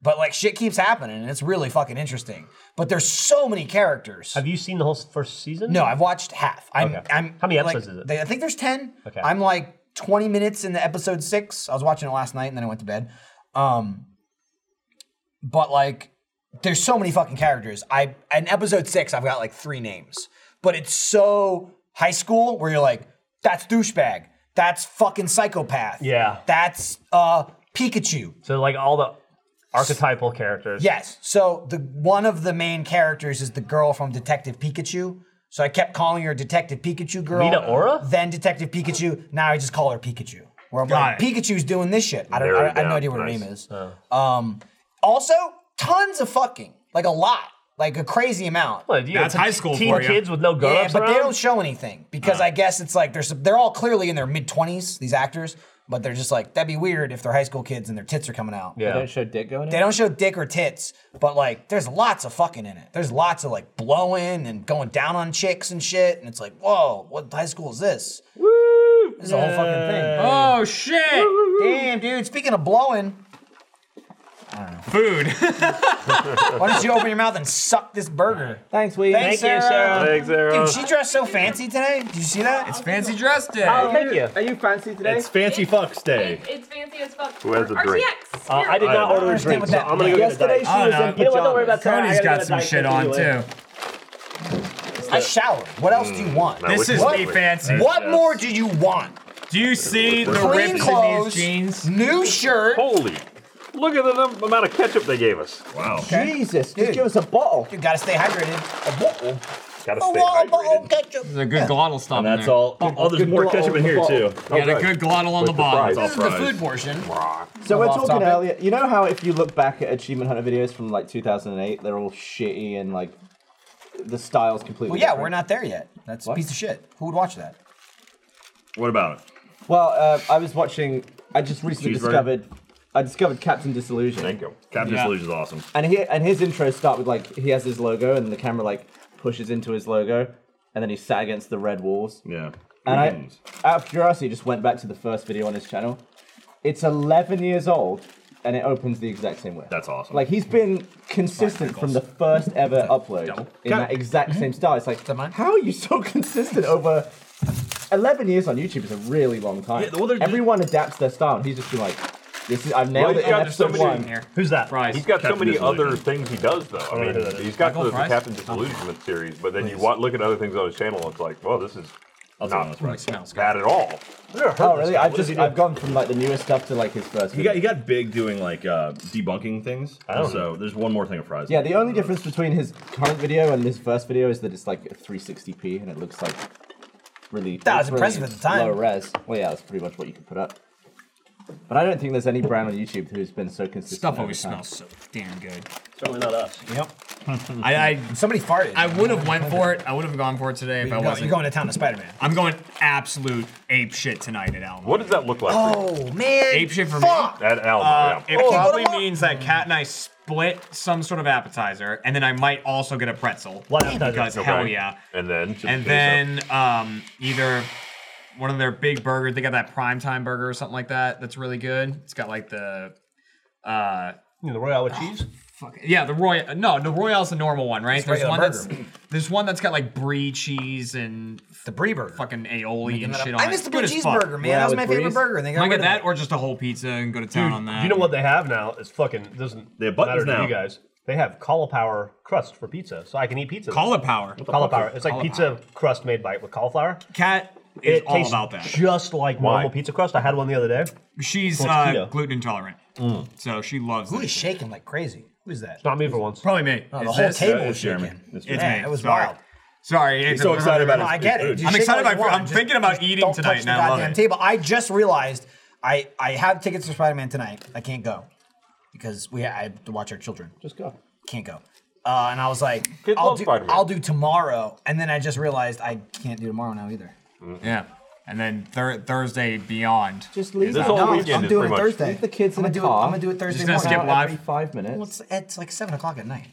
but like shit keeps happening, and it's really fucking interesting. But there's so many characters. Have you seen the whole s- first season? No, I've watched half. I'm, Okay. I'm How many like, episodes is it? They, I think there's ten. Okay. I'm like 20 minutes into episode six. I was watching it last night and then I went to bed. Um, but like, there's so many fucking characters. I in episode six, I've got like three names, but it's so high school where you're like, that's douchebag, that's fucking psychopath, Yeah. that's uh Pikachu, So like all the archetypal characters. Yes. So the one of the main characters is the girl from Detective Pikachu. So I kept calling her Detective Pikachu girl. Rita Ora? Then Detective Pikachu. Now I just call her Pikachu. Where I'm Got like, it. Pikachu's doing this shit. I don't. Narrowed I, I have it no down. idea what her Nice. name is. Um, also, tons of fucking, like a lot, like a crazy amount. What, you That's got high school Teen for ya. kids with no gun Yeah, but they don't show anything because I guess it's like they're they're all clearly in their mid twenties. These actors, but they're just like that'd be weird if they're high school kids and their tits are coming out. They don't show dick going in. They don't show dick or tits, but like there's lots of fucking in it. There's lots of like blowing and going down on chicks and shit. And it's like, whoa, what high school is this? Woo! This is a whole fucking thing. Oh shit! Damn, dude. Speaking of blowing, Food. why don't you open your mouth and suck this burger? Thanks, we. Thanks, Sarah. Thanks, Aaron. Dude, she dressed so fancy today. Did you see that? it's fancy dress day. Thank you. Are you fancy today? It's Fancy Fucks Day. It's fancy as fuck. Who has a Or- drink? RTX. Uh, I did I not don't order a understand drink, what so that I'm gonna go get a Yesterday diet. she I was don't in know. You know what? Don't worry about pajamas. Sarah. Cody's I got gotta go to some diet shit coke on anyway. too. I showered. What else Mm, do you want? That This was is lovely. me fancy. What more do you want? Do you see the Clean rips in clothes, these jeans? new shirt. Holy. Look at the num- amount of ketchup they gave us. Wow. Jesus, Dude. just give us a bottle. You gotta stay hydrated. A bottle. Gotta A stay wa- a bottle hydrated. of ketchup. There's a good glottal stop. in That's there. all. Oh, there's more ketchup in here too. Oh, You got a good. good glottal on With the the bottom. fries. This is the food portion. So we're off talking topic. earlier. You know how if you look back at Achievement Hunter videos from like 2008, they're all shitty and like the style's completely. Well, yeah, different? we're not there yet. That's a piece of shit. Who would watch that? What about it? Well, uh, I was watching. I just recently Cheeseburger. discovered. I discovered Captain Disillusion. Thank you. Captain Yeah. yeah. is awesome. And he and his intros start with like he has his logo and the camera like pushes into his logo, and then he sat against the red walls. Yeah. And I, Wiggins. out of curiosity, just went back to the first video on his channel. It's 11 years old, and it opens the exact same way. That's awesome. Like he's been consistent from the first ever upload in that exact Mm-hmm. same style. It's like, mine? how are you so consistent over? Eleven years on YouTube is a really long time. Yeah, well, they're- Everyone adapts their style. And he's just been like, this is I've nailed Well, it you in got so Oh, episode many one. in here. Who's that? Fries. He's got so Captain Oh, many Disillusion. other things he does though. I mean, he's got Michael the, Fries? Captain Disillusionment series, but then you wa- look at other things on his channel, and it's like, well, this is I'll tell you not that's right. smells good. bad at all. Oh really? I've What does just he do? I've gone from like the newest stuff to like his first. He video. got he got big doing like uh, debunking things. don't So there's one more thing of fries. yeah, the only difference between his current video and his first video is that it's like 360p and it looks like really That was it's really impressive at the time. Low res. Well, yeah, that's pretty much what you can put up. But I don't think there's any brand on YouTube who's been so consistent. Stuff over always time. smells so damn good. Certainly not us. I, I, Somebody farted. I would have went for it. I would have gone for it today if I You're going, you're wasn't. going to town to Spider Man. I'm going absolute ape shit tonight at Alamo. What does that look like? for you? Oh man. Ape shit for me. Fuck. That Alamo. Uh, yeah. It probably what a- means that Kat and I split some sort of appetizer, and then I might also get a pretzel. What appetizer? Because Okay. hell yeah. And then. just And finish up. then um, either one of their big burgers, they got that prime time burger or something like that. That's really good. It's got like the uh, You know, the Royale with cheese. fuck, yeah, the royal. No, the royale's the normal one, right? There's regular one that's burger. there's one that's got like brie cheese and The Brie burger. fucking aioli and shit on it. I missed the Good blue as fuck. cheeseburger, man. that was my favorite burger. And they got Might rid get of that it. or just a whole pizza and go to town on that. You know what they have now is fucking doesn't They have buttons matter to now. you guys. They have cauliflower crust for pizza, so I can eat pizza. Call it power. cauliflower. It's like Cauliflower. pizza crust made by with cauliflower. Cat is it all tastes about that. just like normal pizza crust. I had one the other day. She's Well, it's uh, keto. gluten intolerant, so she loves Who is it. shaking like crazy? Who is that? Not me for once. Probably me. Oh, Is the whole this- table Yeah, was it's Jeremy. shaking. It's It's yeah, me. it was Sorry. wild. Sorry. He's so excited about No, his, I get his it. food. You I'm shake excited all you about- want, I'm just thinking about don't eating touch tonight, the and I love goddamn it. Table. I just realized I I have tickets for Spider Man tonight. I can't go because we I have to watch our children. Just go. Can't go. Uh, and I was like, Kids I'll love do, Spider-Man. I'll do tomorrow. And then I just realized I can't do tomorrow now either. Yeah. And then thir- Thursday beyond. Just leave. This the- whole no, weekend I'm is doing pretty it much- Thursday. Leave the kids in I'm the gonna do it. car. I'm gonna do it Thursday Just gonna morning. skip live. every five Well, minutes. it's, it's like seven o'clock at night.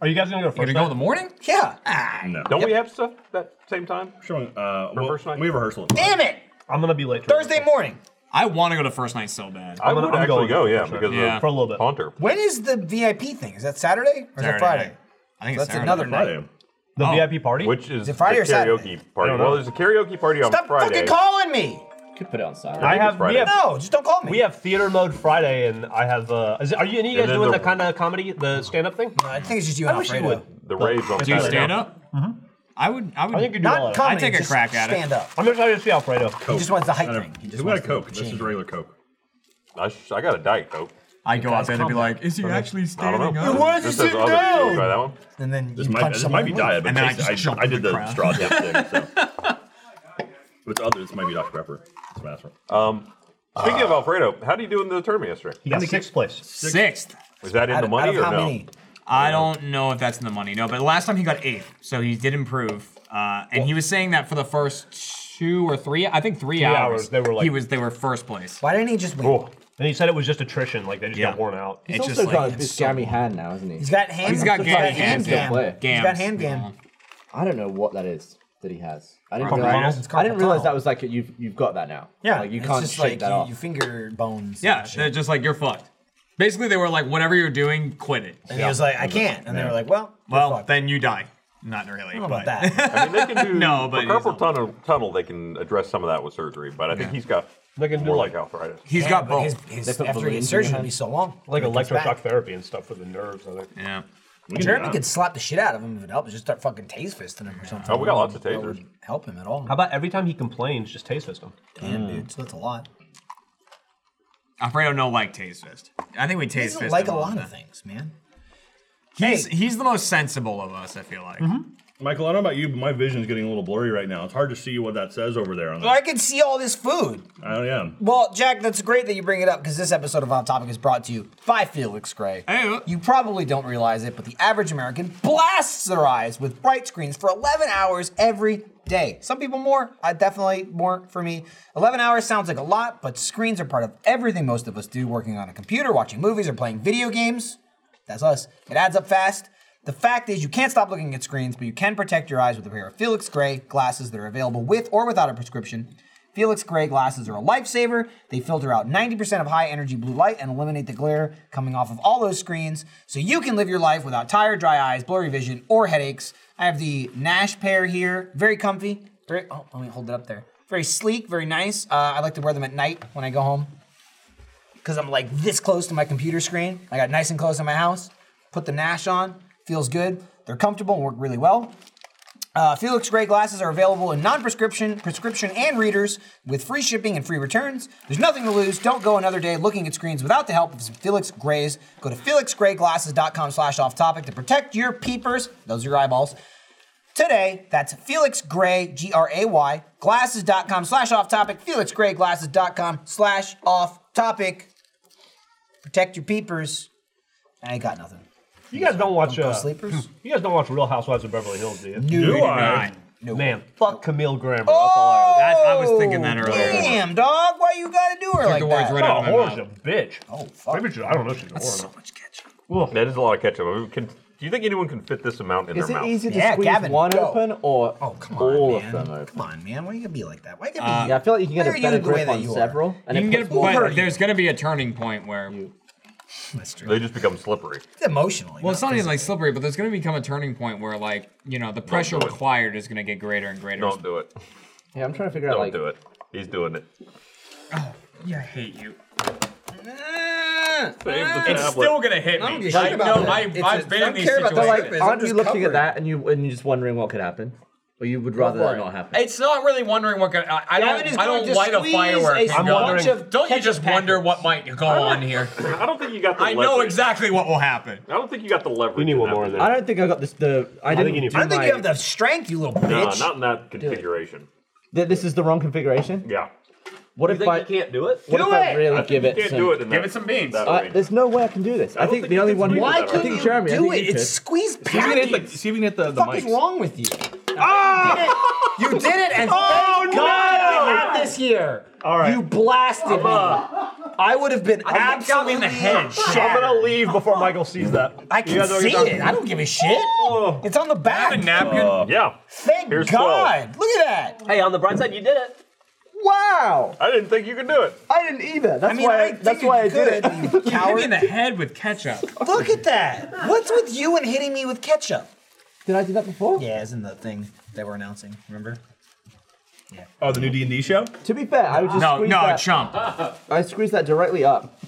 Are you guys gonna go to You gonna first? go in the night? morning? Yeah. Ah, Don't we have stuff that same time? Showing, uh, well, Rehearsal night? we have rehearsal. at- Damn it! I'm gonna be late. to Thursday rehearsal. morning. I want to go to first night so bad. I gonna- would I'm going actually go, for yeah, sure. because Yeah. of for a little bit. Haunter. When is the VIP thing? Is that Saturday or is Saturday that Friday? night. I think So it's that's Saturday. another night. Friday. The Oh. VIP party. Which is it Friday the or Saturday? karaoke party? Well, there's a karaoke party on Stop Friday. fucking calling me. Could put it on silent. I think have it's we Friday. have No, just don't call me. we have theater mode Friday, and I have. Uh, is it, are you any of you And guys then doing the- that kind of comedy, the stand up thing? I think it's just you and wish you Alfredo. would. The raves on Do Do you Saturday. stand up? Mm-hmm. I would. I would. I think you're Not comedy. I'd take a just crack at it. stand up. I'm gonna try to see Alfredo. Coke. just wants the hype Not a- thing. He just Who got a wants the Coke? This chain. is regular Coke. I, sh- I got a diet coke. I'd go out there and be like, "Is he actually I standing don't up?" know. why is This it says sitting other down? people try that one. And then This you might, punch this someone might be in the diet, but And then I taste- just I, jump I in did the the crowd. straw dip thing. So. If it's other, this might be Dr. Pepper. It's my last one. Um, Speaking of Alfredo, how do you do in the tournament yesterday? He got sixth place. Sixth. Was that in Out of- the out money of or how no? many? I don't know if that's in the money. No, but last time he got eighth, so he did improve. Uh, and he was saying that for the first two or three, I think three, hours, hours, they were like- he was they were first place. Why didn't he just win? Oh, And he said it was just attrition, like they just Yeah. got worn out. It's He's just also like got it's this so- scammy hand now, isn't he? He's got hand. He's got he's gammy got hand hands, yeah. gam. Play. He's got Gams. hand gam. I don't know what that is that he has. I didn't Carpal realize. tunnel? It's I didn't carpal realize tunnel. that was like you've you've got that now. Yeah, like you it's can't just shake like that you, off. you finger bones. and Yeah, shit. they're just like you're fucked. Basically, they were like, whatever you're doing, quit it. And he was like, I can't. And they were like, Well, you're Well, fucked. then you die. Not really. I don't know about but- that. I mean, they can do No, but for he's carpal not- tunnel, tunnel. They can address some of that with surgery, but I think he's got They can do more like- like arthritis. He's Yeah, got but both. His, his, They put after he balloons in gets your surgery, hand. will be so long. Like When he comes electroshock back. therapy and stuff for the nerves. I think. yeah. We can do Jeremy that. could slap the shit out of him if it helps. Just start fucking taste fisting him or something. Oh, we got lots of That tasers. would help him at all. How about Mm. every time he complains, just taste system? Damn, dude. So that's a lot. Alfredo no like taste fist. I think we He taste doesn't fist. like a him lot on of that. things, man. He's he's the most sensible of us. I feel like. Michael, I don't know about you, but my vision's getting a little blurry right now. It's hard to see what that says over there. On the, I can see all this food. I don't am. Well, Jack, that's great that you bring it up because this episode of Off Topic is brought to you by Felix Gray. Hey. You probably don't realize it, but the average American blasts their eyes with bright screens for 11 hours every day. Some people more, I definitely more for me. 11 hours sounds like a lot, but screens are part of everything most of us do working on a computer, watching movies, or playing video games. That's us. It adds up fast. The fact is, you can't stop looking at screens, but you can protect your eyes with a pair of Felix Gray glasses that are available with or without a prescription. Felix Gray glasses are a lifesaver. They filter out 90% of high energy blue light and eliminate the glare coming off of all those screens, so you can live your life without tired, dry eyes, blurry vision, or headaches. I have the Nash pair here. Very comfy. Very, oh, let me hold it up there. Very sleek, very nice. Uh, I like to wear them at night when I go home because I'm like this close to my computer screen. I got nice and close in my house. Put the Nash on, feels good. They're comfortable and work really well. Uh, Felix Gray glasses are available in non-prescription, prescription, and readers with free shipping and free returns. There's nothing to lose. Don't go another day looking at screens without the help of some Felix Grays. Go to felixgrayglasses.com slash off topic to protect your peepers. Those are your eyeballs today. That's Felix Gray, G R A Y, glasses.com slash off topic, felixgrayglasses.com slash off topic. Protect your peepers. I ain't got nothing. You guys don't watch. Dumbo Uh, sleepers? You guys don't watch Real Housewives of Beverly Hills, do you? Do I? No. Man, fuck Camille Grammer. That's all I That- I was thinking that earlier. Damn, dog. Why you gotta do her like the words that? right out Oh, of my Laura's mouth. a bitch. Oh, fuck. Maybe she, I don't know. if She's a whore. or not. That is a lot of ketchup. I mean, can, do you think anyone can fit this amount in Is their it mouth? easy to Yeah, squeeze Gavin, one go. open or Oh, come on, all man. of them open? Come on, man. Why you gotta be like that? Why you gotta be? Yeah, I feel like you can get Why are a you better the way grip that on you are? several. And You it can get, puts more- hurt but you. there's going to be a turning point where, That's true. They just become slippery. Emotionally. well, it's not even like physically. slippery, but there's going to become a turning point where, like, you know, the pressure do it. required is going to get greater and greater. Don't do it. Yeah, I'm trying to figure out Don't like do it. He's doing it. Yeah, I hate you. Ah, Save the It's tablet. still going to hit me. don't give a Like, shit about no, that. I, It's I've a- been I in don't these care about situations. the But like- like, I'm aren't you just looking covering. at that and you and you're just wondering what could happen, or you would rather that not happen? It's not really wondering what could. I, I Gavin is don't. I going don't to light a squeeze firework. a and bunch go, of don't you ketchup just packets. wonder what might go on here? I don't think you got the I leverage. know exactly what will happen. I don't think you got the leverage. You need in one that more in position. I there. don't think I got this. The I I didn't. think you need I two. don't think you have the strength, you little bitch. No, not in that configuration. that this is the wrong configuration. Yeah. What if I can't do it? What Do if I it! really I give think it? you can't some, do it in that. Give it some beans. That I, range. there's no way I can do this. I, don't think think the you only can one. do that I right think now. Jeremy. I do think it. you It's could. See squeezed if we can packets. hit the, see if we can hit the, the the fuck is mics. wrong with you? Ah! You did it, and oh, thank God we had this year. All right. You blasted me. I would have been absolutely in the head. I'm shattered. gonna leave before Michael sees that. I You can guys know what see you're talking it. I don't give a shit. It's on the back. A napkin. Yeah. Thank Here's God. Look at that. Hey, on the bright side, you did it. Wow! I didn't think you could do it. I didn't either. That's I mean, why. I that's why I did it. You Hit me in coward. the head with ketchup. Look at that. What's with you and hitting me with ketchup? Did I do that before? Yeah, it's in the thing that we're announcing. Remember? Oh, the new D and D show. To be fair, I would just No, squeeze no, that. chump. I squeezed that directly up.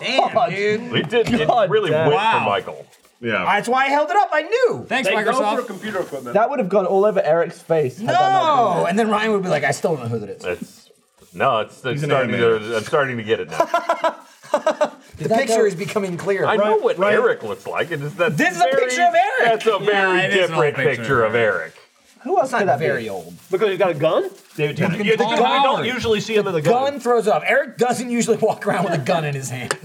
Damn, God. dude. It did. God it really damn. went for Wow. Michael. Yeah. That's why I held it up. I knew. Thanks, They go for Microsoft. computer equipment. That would have gone all over Eric's face. had that not been No. there. And then Ryan would be like, I still don't know who that is. It's no. It's, it's an starting to. animator. I'm starting to get it now. The that picture go- is becoming clearer. I know what right. Eric looks like. It is that. This is a very- picture of Eric. That's a very it is an old different picture. picture of Eric. Who else It's not could that very be? old. Because he's got a gun. Dude, yeah, fucking yeah, Paul we don't Howard. usually see him in the Gun gun. throws up. Eric doesn't usually walk around with a gun in his hand.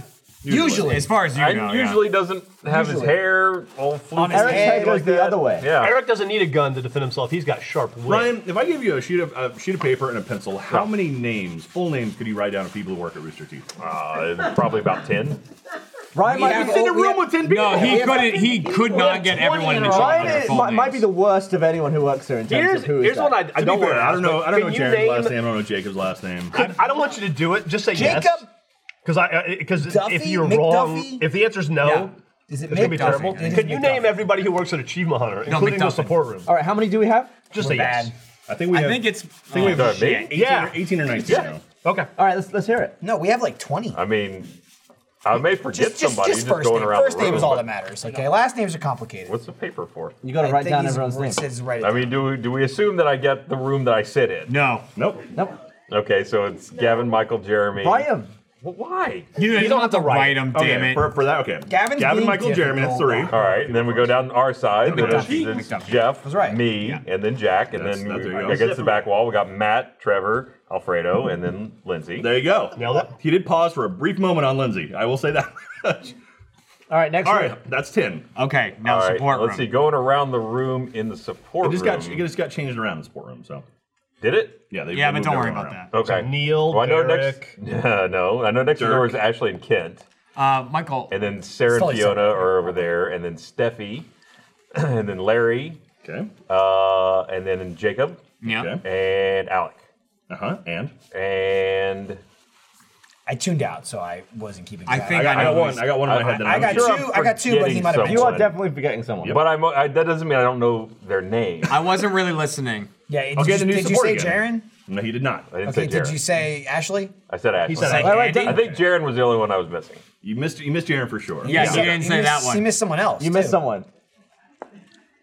Usually. As far as you know, And usually doesn't have his Usually. hair all floofy. Eric's head hair goes like the that. other way. Yeah. Eric doesn't need a gun to defend himself. He's got sharp wit. Ryan, if I give you a sheet of a sheet of paper and a pencil, how many names, full names, could you write down of people who work at Rooster Teeth? Uh, probably about ten. Ryan might have be all- all- we have- yeah. No, he couldn't. He could not get everyone in the chump. Ryan their is- full might, might be names. the worst of anyone who works there in terms Here's of who is here's that. one I, I To be don't want fair, to I don't know. I don't know Jared's name, last name. I don't know Jacob's last name. I don't want you to do it. Just say yes. uh, Jacob Because because if Duffy? you're Mick wrong, Duffy? if the answer's no, Yeah. Is it it's gonna be Mick Duffy? terrible. It is Could you Mick name Duffy. everybody who works at Achievement Hunter, including the McDuffy. support room? All right, how many do we have? Just We're say yes. bad. I think we I have. think it's. I think we have Oh, shit. 18, Yeah. or, 18 or 19 now. Okay. All right, let's let's hear it. No, we have like 20. I mean, I may forget Just, just, Uh, somebody just just, first going name. around. First the name room, is all but that matters, okay? Last names are complicated. What's the paper for? You got to I write think down he's- everyone's it name. says right I mean, do we, do we assume that I get the room that I sit in? No. Oh, Nope. Nope. Okay, so it's Gavin, Michael, Jeremy. Ryan. Well, why? You, don't have to write. write them. Damn okay, it. For, for that, okay. Gavin's Gavin, being Michael, Jeremy, that's three. difficult. All right, and then we go down our side. then it's- McDuffie. it's McDuffie. Jeff, That's right. me, and then Jack, and That's- then that's we- there you go. against the back wall we got Matt, Trevor, Alfredo, and then Lindsay. There you go. Nailed it. He did pause for a brief moment on Lindsay. I will say that. All right, next All one. right, that's ten. Okay. All Now right, support let's see. room. Going around the room in the support It just room. got it just got changed around in the sport room. So Did it? yeah, they Yeah, but moved don't worry everyone about around. that. Okay. Neil, Well, I know Derek. next. no, I know next door Dirk. is Ashley and Kent, Uh, Michael. and then Sarah Still and excited. Fiona are over there, and then Steffi, and then Larry, Okay. uh, and then Jacob Yeah. Okay. and Alec, Uh huh. And and I tuned out, so I wasn't keeping I track. think I got, I know got one. who's- I got one in my head. that I I'm got sure I'm- two. I got two, but he forgetting might have been. You are Someone. definitely forgetting someone. But I'm, I, that doesn't mean I don't know their name. I wasn't really listening. Yeah, did, I'll get you, the new did you support say Jaren? again. No, he did not. I didn't Okay, say did Jaren. you say Ashley? I said Ashley. said I, Ashley. Wait, wait, Andy? think Jaren was the only one I was missing. You missed. You missed Jaren for sure. Yeah, You he said- you didn't say that missed- You one. missed someone else. you missed too. someone.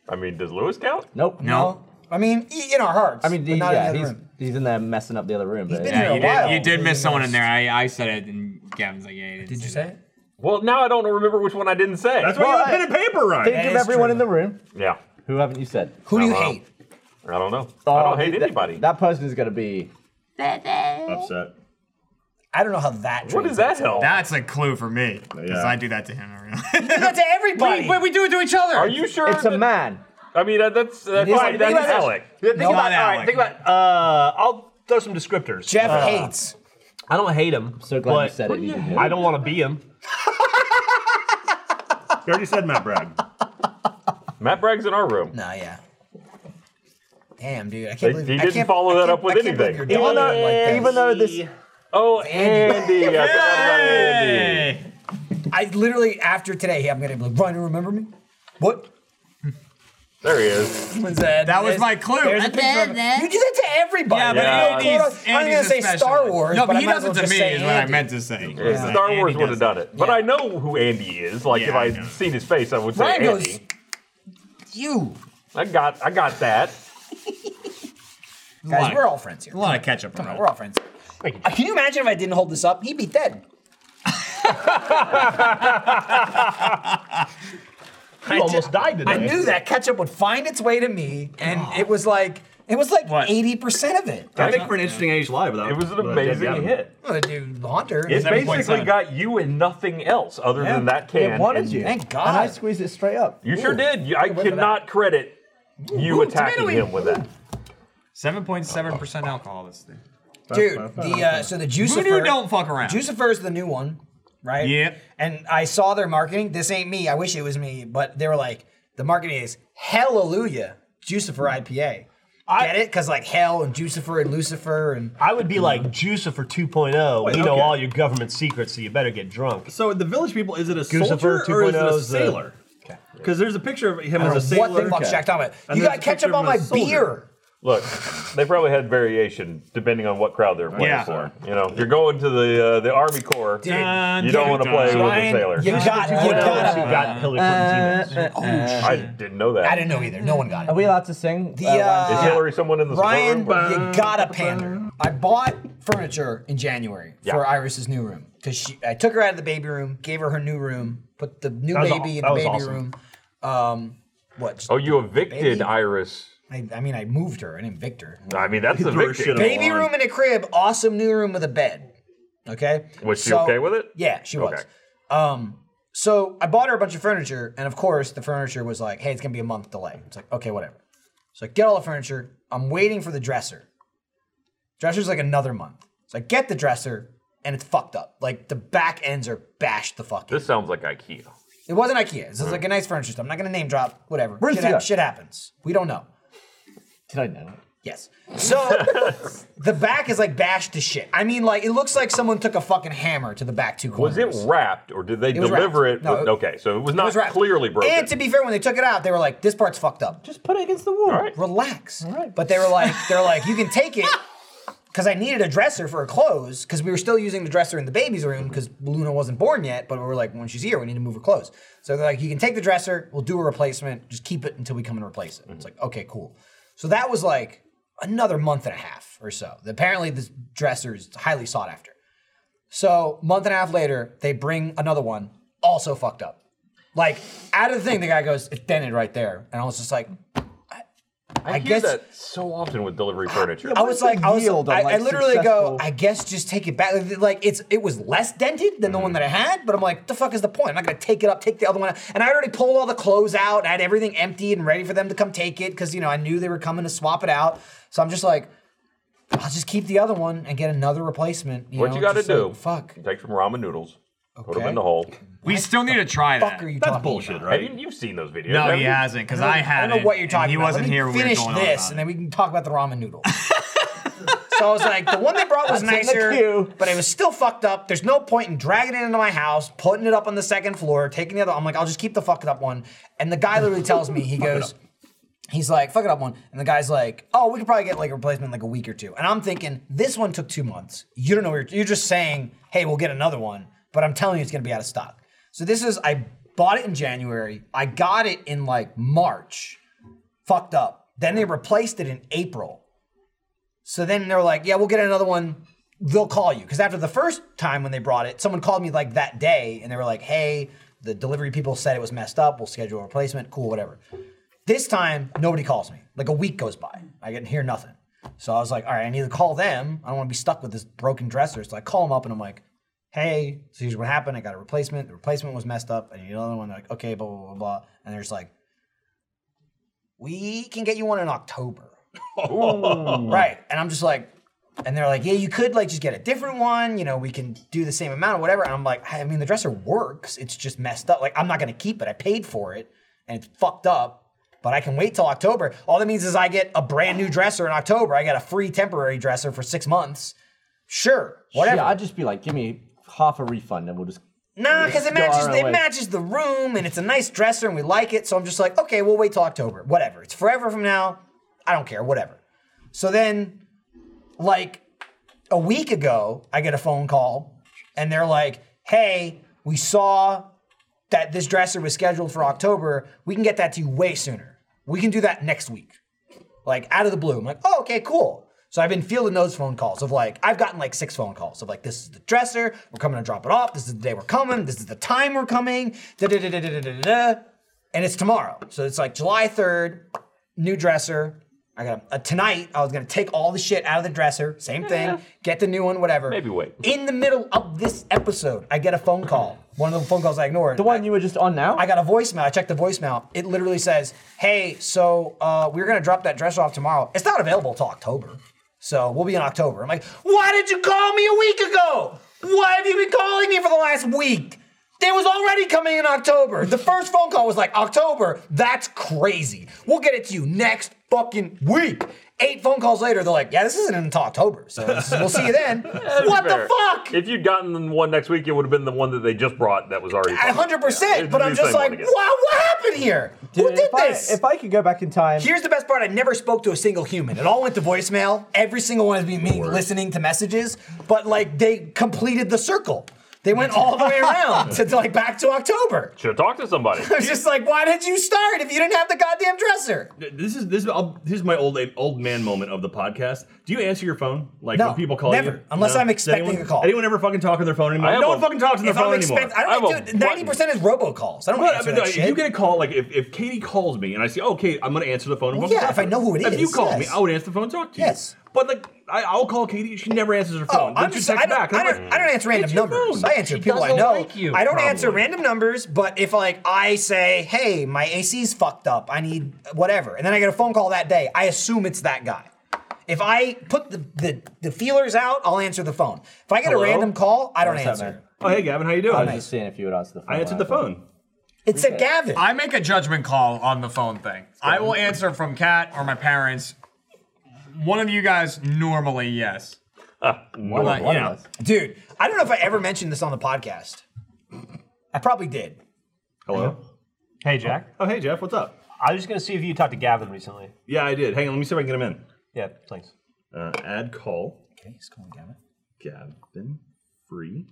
I mean, does Lewis count? Nope. No. I mean, i- in our hearts. I mean, but he- not in the yeah, other he's room. he's in there messing up the other room. He's but been yeah. here Yeah, a you while. did. You did miss He someone missed- in there. I, I said it, and Gavin's like, yeah. Did you say it? Well, now I don't remember which one I didn't say. That's why Well, you have I- pen and paper, Ryan. Think That of is everyone true. in the room. yeah. Who haven't you said? Who do you Oh, wow. hate? I don't know. I don't hate that- anybody. That person is going to be. Upset. I don't know how that. What does that help? That's a clue for me because Yeah. I do that to him. in real life. That to everybody. Wait, we do it to each other. Are you sure? It's a that- man. I mean, that- that's that's, is- fine, that's think about Alec. Think No, about, not all right, Alec. think about. Uh, I'll throw some descriptors. Jeff Uh, hates. I don't hate him. So glad you but said it. You didn't. I don't want to be him. You already said Matt Bragg. Matt Bragg's in our room. Nah, yeah. Damn, dude, I can't They- believe he I didn't can't, follow I that can't- up with I can't believe anything. you're Even dogging him like even though this- See, Oh, Andy. Andy. I forgot about Andy. Hey. I literally after today, I'm gonna be like, Brian, remember me? What? There he is. What's that? That was There's- my clue. there's a picture of it. You do that to everybody. Yeah, but Yeah. Andy's, Hold on, Andy's I was gonna say a special Star one. Wars. No, but but I he might does as it well to just me. say Is what I Andy. meant to say. Yeah, Star Andy Wars would does have done it, but Yeah. I know who Andy is. Like Yeah, if I I'd know. seen his face, I would say Brian Andy. goes, you I got, I got that. guys, Why? we're all friends here. A lot of catch up. We're all friends. Uh, Can you imagine if I didn't hold this up? He'd be dead. you almost died today. I knew that ketchup would find its way to me, and it was like it was like What? eighty percent of it. I think for an interesting age live without It was an without Dead amazing Gavin. hit. Oh, dude, Haunter. It 7.7. basically got you and nothing else other than that can. It wanted and- you. Thank God. And I squeezed it straight up. You sure did. You, I look at cannot credit you attacking him with that. Seven point seven percent alcohol. This thing. Dude, the uh, so the Juicifer. Voodoo don't fuck around. Juicifer is the new one, right? Yep. And I saw their marketing. This ain't me. I wish it was me, but they were like, the marketing is Hallelujah Juicifer IPA. Get it? Because like hell and Juicifer and Lucifer and I would be like Jucifer 2.0. Wait, we oh. know okay. all your government secrets, so you better get drunk. So the village people, is it a Lucifer soldier or is it 2.0 a is the- sailor? Because there's a picture of him I as a don't know sailor. what the fuck's Jack talking about. And You there's got a ketchup picture of on him my as a soldier. beer. Look, they probably had variation depending on what crowd they're playing Yeah. for. You know, if you're going to the uh, the Army Corps, you don't want to play Ryan, with a You sailor. got, you got Who it. got Hillary Uh, Clinton's emails. I didn't know I that. didn't know either. No one got Are it. we allowed to sing? The, Lions? Is uh, Hillary someone in the support Ryan, room? Or- you gotta pander. I bought furniture in January Yeah. for Iris's new room because she. I took her out of the baby room, gave her her new room, put the new That was aw- baby in that the was baby awesome. room. Um, what? just- Oh, you evicted Baby. Iris. I, I mean, I moved her. I didn't evict her. I mean, that's He threw her evicting. shit on Baby lawn. room in a crib. Awesome new room with a bed. Okay. Was she okay with it? Yeah, she was. Okay. Um, so I bought her a bunch of furniture, and of course, the furniture was like, "Hey, it's gonna be a month delay." It's like, okay, whatever. So I get all the furniture. I'm waiting for the dresser. Dresser's like another month. So I get the dresser, and it's fucked up. Like the back ends are bashed the fuck. in. This sounds like IKEA. It wasn't IKEA. This is like a nice furniture store. I'm not gonna name drop. Whatever. Shit, hap- Ikea? shit happens. We don't know. Did I know? Yes. So the back is like bashed to shit. I mean, like it looks like someone took a fucking hammer to the back two corners. Was it wrapped, or did they was deliver wrapped. it? No, with- it- okay, so it was It not was wrapped. clearly broken. And to be fair, when they took it out, they were like, "This part's fucked up. Just put it against the wall. All right. Relax." right. But they were like, "They're like, you can take it." Because I needed a dresser for her clothes, because we were still using the dresser in the baby's room, because Luna wasn't born yet. But we were like, when she's here, we need to move her clothes. So they're like, you can take the dresser, we'll do a replacement, just keep it until we come and replace it. Mm-hmm. It's like, okay, cool. So that was like another month and a half or so. Apparently, this dresser is highly sought after. So month and a half later, they bring another one, also fucked up. Like out of the thing, the guy goes, "It's dented right there,ck and I was just like, I, hear guess- that so often with delivery furniture. I was it's the like, I was, yield on, I, like, I literally go, successful- I guess just take it back. Like, Like it's, it was less dented than the Mm-hmm. one that I had, but I'm like, the fuck is the point? I'm not gonna take it up, take the other one out. And I already pulled all the clothes out. I had everything empty and ready for them to come take it because you know I knew they were coming to swap it out. So I'm just like, I'll just keep the other one and get another replacement. You what know, you got to just like, do? fuck. Take some ramen noodles. Put them Okay. in the hole. We still need to try that. Fuck are you That's talking bullshit, about? Hey, right? you- you've seen those videos. No, haven't he you? hasn't, because I I had. don't know it, what you're and talking He about. wasn't Let me here. when we were Finish going on this, about and it. then we can talk about the ramen noodle. so I was like, the one they brought was in the nicer, queue. but it was still fucked up. There's no point in dragging it into my house, putting it up on the second floor, taking the other. I'm like, I'll just keep the fucked up one. And the guy literally tells me, he goes. He's like, fuck it up one. And the guy's like, oh, we could probably get like a replacement in like a week or two. And I'm thinking, this one took two months. You don't know what you're, you're just saying, hey, we'll get another one. But I'm telling you, it's going to be out of stock. So this is, I bought it in January. I got it in like March. Fucked up. Then they replaced it in April. So then they're like, yeah, we'll get another one. They'll call you. Because after the first time when they brought it, someone called me like that day and they were like, hey, the delivery people said it was messed up. We'll schedule a replacement. Cool, whatever. This time, nobody calls me. Like a week goes by. I get hear nothing. So I was like, all right, I need to call them. I don't want to be stuck with this broken dresser. So I call them up and I'm like, hey, so here's what happened. I got a replacement. The replacement was messed up. I need another one. They're like, okay, blah, blah, blah, blah. And they're just like, we can get you one in October. right. And I'm just like, and they're like, yeah, you could like just get a different one. You know, we can do the same amount or whatever. And I'm like, I mean, the dresser works. It's just messed up. Like, I'm not going to keep it. I paid for it and it's fucked up. But I can wait till October. All that means is I get a brand new dresser in October. I get a free temporary dresser for six months. Sure, whatever. Yeah, I'd just be like, give me half a refund and we'll just. Nah, because it Go matches our it way. matches the room and it's a nice dresser and we like it. So I'm just like, okay, we'll wait till October. Whatever. It's forever from now. I don't care. Whatever. So then, like a week ago, I get a phone call and they're like, hey, we saw that this dresser was scheduled for October. We can get that to you way sooner. We can do that next week. Like out of the blue. I'm like, oh, okay, cool. So I've been fielding those phone calls of like, I've gotten like six phone calls of like, this is the dresser, we're coming to drop it off, this is the day we're coming, this is the time we're coming, da da da da da da da. da. And it's tomorrow. So it's like July 3rd, new dresser. I got uh, tonight. I was gonna take all the shit out of the dresser, same thing, get the new one, whatever. Maybe wait. In the middle of this episode, I get a phone call. One of the phone calls I ignored. The one you were just on now? I got a voicemail. I checked the voicemail. It literally says, "Hey, so uh, we're gonna drop that dresser off tomorrow. It's not available till October, so we'll be in October." I'm like, "Why did you call me a week ago? Why have you been calling me for the last week?" It was already coming in October. The first phone call was like October. That's crazy. We'll get it to you next fucking week. Eight phone calls later, they're like, "Yeah, this isn't until October, so this- we'll see you then." what the Fair. fuck? If you'd gotten one next week, it would have been the one that they just brought that was already. A hundred percent. But I'm just like, wow, what happened here? Who Dude, did if I- this? if I could go back in time. Here's the best part: I never spoke to a single human. It all went to voicemail. Every single one of me me listening to messages, but like they completed the circle. They went all the way around to like back to October. Should have talked to somebody. I was just like, why did you start if you didn't have the goddamn dresser? This is this. I'll, this is my old old man moment of the podcast. Do you answer your phone like No, when people call never, you? unless I'm Does expecting anyone, a call. Anyone ever fucking talk on their phone anymore? I have No one a- fucking talks on their If I'm phone expecting, anymore. I I don't have do a ninety percent is robocalls. I don't Well, I answer mean, that if shit. you get a call, like if, if Katie calls me and I say, "Oh, Kate, I'm going to answer the phone." and Well, we'll yeah, talk if I to know who it her." If you is, call me, yes. I would answer the phone and talk to you. Yes. but like I, I'll call Katie, she never answers her Oh, phone. Then I'm she just, texts I don't, back. and I I'm don't, like, I don't answer random your numbers. phone. I answer She people I doesn't know. like you, I don't answer probably. random numbers, but if like I say, "Hey, my AC's fucked up. I need whatever," and then I get a phone call that day, I assume it's that guy. If I put the the, the feelers out, I'll answer the phone. If I get a Hello? random call, I don't What's up, answer. man? "Oh, hey, Gavin, how you doing?" I was just seeing if you would answer the phone. I answered the phone. It's a Gavin. I make a judgment call on the phone thing. I will answer from Kat or my parents. One of you guys normally, yes. One, Well, one you of know. us. Dude, I don't know if I ever mentioned this on the podcast. I probably did. Hello. Hey, Jack. Oh, hey, Jeff, what's up? I was just gonna see if you talked to Gavin recently. Yeah, I did. Hang on, let me see if I can get him Yeah, thanks. in. Uh, add call. Okay, he's calling Gavin. Gavin Free.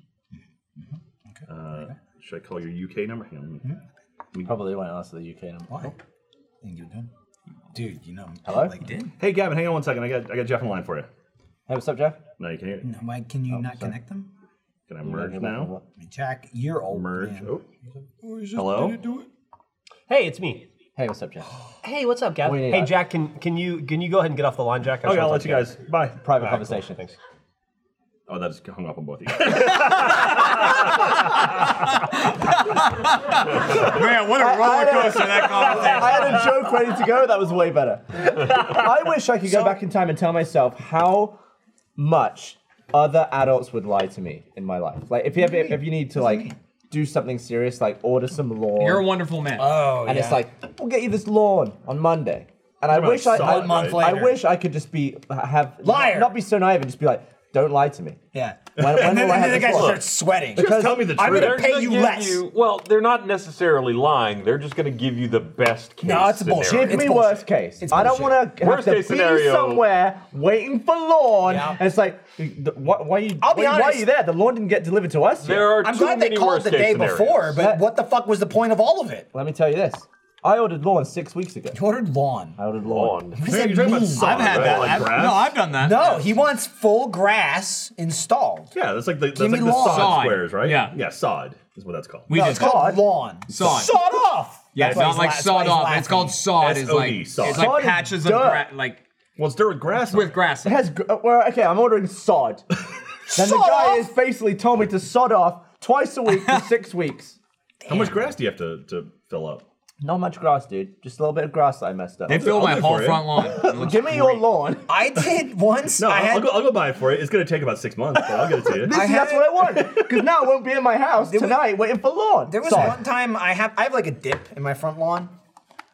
Mm-hmm. Uh, should I call your UK number? Hang on. let me- Probably won't answer the UK number. Why? Didn't give it to him. Dude, you know, Hello? like, did. Hey, Gavin, hang on one second. I got I got Jeff in line for you. Hey, what's up, Jeff? No, you can hear. Why can you not Oh, sorry. connect them? Can I merge now? I mean, Jack, you're old. Merge. man. Oh. Hello. Hey, it's me. Hey, what's up, Jeff? Hey, what's up, Gavin? Wait, hey, I- Jack. Can can you can you go ahead and get off the line, Jack? I uh, Okay, just I'll wanna let you talk to guys. Bye. Private conversation. Thanks. Oh, that just hung up on both of you. Man, what a roller coaster that conversation. I had a joke ready to go. That was way better. I wish I could go back in time and tell myself how much other adults would lie to me in my life. Like if you ever, if you need to like do something serious, like order some lawn, You're a wonderful man. Oh, and yeah. it's like we'll get you this lawn on Monday. And I about wish I, solid I, month I later. wish I could just be have Liar. not be so naive and just be like, don't lie to me. yeah. When, when and then, will I and have then the this guy lawn? starts sweating. Because- Tell me the I'm truth. gonna pay gonna you give less. well, they're not necessarily lying. They're just going to give you the best case. No, it's scenario. bullshit. Give It's me bullshit. worst case. It's I don't bullshit. want to have Worst to be case scenario. somewhere waiting for lawn. Yeah. And it's like, why, why, you, I'll be why, why are honest. you there? The lawn didn't get delivered to us. yet. There are I'm too glad they many called worst the case day scenarios. before, but That- what the fuck was the point of all of it? Let me tell you this. I ordered lawn six weeks ago. He ordered lawn. I ordered Lawn. lawn. What does Man, that you're talking about mean? solid, I've had right? that. Like I've- grass? no, I've done that. No, he wants full grass installed. Yeah, that's like the, that's Give me like the lawn. sod, Sod. squares, right? Yeah. Yeah, sod is what that's called. We No, just it's called sod. lawn. Sod. Sawed off. Yeah, That's it's why not he's like la- that's why sawed he's off. laughing. It's called sod. It's SOD, like sod. it's Sod like is patches of dirt. gra- like Well, it's dirt with grass. on with it. grass. It has. gr- uh, Well, okay, I'm ordering sod. then the guy has basically told me to sod off twice a week for six weeks. How much grass do you have to, to fill up? Not much grass, dude. Just a little bit of grass that I messed up. They filled my do it whole for you. front lawn. It looks Give me your lawn. I did once. No, I I'll, had I'll go, I'll go buy it for you. It's going to take about six months, but I'll get it to you. This, I that's had- what I want. Because now I won't be in my house tonight waiting for lawn. There was Sod. one time I have I have like a dip in my front lawn.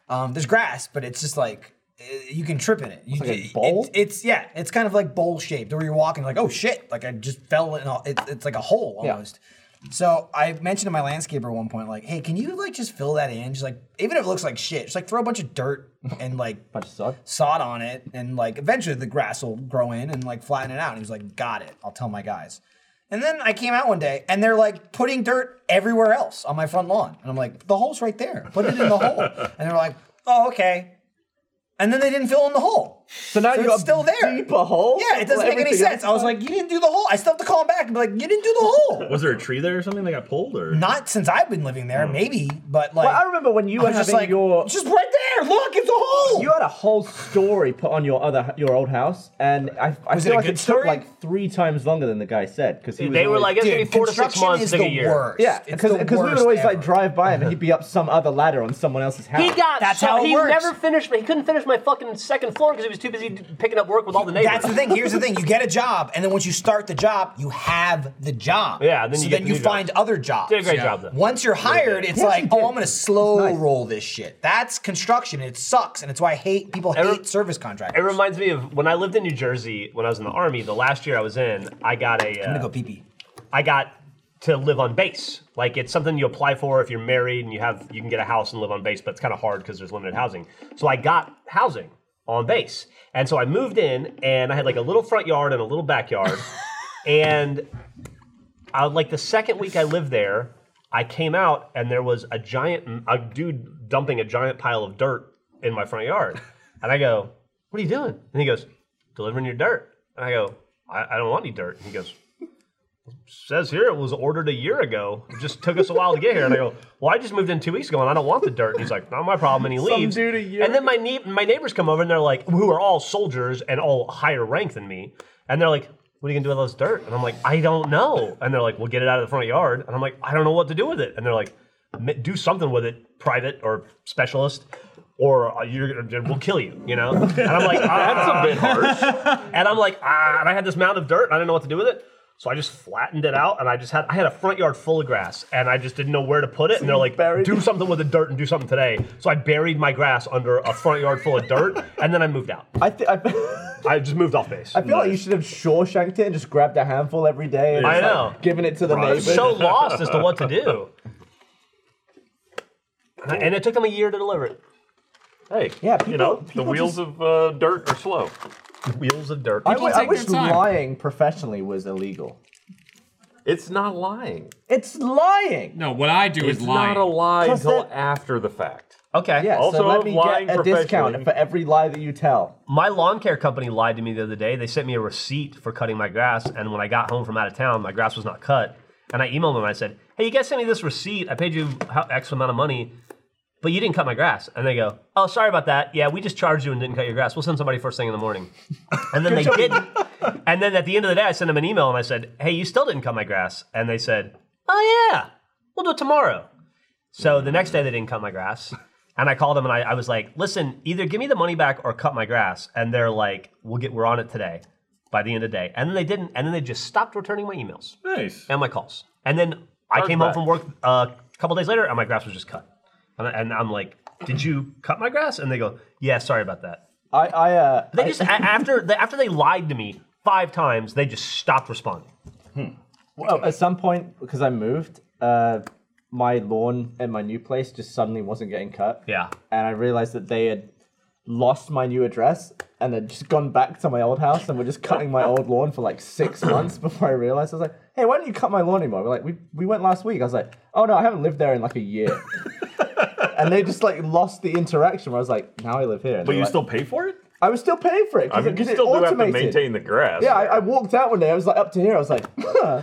Um, there's grass, but it's just like uh, you can trip in it. You, like a it- bowl? it- it's yeah, it's kind of like bowl shaped, where you're walking like oh shit, like I just fell in. A, it's it's like a hole Yeah. almost. So I mentioned to my landscaper at one point like, hey, can you like just fill that in? Just like even if it looks like shit, just like throw a bunch of dirt and like Bunch of sod. sod on it, and like eventually the grass will grow in and like flatten it out. And he was like, "Got it. I'll tell my guys." And then I came out one day, and they're like putting dirt everywhere else on my front lawn, and I'm like, "The hole's right there. Put it in the hole." And they're like, "Oh, okay." And then they didn't fill in the hole. So now you it's got still there. deeper hole. Yeah, it doesn't make any Everything sense. I was like, "You didn't do the hole." I still have to call them back and be like, "You didn't do the hole." Was there a tree there or something that got pulled? Or Not since I've been living there, maybe, but like, Well, I remember when you I were was just having like, your. "Just right there. Look, it's a hole." You had a whole story put on your other your old house, and I, I Was it a feel like good it story? took like three times longer than the guy said because he was They were always- like, it's gonna be Dude, four to six construction months is to a the year. worst. yeah, It's because the we would worst always ever. like drive by him and he'd be up some other ladder on someone else's house. He got That's so- how it he works. never finished. He couldn't finish my fucking second floor because he was too busy d- picking up work with all the neighbors. That's the thing. Here's the thing. You get a job, and then once you start the job, you have the job. Yeah, then so you get then the you new job. find other jobs. Did a great job though. Once you're hired, it's Yes, like, you oh, did. I'm gonna slow It's nice. roll this shit. That's construction. It sucks, and it's why I hate people hate Every- service contractors. It reminds me of when I lived in New Jersey when I was in the army. The last year I was in, I got a. I'm Uh, gonna go pee pee. I got to live on base. Like it's something you apply for if you're married and you have you can get a house and live on base, but it's kind of hard because there's limited housing. So I got housing on base, and so I moved in, and I had like a little front yard and a little backyard, and I like the second week I lived there, I came out and there was a giant a dude dumping a giant pile of dirt in my front yard, and I go, "What are you doing?" And he goes, "Delivering your dirt." And I go, "I, I don't want any dirt." And he goes, says here it was ordered a year ago. It just took us a while to get here. And I go, well, I just moved in two weeks ago and I don't want the dirt. And he's like, not my problem. And he leaves. dude a year and then my nee- my neighbors come over and they're like, who are all soldiers and all higher rank than me. And they're like, what are you gonna do with all this dirt? And I'm like, I don't know. And they're like, we'll get it out of the front yard. And I'm like, I don't know what to do with it. And they're like, "M- do something with it, private or specialist. Or uh, you're, gonna- we'll kill you, you know. And I'm like, "Uh, that's a bit harsh. And I'm like, ah, and I had this mound of dirt, and I didn't know what to do with it. So I just flattened it out, and I just had I had a front yard full of grass, and I just didn't know where to put it. and they're like, buried "Do it. something with the dirt, and do something today." So I buried my grass under a front yard full of dirt, and then I moved out. I, th- I, I I just moved off base. feel like you should have Shawshanked it and just grabbed a handful every day. And I just, know. like, giving it to the I was neighbors. so lost as to what to do, and, I- and it took them a year to deliver it. Hey, Yeah, you people- know the people wheels just- of uh, dirt are slow. Wheels of dirt. I, People w- I take their wish time. lying professionally was illegal. It's not lying. It's lying. No, what I do It's is lying. not a lie Plus until that- after the fact. Okay. Yeah, Also so let me lying get a professionally. discount for every lie that you tell. My lawn care company lied to me the other day. They sent me a receipt for cutting my grass, and when I got home from out of town, my grass was not cut. And I emailed them and I said, "Hey, you guys sent me this receipt. I paid you how- X amount of money, but you didn't cut my grass." And they go, "Oh, sorry about that. Yeah, we just charged you and didn't cut your grass. We'll send somebody first thing in the morning." And then they didn't. And then at the end of the day, I sent them an email and I said, "Hey, you still didn't cut my grass." And they said, "Oh yeah, we'll do it tomorrow." So the next day they didn't cut my grass. And I called them and I, I was like, listen, either give me the money back or cut my grass. And they're like, we'll get, we're on it today by the end of the day. And then they didn't. And then they just stopped returning my emails nice. and my calls. And then I came home from work uh, a couple days later and my grass was just cut. And, I, and I'm like, did you cut my grass? And they go, yeah, sorry about that. I, I, uh, They just, a- after, they, after they lied to me five times, they just stopped responding. Well, at some point, because I moved, uh, my lawn in my new place just suddenly wasn't getting cut. Yeah. And I realized that they had lost my new address and had just gone back to my old house and were just cutting my old lawn for like six months before I realized. I was like, hey, why don't you cut my lawn anymore? We're like, we, we went last week. I was like, oh no, I haven't lived there in like a year. and they just like lost the interaction where I was like, now I live here. And But they're you like- still pay for it? I was still paying for it I because mean, you it, still do have to automated. maintain the grass. yeah, I, I walked out one day. I was like up to here. I was like, huh.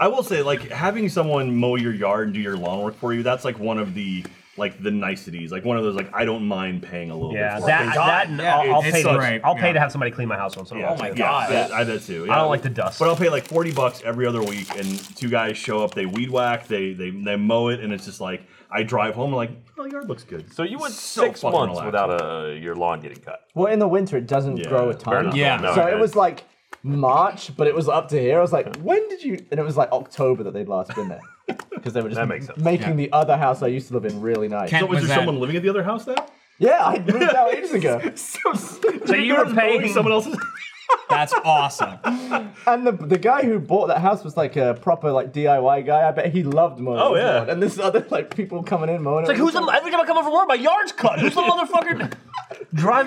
I will say, like having someone mow your yard and do your lawn work for you, that's like one of the like the niceties, like one of those like I don't mind paying a little Yeah, bit. for that, things. that and I'll, I'll It's pay. To, great, I'll pay yeah. to have somebody clean Oh my house once in a Oh while. Yeah, yeah, that- I that too. I yeah. don't like the dust. But I'll pay like forty bucks every other week, and two guys show up. They weed whack, they they they mow it, and it's just like I drive home like, oh, yard looks good. So you went So six fucking months relaxing. without a, your lawn getting cut. Well, in the winter, it doesn't Yeah, grow a fair ton. enough. Yeah. No, so it it does. was like March, but it was up to here. I was like, when did you? And it was like October that they'd last been there. Because they were just That makes sense. making the other house I used to live in really nice. Kent So was, was there at- someone living at the other house now? yeah, I moved out ages ago. so so you were paying someone else's. That's awesome. And the, the guy who bought that house was like a proper like DIY guy. I bet he loved mowing. Oh, his yeah. lawn. And this other like people coming in mowing. It's like who's the, every time I come over from work, my yard's cut. Who's the motherfucker? Drive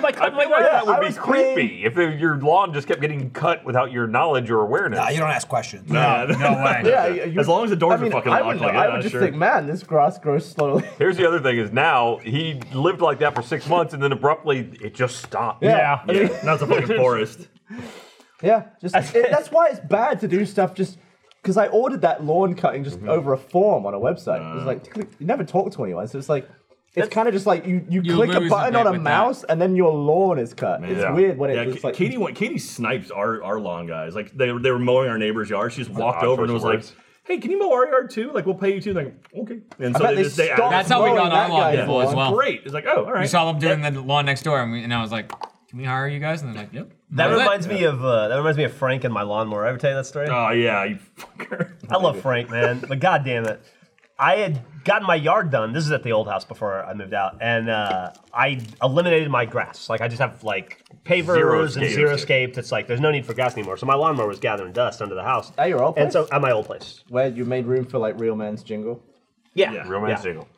my cut my yard. that would I be was creepy if your lawn just kept getting cut without your knowledge or awareness. Nah, Uh, you don't ask questions. No, no way. Yeah, you, As long as the doors I mean, are fucking I locked, would, like, I I'm would not just sure. think, man, this grass grows slowly. Here's the other thing: is now he lived like that for six months, and then abruptly it just stopped. Yeah. yeah, now it's a fucking forest. Yeah, just it, that's why it's bad to do stuff just because I ordered that lawn cutting just Mm-hmm. over a form on a website. It Ah. was like click- you never talk to anyone, so it's like it's kind of just like you, you, You click a lose a button bit on a with mouse and then your lawn is cut. It's Yeah. weird when it Yeah, it's Ka- like Katie went. Katie snipes our, our lawn guys. Like they were- they were mowing our neighbor's yard. She just walked Ah, over and choice was of like, words. "Hey, can you mow our yard too? Like we'll pay you too." Like okay. And I so bet they, they just they stopped added- That's how we mowing got that our lawn guy's people as lawn. well. Great. It's like oh all right. We saw them doing the lawn next door, and, we, and I was like, "Can we hire you guys?" And they're like, "Yep." That Why is reminds me of uh, that reminds me of Frank and my lawnmower. Ever tell you that story? Oh yeah, you fucker. I love Frank, man, but god damn it. I had gotten my yard done. This is at the old house before I moved out, and uh, I eliminated my grass. Like I just have like pavers Zero and escape. zero scaped. It's like there's no need for grass anymore. So my lawnmower was gathering dust under the house. At your old And so place? at my old place. where you made room for like real man's jingle. Yeah. Real man yeah. single.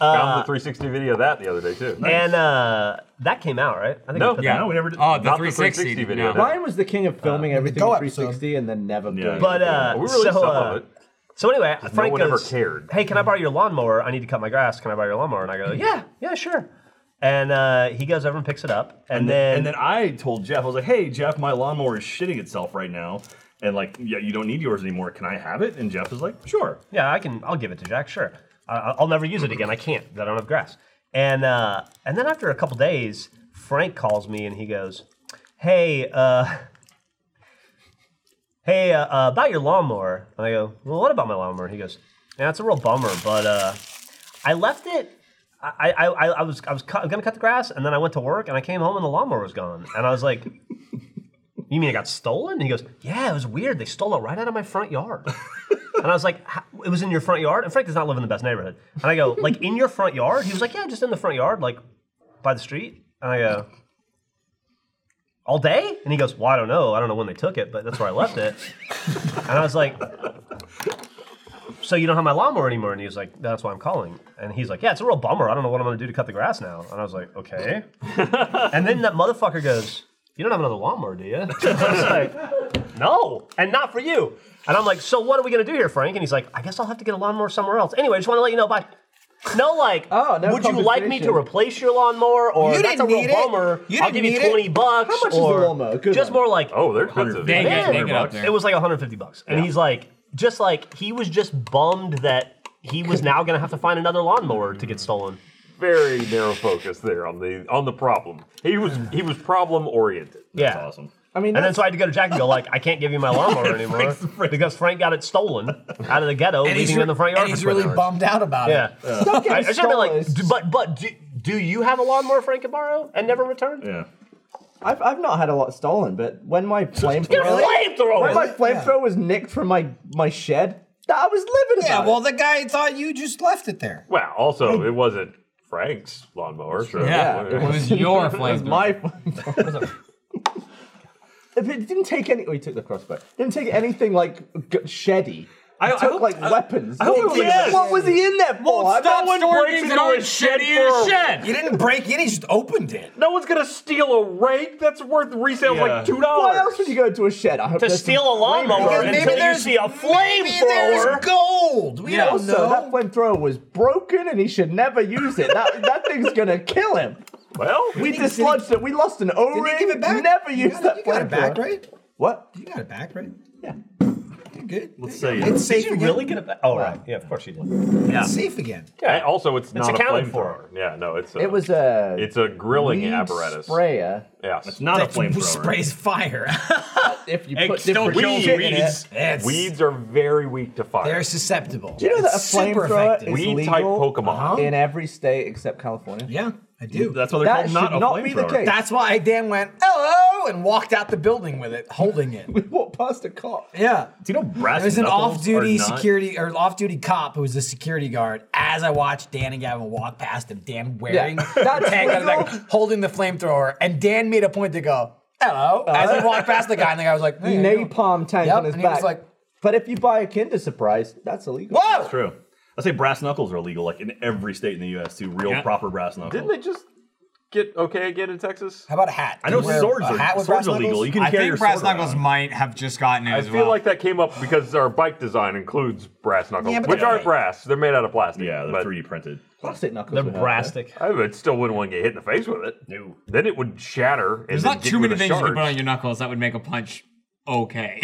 Found the 360 video of that the other day too. And uh, that came out right. I think No. I put Yeah. that out. No, we never did. Oh, the Not the 360, 360 video. no. What? Ryan was the king of filming everything Go in episode. 360 and then never Uh, Yeah. doing But uh, we released so, some uh, of it. So anyway, Frank one ever goes, cared. "Hey, can I borrow your lawnmower? I need to cut my grass. Can I borrow your lawnmower?" And I go, "Yeah, yeah, sure." And uh, he goes over and picks it up, and, And then, then, and then I told Jeff, I was like, "Hey, Jeff, my lawnmower is shitting itself right now, and like, yeah, you don't need yours anymore. Can I have it?" And Jeff was like, "Sure." yeah, I can. I'll give it to Jack. Sure. I I'll never use it again. I can't. I don't have grass. And uh, and then after a couple days, Frank calls me and he goes, "Hey, uh, hey, uh, uh, about your lawnmower." And I go, "Well, what about my lawnmower?" And he goes, "Yeah, it's a real bummer, but uh, I left it." I, I, I I was I was cut, gonna cut the grass and then I went to work and I came home and the lawnmower was gone and I was like, "You mean it got stolen?" And he goes, "Yeah, it was weird. They stole it right out of my front yard." And I was like, "How- it was in your front yard? And Frank does not live in the best neighborhood. And I go, like, in your front yard? He was like, yeah, just in the front yard, like, by the street. And I go, all day? And he goes, well, I don't know. I don't know when they took it, but that's where I left it. and I was like, so you don't have my lawnmower anymore? And he was like, that's why I'm calling. And he's like, yeah, it's a real bummer. I don't know what I'm going to do to cut the grass now. And I was like, okay. and then that motherfucker goes, you don't have another lawnmower, do you? I was like, no, and not for you. And I'm like, so what are we gonna do here, Frank? And he's like, I guess I'll have to get a lawnmower somewhere else. Anyway, I just want to let you know. Bye. No, like, Oh, no would you like me to compensation. replace your lawnmower, or You that's a didn't real need it. bummer? You I'll didn't give you need it. twenty bucks. How much is the or lawnmower? A good just one. more like, Oh, they're expensive. They get, Yeah. they get up there. it was like 150 bucks, and he's like, just like he was just bummed that he was now gonna have to find another lawnmower to get stolen. Very narrow focus there on the on the problem. He was he was problem oriented. Yeah, That's awesome. I mean, And then that's, so I had to go to Jack and go like, I can't give you my lawnmower anymore because Frank got it stolen out of the ghetto, And leaving he's, it in the front yard. and he's for 20 really hours. bummed out about it. Yeah, Don't get I, I should have been like, stolen. "Do- but but do, do you have a lawnmower Frank could borrow and never return? Yeah. I've, I've not had a lot stolen, but when my flame Get a flamethrower. When my flamethrower was nicked from my my shed, that I was living Yeah, about well, it. the guy thought you just left it there. Well, also it wasn't Frank's lawnmower. So Oh. Yeah, it was your it was flamethrower. my flamethrower. If it didn't take any, oh, he took the crossbow. Didn't take anything like g- sheddy. I- I, I took hope- like I- weapons. I hope it What was was- like- what was he in there for? Well, stop I'm not- storing breaks things that into aren't a shitty shed in your for- shed. You didn't break in; he just opened it. No one's gonna steal a rake that's worth resale Yeah. like two dollars. Why else would you go into a shed? I hope to there's steal a some lawnmower flamethrower. Maybe until you there's- see a Maybe there's flamethrower. gold. We Yeah. don't Also, know. that flamethrower was broken and he should never use it. That, that thing's gonna kill him. Well, We Didn't he- dislodged it. We lost an O Did ring. he give it back? Never You used got that it- You got it flamethrower. back, right? What? You got it back, right? Yeah. good. Let's say It's safe again. Really good about? Oh right, yeah, of course you did. It's safe again. And also, it's, not a accounted for. flamethrower. Yeah, no, it's a, It was a it's a grilling weed apparatus. sprayer. Yes, not a Who flamethrower. sprays fire? If you It put still different kills shit in it, weeds. It's- weeds are very weak to fire. They're susceptible. do you know that a It's super flamethrower effective. is Weed legal type Pokemon. Uh-huh. in every state except California? yeah, I do. That's why they're That called should not a not be the flamethrower. case. That's why I damn went hello and walked out the building with it, holding it. We walked past a cop. Yeah. Do you know brass There's an knuckles off-duty are not- security or off-duty cop who was a security guard. As I watched Dan and Gavin walk past him, Dan wearing Yeah. that That's tank, I was legal. like holding the flamethrower, and Dan made a point to go, "Hello." As Uh-huh. he walked past the guy, and the guy was like, "Hey, how you doing?" Napalm tank Yep, on his and he back. was like- but if you buy a Kinder Surprise, that's illegal. "Whoa!" True. I say brass knuckles are illegal, like in every state in the U.S. too. Real proper brass knuckles. Didn't they just get okay again in Texas? How about a hat? I know Can you wear swords a are hat with swords brass are legal. knuckles? You can I carry think your brass sword around. knuckles might have just gotten uh, it I as feel well. like that came up because our bike design includes brass knuckles, Yeah, but which they're aren't fake. brass. They're made out of plastic. Yeah, they're but 3D printed. Plastic knuckles. They're would hurt, though. brastic. I would still wouldn't want to get hit in the face with it. No. Then it would shatter. and There's then not get too you many with a things you can put charge. on your knuckles that would make a punch okay.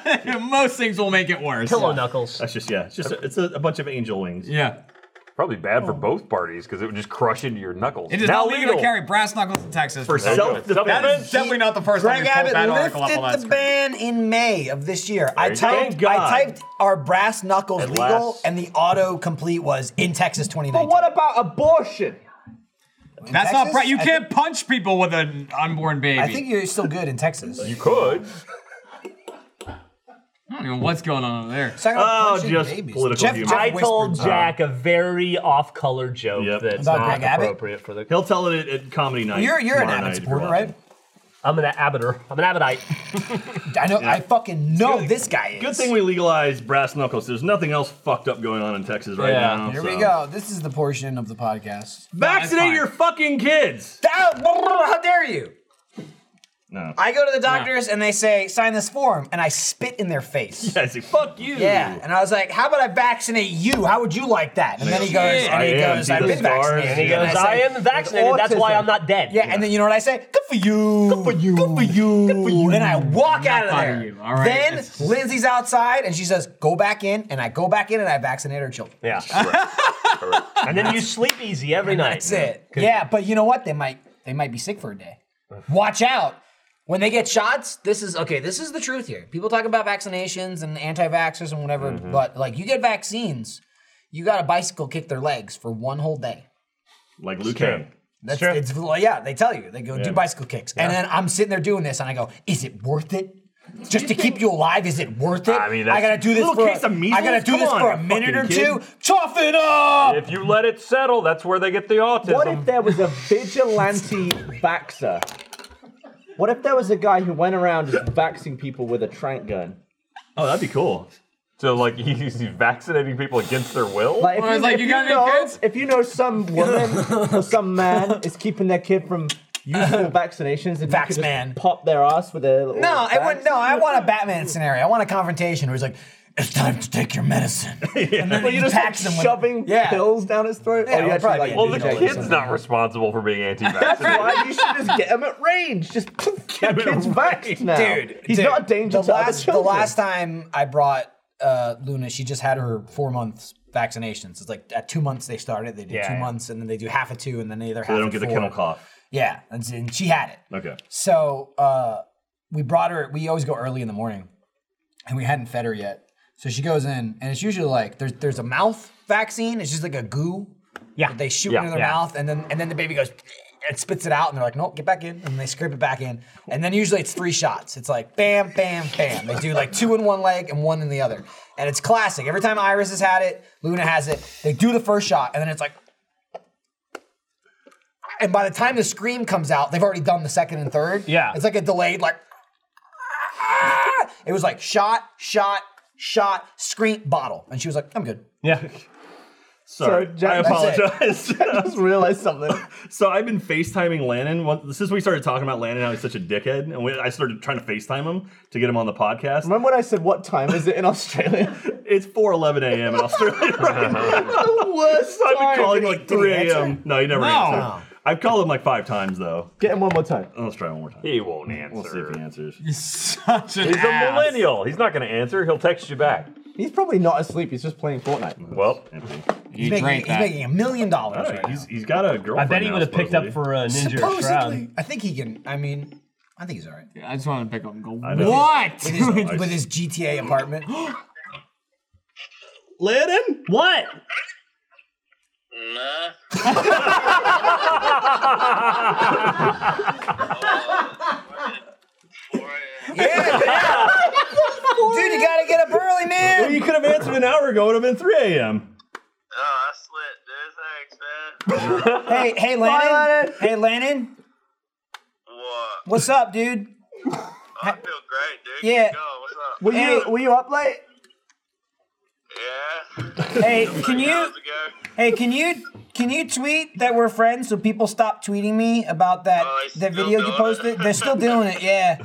Most things will make it worse. Pillow knuckles. That's just yeah. It's just a, it's a, a bunch of angel wings. Yeah. Probably bad for both parties because it would just crush into your knuckles. It is now not legal to carry brass knuckles in Texas. For That That self-defense. is definitely not the first time Greg we pulled that Abbott article up on that lifted the screen. ban in May of this year. I you go. typed, Thank God. I typed "Are brass knuckles At legal?" last. and the auto complete was in Texas 2019. But what about abortion? That's not Texas? right. You I can't punch people with an unborn baby. I think you're still good in Texas. You could. I don't know what's going on over there. Talking about Oh, punching just babies. political Jeff, humor. Jeff I told whispered- uh, Jack a very off-color joke Yep. that's About not Greg Abbott? appropriate for the. He'll tell it at, at comedy night. You're you're an tomorrow Abbott night if you're supporter, watching. right? I'm an abbotter. I'm an abbottite. I know. I fucking know Good- this guy is. Good thing we legalized brass knuckles. There's nothing else fucked up going on in Texas right Yeah. now. Here so. we go. This is the portion of the podcast. fine. Vaccinate your fucking kids. How, how dare you? No. I go to the doctors and they say sign this form, and I spit in their face. I say fuck you. Yeah, and I was like, "How about I vaccinate you? How would you like that?" And then he goes, and he I am. goes, See "I've the been scars? vaccinated." And he And goes, I I say, am vaccinated. That's why autism. I'm not dead. Yeah, and then you know what I say? Good for you. Good for you. Good for you. And I walk out of proud there. of you. All right, Then it's- Lindsay's outside and she says, "Go back in," and I go back in and I vaccinate her children. Yeah. and then you sleep easy every night. That's it. Yeah, but you know what? They might they might be sick for a day. Watch out. When they get shots, this is okay, this is the truth here. People talk about vaccinations and anti-vaxxers and whatever, Mm-hmm. but like you get vaccines, you got a bicycle kick their legs for one whole day. Like Liu Kang. That's Sure. it's well, yeah, they tell you. They go do bicycle kicks. And then I'm sitting there doing this and I go, is it worth it? Just to keep you alive, is it worth it? I mean, I that's- gotta do this Little for case a, of measles? I gotta do Come this on, for a you minute or fucking kid. two. Chuff it up. If you let it settle, that's where they get the autism. What if there was a vigilante vaxxer? What if there was a guy who went around just vaxing people with a trank gun? Oh, that'd be cool. so like he's vaccinating people against their will? Like, if Well, it's like, you got any know, kids? If you know some woman or some man is keeping their kid from useful vaccinations, and Vax you could just man. pop their ass with a little No, I vax. wouldn't. No, I want a Batman scenario. I want a confrontation where he's like, "It's time to take your medicine," and then Well, he you're just like, packs him with- shoving yeah. pills down his throat. Yeah, oh, well, you actually, probably like, be well, Yeah, the inject yeah, kid's yourself. not responsible for being anti-vaccinated. Why you should just get him at range? Just get him at kid's vaxxed now. Dude, he's dude, not a danger the to last, other children. The last time I brought uh, Luna, she just had her four months vaccinations. It's like at two months they started, they do Yeah, two yeah. months, and then they do half a two, and then they either half. They a don't get the four. kennel cough. Yeah, and, s- and she had it. Okay. So uh, we brought her. We always go early in the morning, and we hadn't fed her yet. So she goes in, and it's usually like there's there's a mouth vaccine. It's just like a goo. Yeah. that They shoot Yeah, into their yeah. mouth, and then and then the baby goes and spits it out, and they're like, nope, get back in, and they scrape it back in, and then usually it's three shots. It's like bam, bam, bam. They do like two in one leg and one in the other, and it's classic. Every time Iris has had it, Luna has it. They do the first shot, and then it's like. And by the time the scream comes out, they've already done the second and third. Yeah. It's like a delayed, like, it was like shot, shot, shot, scream, bottle. And she was like, I'm good. Yeah. Sorry. Jack- I apologize. that's just realized something. so I've been FaceTiming Lannon once, since we started talking about Lannon, how he's such a dickhead, and we, I started trying to FaceTime him to get him on the podcast. Remember when I said, "What time is it in Australia?" It's 4:11 a.m. in Australia. right now. the worst I've been time. calling like did he 3 answer? a.m. No, he never No. answered. I've called him like five times though. Get him one more time. Let's try one more time. He won't We'll see answer. if he answers. He's such an He's a ass. millennial. He's not going to answer. He'll text you back. He's probably not asleep. He's just playing Fortnite. Well, Empty. You making, drank he's that. making a million All dollars. right, Right Oh, he's, now. he's got a girlfriend. I bet he now, would have picked up supposedly. for a ninja or Supposedly, shroud. I think he can. I mean, I think he's all right. I just want to pick up and go. know. What? With his, with his GTA apartment. Landon, what? Nah. Four AM. Dude, you gotta get up early, man. You could have answered an hour ago. It would have been 3 a.m. Oh, I slipped, dude. Thanks, man. Hey, hey, Lennon. Hey, Lennon. What? What's up, dude? I feel great, dude. Keep Yeah. going. What's up? Were Hey. you were you up late? Yeah. Hey, can Three you? hours ago. Hey, can you? Can you tweet that we're friends so people stop tweeting me about that Oh, he's that still video you doing it. posted? They're still doing it. Yeah,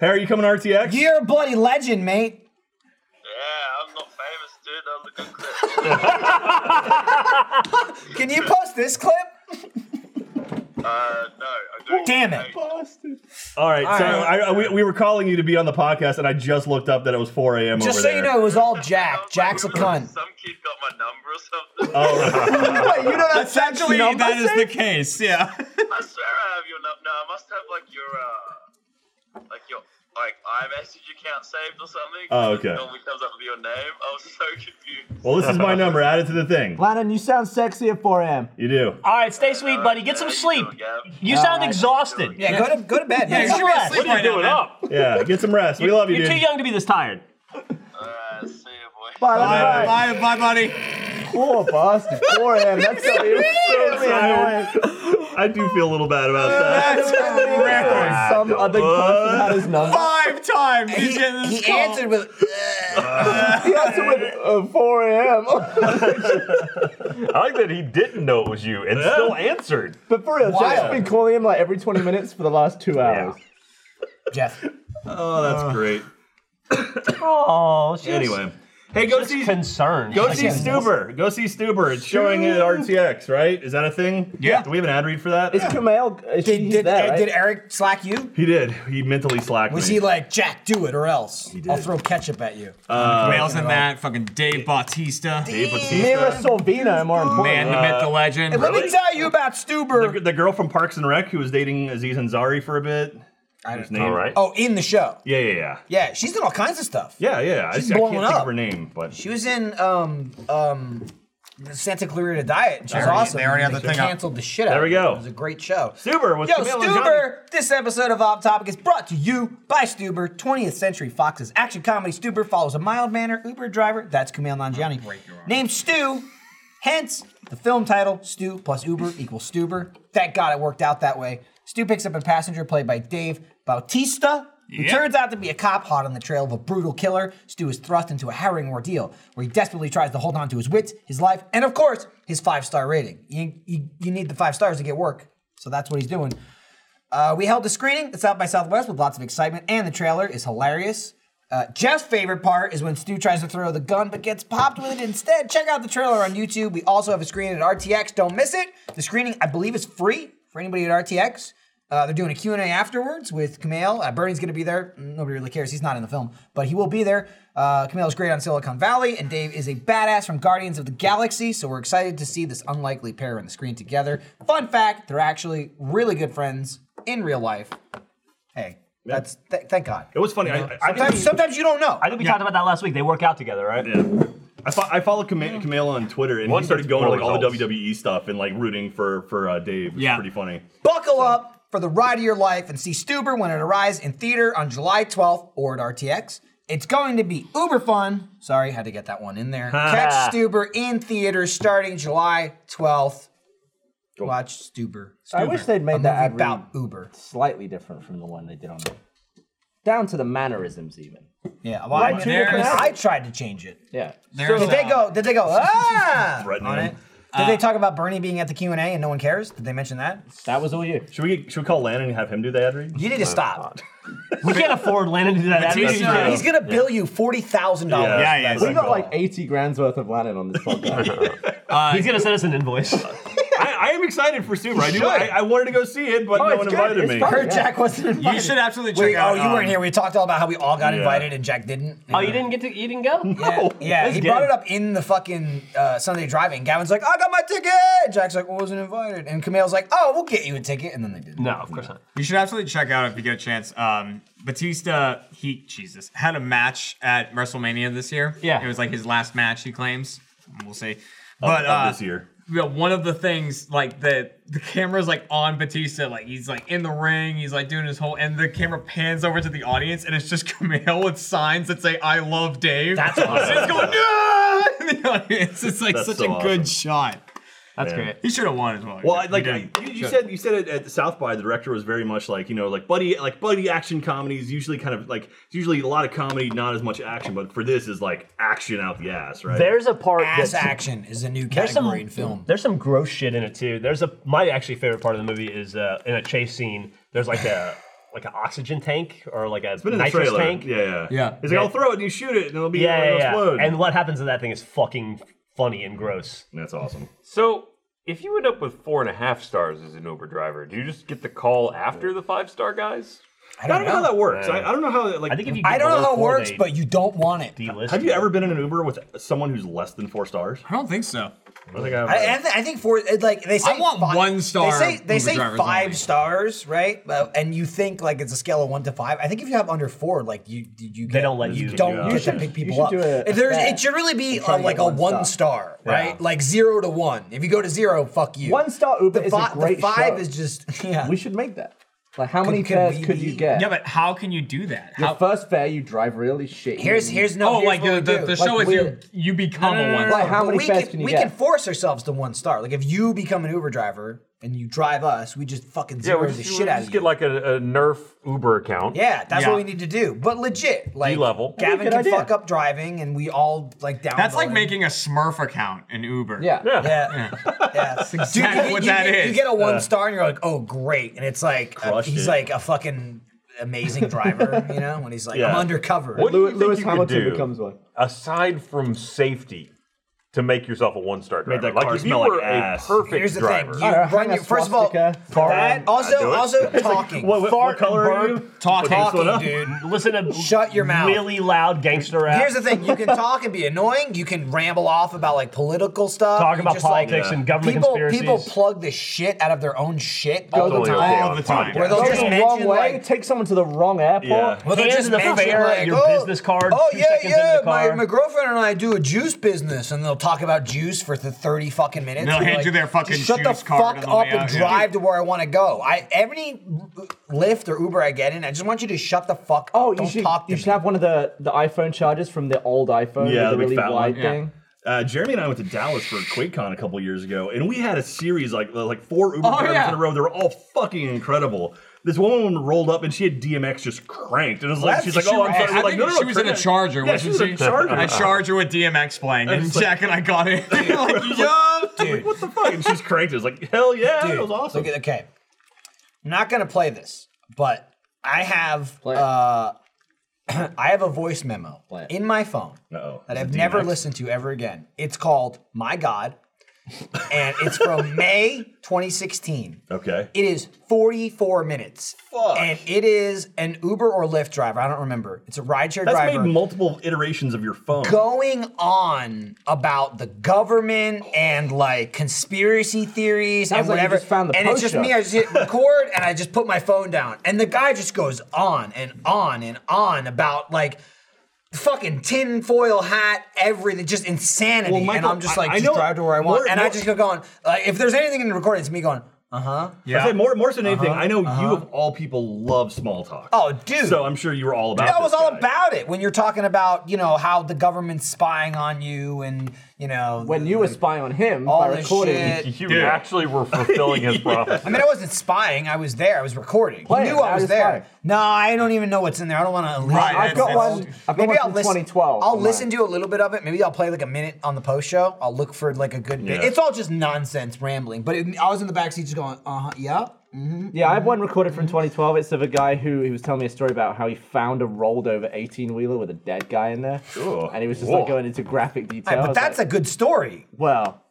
Hey, are you coming to RTX? you're a bloody legend, mate. Yeah, I'm not famous, dude. That was a good clip. Can you post this clip? uh, no, I'm doing Damn it. All right. so I, right. I, we, we were calling you to be on the podcast, and I just looked up that it was 4 a.m. Just over so there. you know, it was all Jack. Jack's a cunt. Some kid got my number or something. Oh. Wait, you don't have Jack's Essentially, number that is the saved? case. Yeah. I swear I have your number. No, I must have like your uh, like your like iMessage account saved or something. Oh, okay. It normally comes up with your name. I was so confused. Well, this is my number. Add it to the thing. Lennon, you sound sexy at 4 a.m. You do. All right, stay sweet, buddy. Get some How you sleep. doing, Gav? You sound exhausted. Yeah, go to go to bed. Hey, man. you should be What what asleep are you right now, doing man. up? Yeah. Get some rest. We love you, You're too dude. young to be this tired. Alright, see you, boy. Bye, bye. bye. Bye, bye, buddy. Poor bastard. 4 a.m. That's so tired. annoying. I do feel a little bad about that. That's a record. Some other person had his number. Five times. He's He, getting this he call. answered with. He answered with uh, 4 a.m. I like that he didn't know it was you and still answered. but for real, Jack's Wild. been calling him like every 20 minutes for the last two hours. Jeff. Oh, that's great. Oh, she's Anyway. Hey, go see concerned. go see Stuber. Go see Stuber. It's showing at RTX, right? Is that a thing? Yeah. Do we have an ad read for that? Is Kumail, is Did, he's did, there, right? did Eric slack you? He did. He mentally slacked Was me. he like Jack? Do it or else did. I'll throw ketchup at you. Wales in that. Fucking Dave Bautista. Dave Mira Bautista. Sorvino, more important. Man, the myth, the legend. Let me tell you about Stuber. The, the girl from Parks and Rec who was dating Aziz Ansari for a bit. I don't- His name. All right. oh, in the show. Yeah, yeah, yeah. Yeah, she's done all kinds of stuff. Yeah, yeah. She's I, I blowing can't think up. of her name, but She was in um um the Santa Clarita Diet. and She was already- awesome. they already have the thing up. canceled the shit out. There we of her. go. It was a great show. Stuber with Yo, Camille and Stuber! This episode of Off Topic is brought to you by Stuber, 20th Century Fox's action comedy. Stuber follows a mild manner Uber driver, that's Kumail Nanjiani, named Stu. Hence, the film title, Stu plus Uber equals Stuber. Thank God it worked out that way. Stu picks up a passenger played by Dave Bautista, who turns out to be a cop hot on the trail of a brutal killer. Stu is thrust into a harrowing ordeal where he desperately tries to hold on to his wits, his life, and of course, his five star rating. You, you, you need the five stars to get work, so that's what he's doing. Uh, we held the screening at South by Southwest with lots of excitement, and the trailer is hilarious. Uh, Jeff's favorite part is when Stu tries to throw the gun but gets popped with it instead. Check out the trailer on YouTube. We also have a screening at RTX. Don't miss it. The screening, I believe, is free for anybody at RTX. Uh, they're doing a Q&A afterwards with Camille. Uh, Bernie's going to be there. Nobody really cares. He's not in the film, but he will be there. Uh, Camille is great on Silicon Valley, and Dave is a badass from Guardians of the Galaxy, so we're excited to see this unlikely pair on the screen together. Fun fact, they're actually really good friends in real life. Hey, that's th- thank God. It was funny. I, I, I, Sometimes, sometimes you don't know. I think we talked about that last week. They work out together, right? I, fo- I followed Cam- Camille on Twitter, and One he started gets going to more like all the results. WWE stuff and like rooting for for uh, Dave. It's Yeah. pretty funny. Buckle up for the ride of your life and see Stuber when it arrives in theater on July 12th or at RTX. It's going to be uber fun. Sorry, had to get that one in there. Catch Stuber in theaters starting July 12th. Watch Stuber. I wish they'd A made movie that ad read about Uber. slightly different from the one they did on the Down to the mannerisms, even. Yeah, well, I, Right, mean, There's- I tried to change it. Yeah. There's Did they go? Did they go? Ah! Threatening on him. it. Did they talk about Bernie being at the Q and A and no one cares? Did they mention that? That was all you. Should we get, should we call Landon and have him do the ad read? You need to stop. We can't afford Landon to do that. Batista. That's true. He's gonna bill you forty thousand dollars. Yeah, yeah. that's We a got goal. like 80 grand's worth of Lennon on this podcast. He's gonna send us an invoice. I, I am excited for Super. I, do, should. I, I wanted to go see it, but no it's one good. invited It's me. fun. Her Jack wasn't invited. You should absolutely check Wait, out. oh, you weren't um, here. We talked all about how we all got Yeah. invited and Jack didn't. Oh, you didn't get to. You didn't go. Yeah, yeah. that's He brought good. it up in the fucking uh, Sunday driving. Gavin's like, "I got my ticket." Jack's like, "Well, wasn't invited." And Camille's like, "Oh, we'll get you a ticket." And then they didn't. No, of course not. You should absolutely check out if you get a chance. Um, Batista, he Jesus had a match at WrestleMania this year. Yeah. it was like his last match. He claims. We'll see. But Of uh, this year. you know, one of the things like the the camera's like on Batista, like he's like in the ring, he's like doing his whole, and the camera pans over to the audience, and it's just Camille with signs that say "I love Dave." That's awesome. He's going no. In the audience, it's like That's such so a good awesome. shot. That's Yeah. great. He should have won as well. Well, I, like He I, didn't. you, you said, you said it at South by. The director was very much like you know, like buddy, like buddy action comedy is usually kind of like it's usually a lot of comedy, not as much action. But for this, is like action out the ass, right? There's a part Ass that's action is a new there's some category in film. There's some gross shit in it too. There's a my actually favorite part of the movie is uh, in a chase scene. There's like a like an oxygen tank or like a But in the nitrous trailer, tank. yeah, yeah, Yeah. It's like I'll throw it and you shoot it, and it'll be yeah, it'll yeah, yeah. explode. And what happens to that thing is fucking funny and gross. that's awesome. So if you end up with four and a half stars as an Uber driver, do you just get the call after the five star guys? I don't, know how that works. I, I don't know how that, like. I think if you I get don't know below how it four, works, they but you don't want it. delist have you ever been in an Uber with someone who's less than four stars? I don't think so. I think I have. I, I, th- I think four. it, Like they say, want fi- one They star say they Uber say drivers five only. stars, right? But- and you think like it's a scale of one to five. I think if you have under four, like you you get, don't let you- don't you get to pick people should up. do a- If there's, a it should really be try uh, to like get a one one star. star, right? Like zero to one. If you go to zero, fuck you. One star Uber the is a fi- great The five show. is just yeah. We should make that. Like, how many could fares we could be- you get? Yeah, but how can you do that? Your How, first fare, you drive really shit. here's here's no. oh, here's like what the, we the, do. the show Like, is we're- you you become a one. Like, how But many we fares can, can you we get? can force ourselves to one star. Like if you become an Uber driver and you drive us, we just fucking Yeah, zero we the just, shit we out just of you. get like a, a Nerf Uber account. Yeah, that's Yeah. what we need to do. But legit, like D-level. That'd be Gavin a can good idea. fuck up driving, and we all like down. That's like vote. making a Smurf account in Uber. Yeah. Yeah. Yeah, yeah. That's exactly what you, that you, is. You get a one star, and you're like, oh great, and it's like uh, Crushed he's it. like a fucking amazing driver, you know? When he's like, I'm Yeah. undercover. What do you Lewis, think Lewis you could Hamilton do? becomes one. aside from safety to make yourself a one star driver. that like car if you smell like were ass. a perfect Here's the driver. thing. You All right, run hang a your, first of all, swastika. that, also also talking, What, what, what color are you? Talking. talking, dude. Listen to Shut your mouth. Really loud gangster rap. Here's the thing: you can talk and be annoying. You can ramble off about like political stuff. Talk You about just, like, politics and government people, conspiracies. People plug the shit out of their own shit all the Totally okay time. on the time. podcast. Where they'll Go just the mention wrong way, like. take someone to the wrong airport. Yeah. Well, they'll Hand just in the mention fare, like, your oh, business card, Oh two yeah, seconds yeah. into the my, car." my girlfriend and I do a juice business, and they'll talk about juice for the thirty fucking minutes. They'll and hand like, you their fucking just shut the juice card fuck on the up way and out, yeah. drive to where I want to go. I any Lyft or Uber I get in, I just want you to shut the fuck up. Oh, you Don't should talk to you me. should have one of the, the iPhone chargers from the old iPhone. Yeah, the with the big really fat one. wide Yeah. thing. Uh, Jeremy and I went to Dallas for QuakeCon a couple years ago, and we had a series like like four Uber Oh, drivers yeah. in a row. They were all fucking incredible. This one woman rolled up and she had DMX just cranked, and it was like That's- she's like, she "Oh, I'm was- sorry." I We're like, think no, no, no, she was in a crank." charger, Yeah, she wasn't was in she? a charger. A charger with DMX playing, and just like- Jack and I got in. like, yup. dude. What the fuck? And she's cranked. It was like, hell yeah, Dude, that was awesome. look at- okay, I'm not gonna play this, but I have it. uh, I have a voice memo Play it. in my phone Uh-oh. that Is it I've never DMX? listened to ever again. It's called My God, and it's from May 2016. Okay. It is 44 minutes, and it is an Uber or Lyft driver. I don't remember. It's a rideshare That's driver made multiple iterations of your phone. going on about the government and like conspiracy theories and Sounds like you whatever. just found the and it's just poster. me. I just hit record and I just put my phone down. And the guy just goes on and on and on about like fucking tinfoil hat, everything, just insanity. Well, Michael, and I'm just I- like, I just know- drive to where I want. more- and I more- just go going, like, if there's anything in the recording, it's me going, uh huh. I say more, more so than Uh-huh. anything, I know you of all people love small talk. Oh, dude. So I'm sure you were all about. that was this all guy. about it when you're talking about you know how the government's spying on you and you know When you were spying on him all by this recording, shit. You actually were fulfilling his prophecy. I mean, I wasn't spying. I was there. I was recording. Play you it. knew I Now was just there. play it. No, I don't even know what's in there. I don't want to. Right, I've got It's- one. I've got Maybe one I'll from listen. 2012. I'll on listen mine. to a little bit of it. Maybe I'll play like a minute on the post show. I'll look for like a good bit. Yeah. It's all just nonsense rambling. But it, I was in the backseat just going, uh huh, yeah. Yeah, I have one recorded from 2012. It's of a guy who he was telling me a story about how he found a rolled over 18 wheeler with a dead guy in there, Ooh. and he was just Whoa. like going into graphic detail. Right, but that's a good story. a well,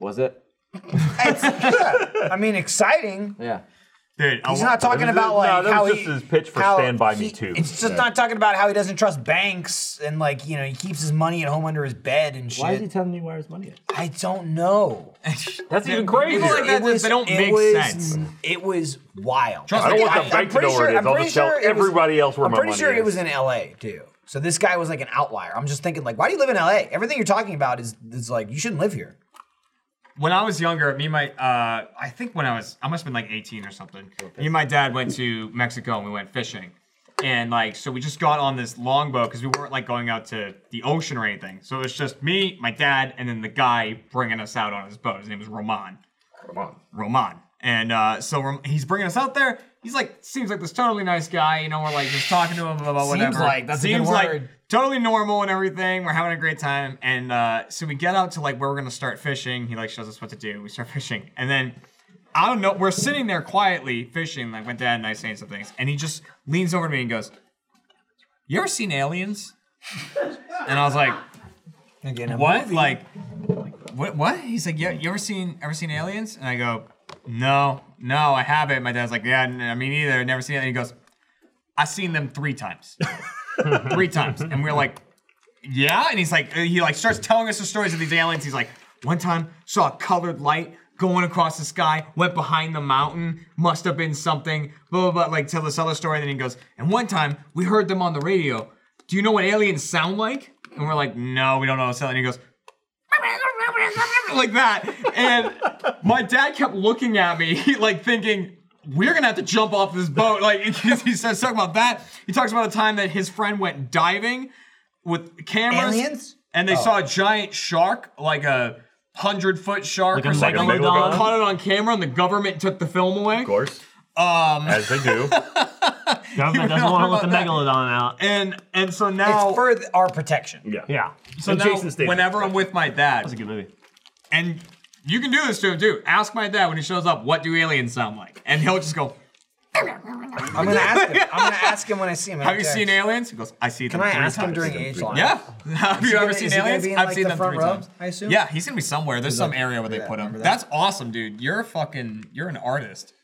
was it? I mean, exciting. Yeah. Dude, I He's wa- not talking This is- about no, like that was how just he, his pitch for how Stand By Me he- Too. It's just not talking about how he doesn't trust banks and like you know he keeps his money at home under his bed and shit. Why is he telling me where his money is? I don't know. That's even People crazier. like that, they don't it make was- sense. It was wild. Trust I don't me, want I- the bank to pretty know where it sure- is. I'll pretty just tell sure it was- everybody else where I'm my pretty money sure is. it was in LA too. So this guy was like an outlier. I'm just thinking like, why do you live in LA? Everything you're talking about is is like you shouldn't live here. when I was younger, me and my, uh, I think when I was, I must have been like 18 or something. Me and my dad went to Mexico and we went fishing. And like, so we just got on this longboat because we weren't like going out to the ocean or anything. So it was just me, my dad, and then the guy bringing us out on his boat. His name was Roman. Roman. And uh, so Rom- he's bringing us out there. He's like, seems like this totally nice guy. You know, we're like just talking to him about whatever. like, that's a good seems like word. totally normal and everything. We're having a great time. And uh, so we get out to like where we're gonna start fishing. He like shows us what to do. We start fishing, and then I don't know. We're sitting there quietly fishing, like my dad and I saying some things, and he just leans over to me and goes, "You ever seen Aliens?" and I was like, Again, I'm- what? Like, what? What? He's like, yeah, you ever seen ever seen Aliens? And I go, no, no, I haven't. My dad's like, yeah, n- me neither. I've never seen it. And he goes, I seen them three times, three times. And we're like, yeah. And he's like, he like starts telling us the stories of these aliens. He's like, one time saw a colored light going across the sky, went behind the mountain, must have been something. Blah blah blah. Like tell this other story. And then he goes, and one time we heard them on the radio. Do you know what aliens sound like? And we're like, no, we don't know what sound. And he goes, like that. And my dad kept looking at me, like thinking, we're gonna have to jump off this boat. Like 'cause he starts talking about that. He talks about a time that his friend went diving with cameras. Aliens? Oh. And they saw a giant shark, like a hundred foot shark Like a or something. megalodon? Caught it on camera and the government took the film away. Of course. Um, As they do. Government doesn't were want talking to let the about megalodon out. And and so now It's for th- our protection. Yeah. Yeah. so and now, Jason Statham. whenever I'm with my dad, That's a good movie. And you can do this to him too. Ask my dad when he shows up, what do aliens sound like? And he'll just go, I'm gonna ask him. I'm gonna ask him when I see him. Have you Okay. seen aliens? He goes, I see them. Can I three ask him times." during age line? Yeah. Have he you ever gonna- seen is he gonna aliens? be in, I've like, seen the them front three row, times. I assume? Yeah, he's gonna be somewhere. There's some area where they that, put him. remember that? That's awesome, dude. You're a fucking you're an artist.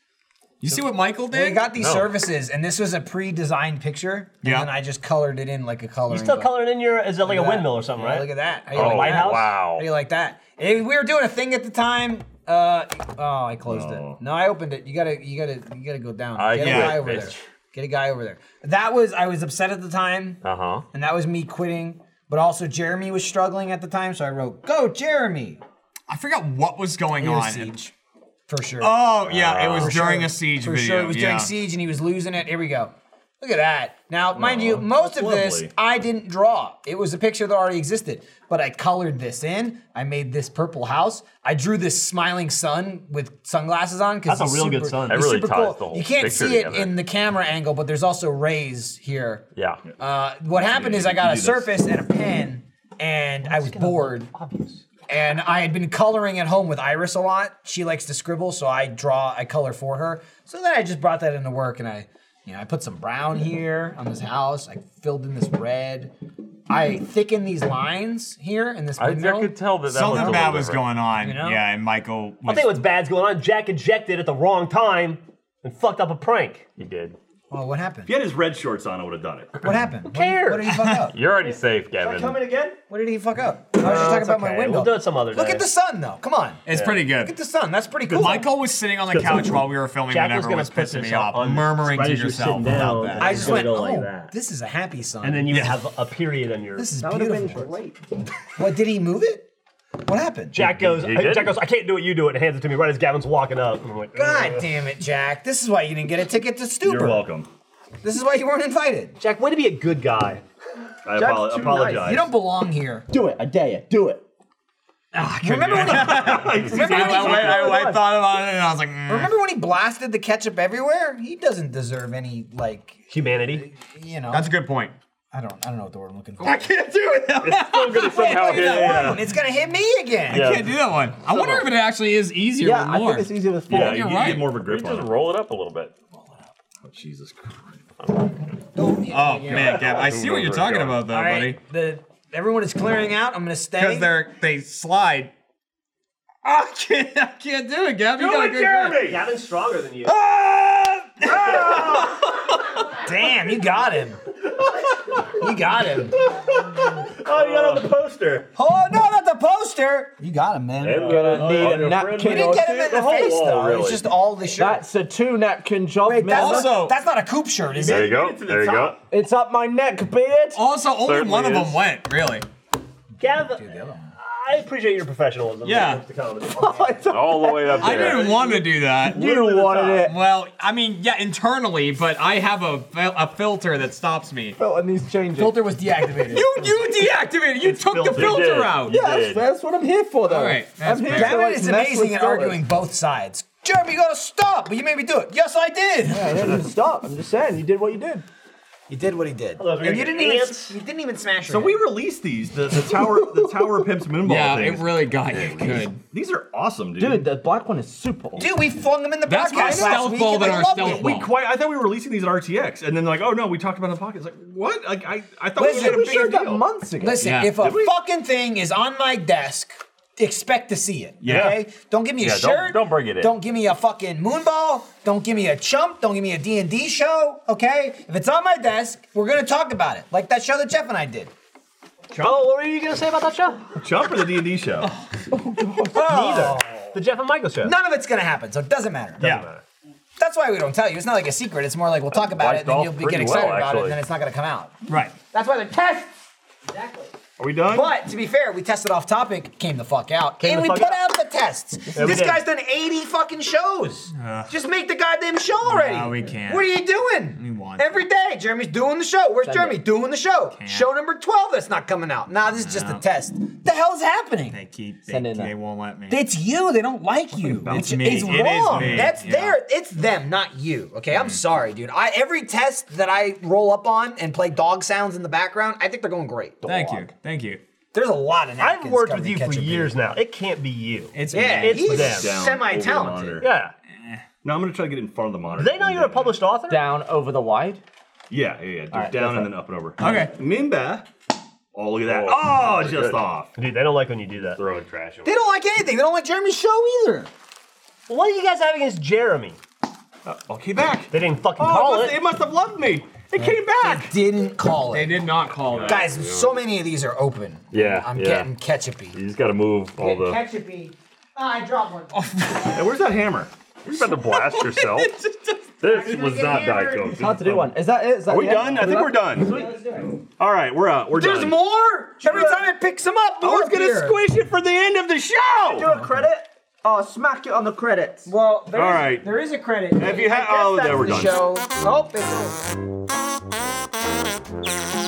You see what Michael We did? got these services, and this was a pre-designed picture, and Yeah. then I just colored it in like a coloring. You still book. coloring in your is that like a Look at that. windmill or something, Yeah, right? Look at that. How do you Oh, like that? wow. How do you like that? Hey, we were doing a thing at the time. Uh, oh, I closed No. it. No, I opened it. You gotta, you gotta, you gotta go down. I Get get a guy it, over there. bitch. Get a guy over there. That was I was upset at the time, Uh Uh-huh. huh. and that was me quitting. But also Jeremy was struggling at the time, so I wrote, "Go Jeremy!" I forgot what was going It was on. siege, for sure. Oh yeah, it was For during sure. a siege for video. sure, it was yeah. during siege, and he was losing it. Here we go. Look at that. Now, mind you, most of this lovely. I didn't draw. It was a picture that already existed, but I colored this in. I made this purple house. I drew this smiling sun with sunglasses on because That's a real good sun. That It's really super ties cool. the whole you can't picture see it together. in the camera angle, but there's also rays here. Yeah. Uh, what happened is I you got do a this. surface and a pen, and I was bored Obvious. and I had been coloring at home with Iris a lot. She likes to scribble, so I draw, I color for her. So then I just brought that into work, and I, you know, I put some brown here on this house. I filled in this red. I thicken these lines here in this I, I middle. could tell that that was a Something little bad was different. going on. You know? Yeah, and Michael I was think what's bad's going on. Jack ejected at the wrong time and fucked up a prank. You did. Well, what happened? If he had his red shorts on, I would have done it. What happened? Who cares? What, did he fuck up? You're already safe, Gavin. Coming again? What did he fuck up? I was just talking about my okay. window. We'll do it some other Look day. at the sun, though. Come on. it's pretty good. Look at the sun. That's pretty cool. Michael was sitting on the couch while we were filming Jack was whenever it gonna was put pissing this me off, up on- murmuring right to as you're yourself sitting about down. that. I just He's went, gonna oh, go like that. this is a happy sun. And then you would have a period on your. this is Jack beautiful. What did he move it? What happened? goes. You did. Jack goes. I can't do it. You do it. And hands it to me right as Gavin's walking up. And I'm like, God "Ugh." damn it, Jack. This is why you didn't get a ticket to Stuber. You're welcome. This is why you weren't invited. Jack, way to be a good guy. I Jack's apolo- too nice. apologize. You don't belong here. Do it. I dare you. Do it. Remember when, he, I, remember, when he, I- I- I thought about it and I was like, mm. remember when he blasted the ketchup everywhere? He doesn't deserve any, like, Humanity. you know. that's a good point. I don't I don't know what the word I'm looking for. can't do that. I'm gonna somehow hit it. That one, It's gonna hit me again. Yeah. can't do that one. I wonder if it actually is easier Yeah, than I more. think it's easier with four. Yeah, you You're you right. get more of a You grip just on it. roll it up a little bit. Jesus Christ. Oh man, Gab, I see what you're talking about though, All buddy. right. The, everyone is clearing out. I'm gonna stay. Because they're they slide I can't, I can't do it, Gavin. You got a great plan. Gavin's stronger than you. Damn, you got him. You got him. Oh, you got on the poster. Oh no, not the poster. You got him, man. I'm gonna Uh, need a napkin We didn't or get him two- in the, whole face wall, though. really. It's just all the shirt. That's a two napkin job, Wait, man. that's, Also- that's not a coop shirt, is There it? you go. Get to the There you go. top. It's up my neck, beard. Also, only Certainly one of is. them went, really. Gav, one. I appreciate your professionalism. Yeah. When it comes to comedy. Oh, it's up- All the way up there. I didn't want to do that. you wanted it. Well, I mean, yeah, internally, but I have a, fil- a filter that stops me. Felt and these changes. Filter was deactivated. You you deactivated. it. You took the filtered. You filter did. out. You Yeah, that's, did. that's what I'm here for, though. All right, that's I'm here fair. to, Gavin like, is mess amazing with at dollars. arguing both sides. Jeremy, you gotta stop, but you made me do it. Yes, I did. Yeah, I didn't stop. I'm just saying, you did what you did. You did what he did, those are and you didn't gonna get even ants. you didn't even smash. So we released these the, the tower the tower pimps moonball Yeah, things. it really got you good. these are awesome, dude. Dude, the black one is super. awesome. Dude, we flung him in the That's podcast my last stealth week, ball and than they our loved stealth it. ball. we quite. I thought we were releasing these at RTX, and then like, oh no, we talked about it in the pocket. It's like what? Like I, I thought Listen, we were we gonna showed big that deal. months ago. Listen, Yeah. if a Did we- fucking thing is on my desk, expect to see it. Yeah. Okay? Don't give me a Yeah, don't- shirt. don't bring it in. Don't give me a fucking moonball. Don't give me a chump. Don't give me a D&D show. Okay? If it's on my desk, we're going to talk about it. Like that show that Jeff and I did. Oh, what were you gonna say about that show? Jump for the D and D show. Oh, The Jeff and Michael show. none of it's going to happen, so it doesn't matter. Yeah. That's why we don't tell you. It's not like a secret. It's more like we'll talk about it, and then wiped off you'll be pretty get excited well, about it, actually. and then it's not going to come out. Right. That's why they're tests. Are we done? But to be fair, we tested off topic, came the fuck out, and the we fuck put out. the tests. this did. guy's done 80 fucking shows. Just make the goddamn show already. No, we can't. What are you doing? We want Every day, Jeremy's doing the show. Where's Jeremy? Doing the show. Show number 12 that's not coming out. Nah, this is just a test. The hell's happening? They keep. They, Send in that. they won't let me. It's you. They don't like you. It's me. It's It is wrong. me. That's Yeah. their. It's them, not you. Okay, I'm sorry, dude. I every test that I roll up on and play dog sounds in the background, I think they're going great. Thank you. Thank you. There's a lot of. I've napkins worked covered with in you for ketchup. years now. It can't be you. It's Yeah, me. It's he's them. semi-talented. Yeah. No, I'm gonna try to get it in front of the monitor. Do they know And you're a then- published author? Down over the wide. Yeah, yeah, yeah. Just right, down that's and then up and over. Okay. Mimba. Oh, look at that. Oh, Oh, that's just good. off. Dude, they don't like when you do that. Throwing trash. They don't like anything. They don't like Jeremy's show either. What do you guys have against Jeremy? Okay, back. They didn't fucking Oh, call it must, it. it must have loved me. It came back. Didn't call They it. did not call that. Guys, so many of these are open. Yeah, I'm yeah. getting ketchupy. You just got to move all the. Ketchupy. Ah, I dropped one. Hey, where's that hammer? You're about to blast yourself. this was not Diet Coke. This How is to do fun. one? Is that it? Is that Are we the end? done? I think we're done. All right, we're out. We're There's done. more. Every time it picks them up, I more was gonna beer. squish it for the end of the show. a credit? Oh, smack it on the credits. Well, there All is- right. there is a credit. If you ha- I guess oh, that's there we're the done. Show. Oh, it's over.